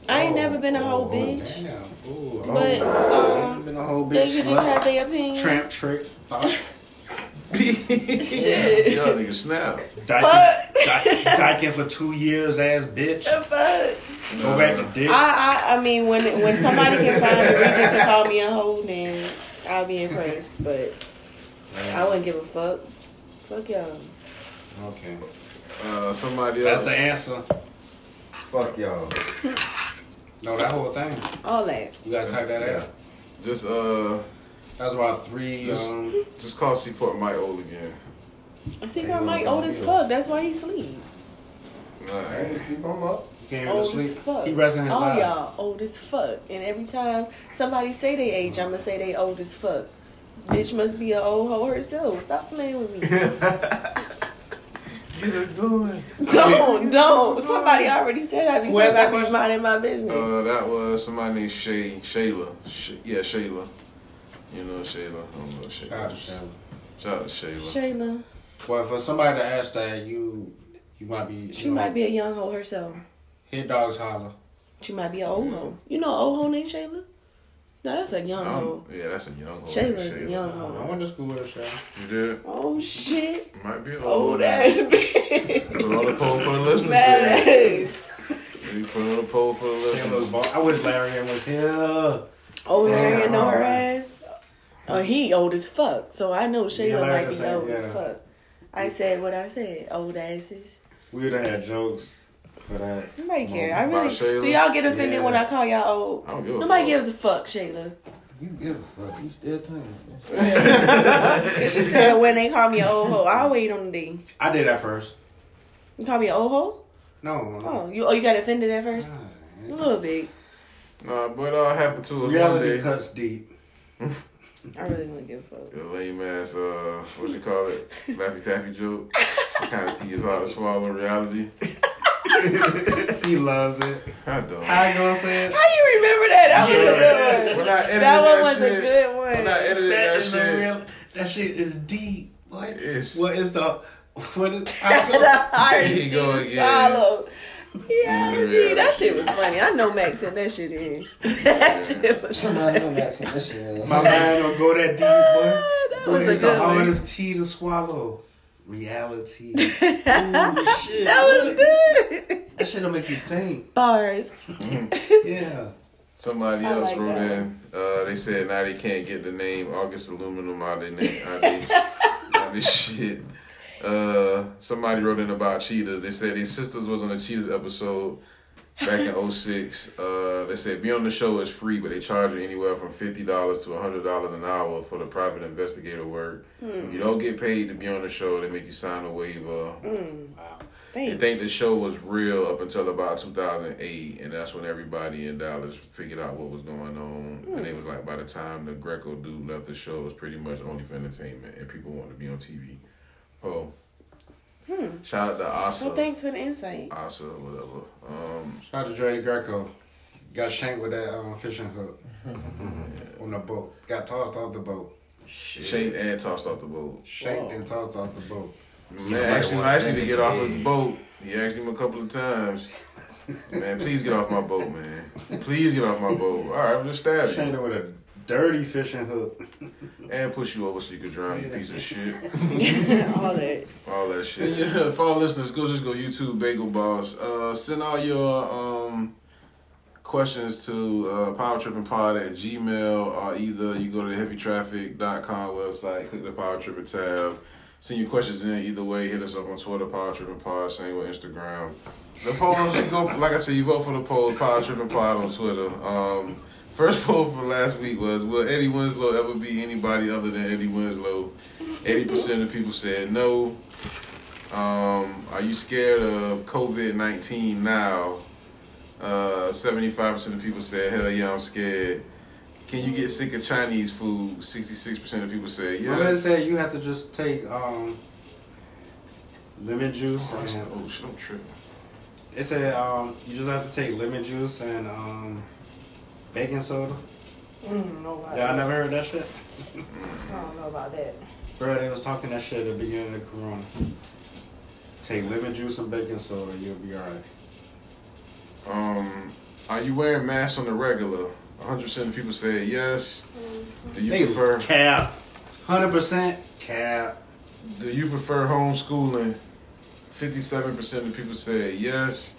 Speaker 16: I ain't never been a whole bitch. But
Speaker 1: oh,
Speaker 16: um,
Speaker 1: been a whole
Speaker 16: they
Speaker 1: bitch,
Speaker 16: could just
Speaker 1: slut,
Speaker 16: have their opinion.
Speaker 1: Tramp trick. thought.
Speaker 16: Shit.
Speaker 2: Y'all niggas snap.
Speaker 1: Dyking, dyking for two years, ass bitch. Go back to dick.
Speaker 16: I,
Speaker 7: I I mean when when somebody can find a reason to call me a hoe, then I'll be impressed. But I wouldn't give a fuck. Fuck y'all.
Speaker 1: Okay.
Speaker 2: Uh, somebody
Speaker 1: That's
Speaker 2: else.
Speaker 1: the answer.
Speaker 5: Fuck y'all.
Speaker 1: No, that whole thing.
Speaker 7: All that.
Speaker 1: You gotta type that out.
Speaker 2: Just uh.
Speaker 1: That's why three.
Speaker 2: Just,
Speaker 1: um,
Speaker 2: just call Seaport Mike old again.
Speaker 7: I see why Mike old as fuck. That's why he sleep.
Speaker 2: I ain't
Speaker 1: sleep. I'm up. You can't even
Speaker 7: Old as
Speaker 1: sleep.
Speaker 7: Oh, fuck.
Speaker 1: He resting his
Speaker 7: All
Speaker 1: eyes.
Speaker 7: y'all old as fuck. And every time somebody say they age, I'ma say they old as fuck. Bitch must be an old hoe herself. Stop playing with me.
Speaker 2: Get it going.
Speaker 7: Don't, don't. Somebody already said I be
Speaker 2: Where's
Speaker 7: saying I
Speaker 2: that
Speaker 7: be minding my business.
Speaker 2: Uh, that was somebody named Shay Shayla. Sh- yeah, Shayla. You know Shayla. I don't know Shayla.
Speaker 1: Shout out to Shayla.
Speaker 2: Shout out to Shayla.
Speaker 7: Shayla,
Speaker 1: Well, for somebody to ask that, you you might be.
Speaker 7: she might be a young hoe herself.
Speaker 1: Hit dogs holler.
Speaker 7: She might be an old hoe. You know, an old hoe named Shayla. No, that's a young hoe.
Speaker 2: Um, yeah, that's a young hoe.
Speaker 7: Shayla's a young
Speaker 1: I
Speaker 7: hoe.
Speaker 1: went to school with her. Shayla.
Speaker 2: You did?
Speaker 7: Oh shit,
Speaker 2: Might be an
Speaker 7: old ass
Speaker 2: Put on a
Speaker 7: bitch.
Speaker 2: poll for the listeners.
Speaker 7: Mad
Speaker 2: man.
Speaker 7: ass.
Speaker 2: You put on a poll for the listeners.
Speaker 1: I wish Larry was here.
Speaker 7: Old
Speaker 1: Damn.
Speaker 7: Larry know her ass. Oh, he old as fuck. So I know Shayla
Speaker 1: Yeah, Larry
Speaker 7: might be
Speaker 1: said,
Speaker 7: old as
Speaker 1: yeah.
Speaker 7: fuck. I said what I said. Old asses.
Speaker 1: We would have had jokes for that.
Speaker 7: Nobody care. I
Speaker 1: About
Speaker 7: really.
Speaker 1: Shayla?
Speaker 7: Do y'all get offended
Speaker 1: Yeah.
Speaker 7: when I call y'all old?
Speaker 1: I don't give a
Speaker 7: Nobody
Speaker 1: fuck.
Speaker 7: gives a fuck, Shayla.
Speaker 6: You give a fuck. You still talking.
Speaker 7: And she said when they call me an old hoe, I wait on the day.
Speaker 1: I did that first.
Speaker 7: You call me an old hoe?
Speaker 1: No, no.
Speaker 7: Oh, you oh you got offended at first? A little bit.
Speaker 2: Nah, but all happened to us one
Speaker 1: Reality
Speaker 2: day.
Speaker 1: cuts deep.
Speaker 7: I really wouldn't give a fuck.
Speaker 2: The lame ass, uh, what you call it? Laffy Taffy joke. kind of tea is hard to swallow in reality.
Speaker 1: he loves it.
Speaker 2: I don't.
Speaker 1: I gonna say it.
Speaker 7: How you remember that? That was a good
Speaker 2: When I edited shit,
Speaker 7: one. that one was a good one.
Speaker 2: When I edited
Speaker 1: That
Speaker 2: that,
Speaker 1: is a
Speaker 2: shit,
Speaker 1: real- that shit is deep. What?
Speaker 2: It's-
Speaker 1: what is the? What is?
Speaker 7: the heart
Speaker 2: Here
Speaker 7: is
Speaker 2: you
Speaker 7: too
Speaker 2: go again.
Speaker 7: shallow. Yeah,
Speaker 2: Yeah.
Speaker 7: gee, that shit was funny. I know Max sent that shit in. that shit was funny.
Speaker 1: My mind don't go that deep,
Speaker 7: was
Speaker 1: boy. What
Speaker 7: a
Speaker 1: is the
Speaker 7: good one.
Speaker 1: hardest tea to swallow? Reality.
Speaker 7: That was good.
Speaker 1: That shit will make you think.
Speaker 7: Bars.
Speaker 1: Yeah.
Speaker 2: Somebody
Speaker 7: I
Speaker 2: else
Speaker 7: like
Speaker 2: wrote
Speaker 7: that.
Speaker 2: in. Uh, they said now they can't get the name August Aluminum out of their name. Out they, out they shit. Uh, somebody wrote in about cheetahs. They said these sisters was on a cheetahs episode back in 06. Uh, they said be on the show is free, but they charge you anywhere from fifty dollars to hundred dollars an hour for the private investigator work.
Speaker 7: Hmm.
Speaker 2: You don't get paid to be on the show. They make you sign a waiver.
Speaker 7: Mm.
Speaker 2: You
Speaker 7: Thanks.
Speaker 2: think the show was real up until about 2008, and that's when everybody in Dallas figured out what was going on. And it was like by the time the Greco dude left the show, it was pretty much only for entertainment, and people wanted to be on TV. Oh,
Speaker 7: Hmm.
Speaker 2: shout out to Asa.
Speaker 7: Well, thanks for the insight.
Speaker 2: Asa, whatever. Um,
Speaker 1: Shout out to Dre Greco. Got shanked with that um, fishing hook on the boat. Got tossed off the boat.
Speaker 2: Shane and tossed off the boat.
Speaker 1: Shanked and tossed off the boat.
Speaker 2: Man, actually, when I asked you to get off of the boat, he asked him a couple of times. Man, please get off my boat, man. Please get off my boat. All right, I'm just stabbing.
Speaker 1: Shanked him with a dirty fishing hook.
Speaker 2: And push you over so you could drown, you piece of shit.
Speaker 7: All that.
Speaker 2: All that shit. Yeah, for all listeners, go just go YouTube Bagel Boss. Uh, send all your um, questions to uh, powertrippingpod at gmail or either you go to the heavytraffic.com website, click the Power Tripping tab. Send your questions in either way. Hit us up on Twitter, Power Tripping Pod, same with Instagram. The polls, you go, like I said, you vote for the poll, Power Tripping Pod on Twitter. Um, first poll for last week was Will Eddie Winslow ever be anybody other than Eddie Winslow? 80% of people said no. Um, are you scared of COVID 19 now? Uh, 75% of people said, hell yeah, I'm scared. Can you get sick of Chinese food? Sixty-six percent of people say
Speaker 1: My man
Speaker 2: yes.
Speaker 1: said you have to just take um, lemon juice.
Speaker 2: Oh, that's
Speaker 1: and,
Speaker 2: the- oh, shit, I'm tripping.
Speaker 1: It said um, you just have to take lemon juice and um, baking soda.
Speaker 7: I don't know about
Speaker 1: Yeah, I
Speaker 7: that.
Speaker 1: never heard that shit.
Speaker 7: I don't know about that.
Speaker 1: Bro, they was talking that shit at the beginning of the corona. Take lemon juice and baking soda, you'll be alright.
Speaker 2: Um, are you wearing masks on the regular? One hundred percent of people say yes. Do you
Speaker 1: They
Speaker 2: prefer
Speaker 1: cap? Hundred percent cap.
Speaker 2: Do you prefer homeschooling? Fifty-seven percent of people say yes.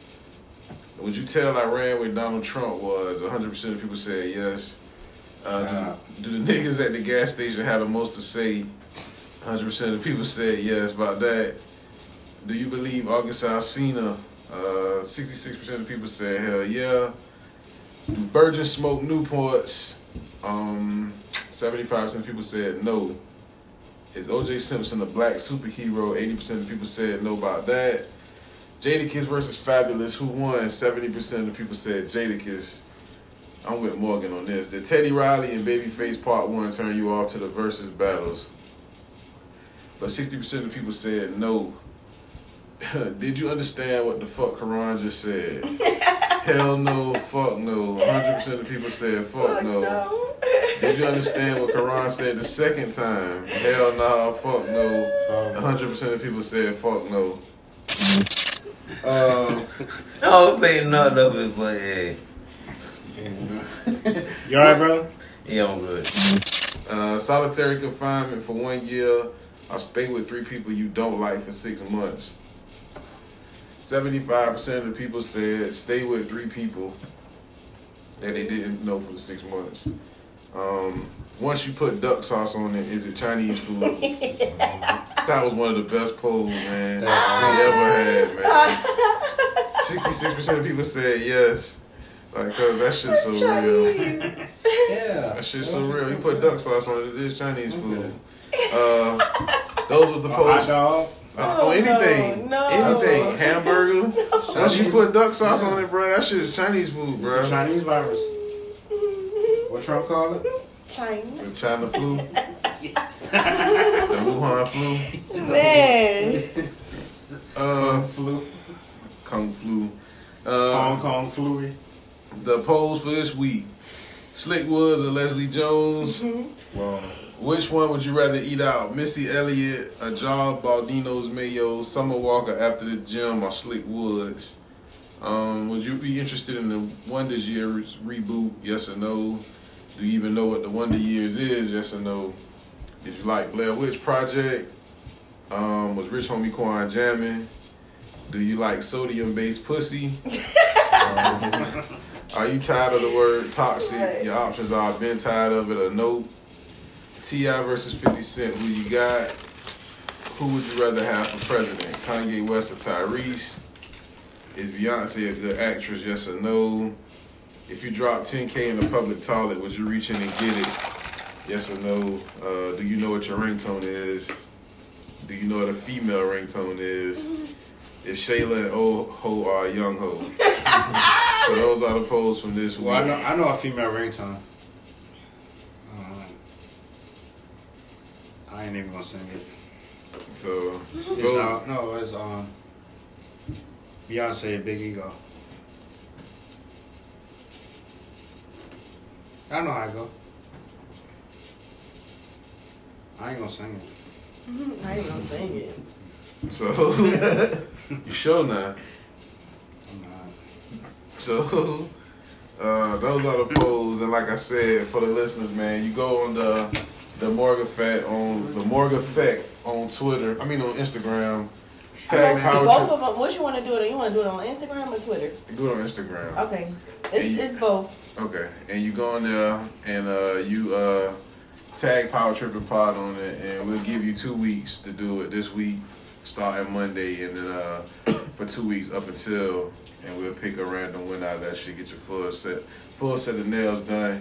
Speaker 2: Would you tell Iran where Donald Trump was? One hundred percent of people said yes. Uh, do, do the niggas at the gas station have the most to say? One hundred percent of people said yes about that. Do you believe August Alsina? Uh, Sixty-six percent of people said hell yeah. Do Virgin smoke Newports? Um, seventy-five percent of people said no. Is OJ Simpson a black superhero? Eighty percent of people said no about that. Jadakiss versus Fabulous, who won? Seventy percent of the people said Jadakiss. I'm with Morgan on this. Did Teddy Riley and Babyface Part One turn you off to the versus battles? But sixty percent of the people said no. Did you understand what the fuck Karan just said? Hell no, fuck no. 100% of the people said fuck, no. Did you understand what Karan said the second time? Hell no, fuck no. 100% of people said fuck no. Um,
Speaker 14: I was thinking nothing of it, but yeah.
Speaker 1: You alright, bro?
Speaker 14: Yeah, I'm good.
Speaker 2: Uh, solitary confinement for one year. I stay with three people you don't like for six months. Seventy-five percent of the people said stay with three people that they didn't know for the six months. Um, once you put duck sauce on it, is it Chinese food? that was one of the best polls, man, we ever had, man. Sixty-six percent of people said yes, like, cause that shit's so real.
Speaker 1: Yeah.
Speaker 2: That shit's so real. You put duck sauce on it. It is Chinese food. Uh, those was the post. Uh, oh,
Speaker 7: Oh,
Speaker 2: anything,
Speaker 7: no, no.
Speaker 2: anything, hamburger. Once you
Speaker 1: Chinese-
Speaker 2: put duck sauce on it, bro, that shit is Chinese food, bro.
Speaker 1: Chinese virus. What Trump call it?
Speaker 7: China.
Speaker 2: The China flu. the Wuhan flu.
Speaker 7: Man.
Speaker 2: Uh, flu. Kung flu. Uh,
Speaker 1: Hong Kong flu.
Speaker 2: The polls for this week: Slick Woods or Leslie Jones? Well, which one would you rather eat out? Missy Elliott, a job, Baldino's Mayo, Summer Walker after the gym, or Slick Woods? Um, would you be interested in the Wonder Years reboot? Yes or no? Do you even know what the Wonder Years is? Yes or no? Did you like Blair Witch Project? Um, was Rich Homie Quan jamming? Do you like sodium-based pussy? Um, are you tired of the word toxic? Your options are been tired of it or no. Ti versus Fifty Cent. Who you got? Who would you rather have for president? Kanye West or Tyrese? Is Beyonce a good actress? Yes or no? If you drop 10k in the public toilet, would you reach in and get it? Yes or no? Uh, do you know what your ringtone is? Do you know what a female ringtone is? Is Shayla an old ho or a young ho? so those are the polls from this week.
Speaker 1: Well, I know I know a female ringtone. Um, I ain't even gonna sing it.
Speaker 2: So
Speaker 1: it's, uh, no, it's um Beyonce, Big Ego. I know how I go. I ain't gonna sing it.
Speaker 7: I ain't gonna sing it.
Speaker 2: So you sure now? So uh, those are the polls, and like I said, for the listeners, man, you go on the the Morgan Fat on the Morgan Fact on Twitter. I mean on Instagram. Tag
Speaker 7: Okay, both
Speaker 2: Power
Speaker 7: of them. What you want to do? it on? You want to do it on Instagram or Twitter?
Speaker 2: Trip. Do it on Instagram.
Speaker 7: Okay, it's, it's both.
Speaker 2: Okay, and you go on there and uh, you uh, tag Power Tripping Pod on it, and we'll give you two weeks to do it. This week, starting Monday, and then uh, for two weeks up until, and we'll pick a random winner out of that shit. Get your full set, full set of nails done.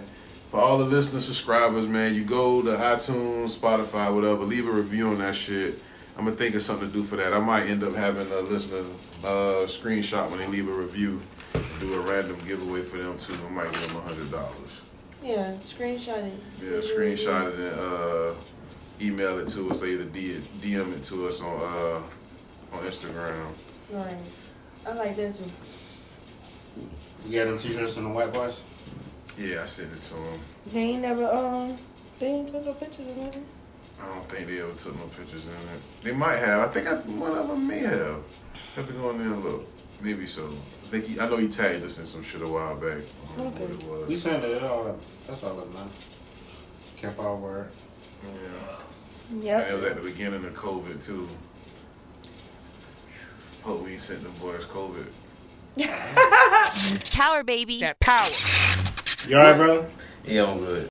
Speaker 2: For all the listeners, subscribers, man, you go to iTunes, Spotify, whatever. Leave a review on that shit. I'm gonna think of something to do for that. I might end up having a listener uh, screenshot when they leave a review do a random giveaway for them too. I might give them a hundred dollars.
Speaker 7: Yeah, screenshot it.
Speaker 2: Yeah, screenshot it and uh, email it to us. Or either D- DM it to us on uh, on Instagram.
Speaker 7: Right. I like that too.
Speaker 1: You got them t-shirts and the white boys?
Speaker 2: Yeah, I sent it to them.
Speaker 7: They ain't never um they ain't took no pictures of nothing.
Speaker 2: I don't think they ever took no pictures in it. They might have. I think I, one of them may have. Have to go in there and look. Maybe so. I think he, I know he tagged us in some shit a while back. I don't know what it was.
Speaker 1: You send it all. That's all that matters. Kept our word.
Speaker 2: Yeah.
Speaker 7: Yep.
Speaker 2: And it was at the beginning of COVID too. Hope we ain't sent them boys COVID.
Speaker 13: Power, baby.
Speaker 9: That power.
Speaker 1: You all right, brother?
Speaker 14: Yeah, I'm good.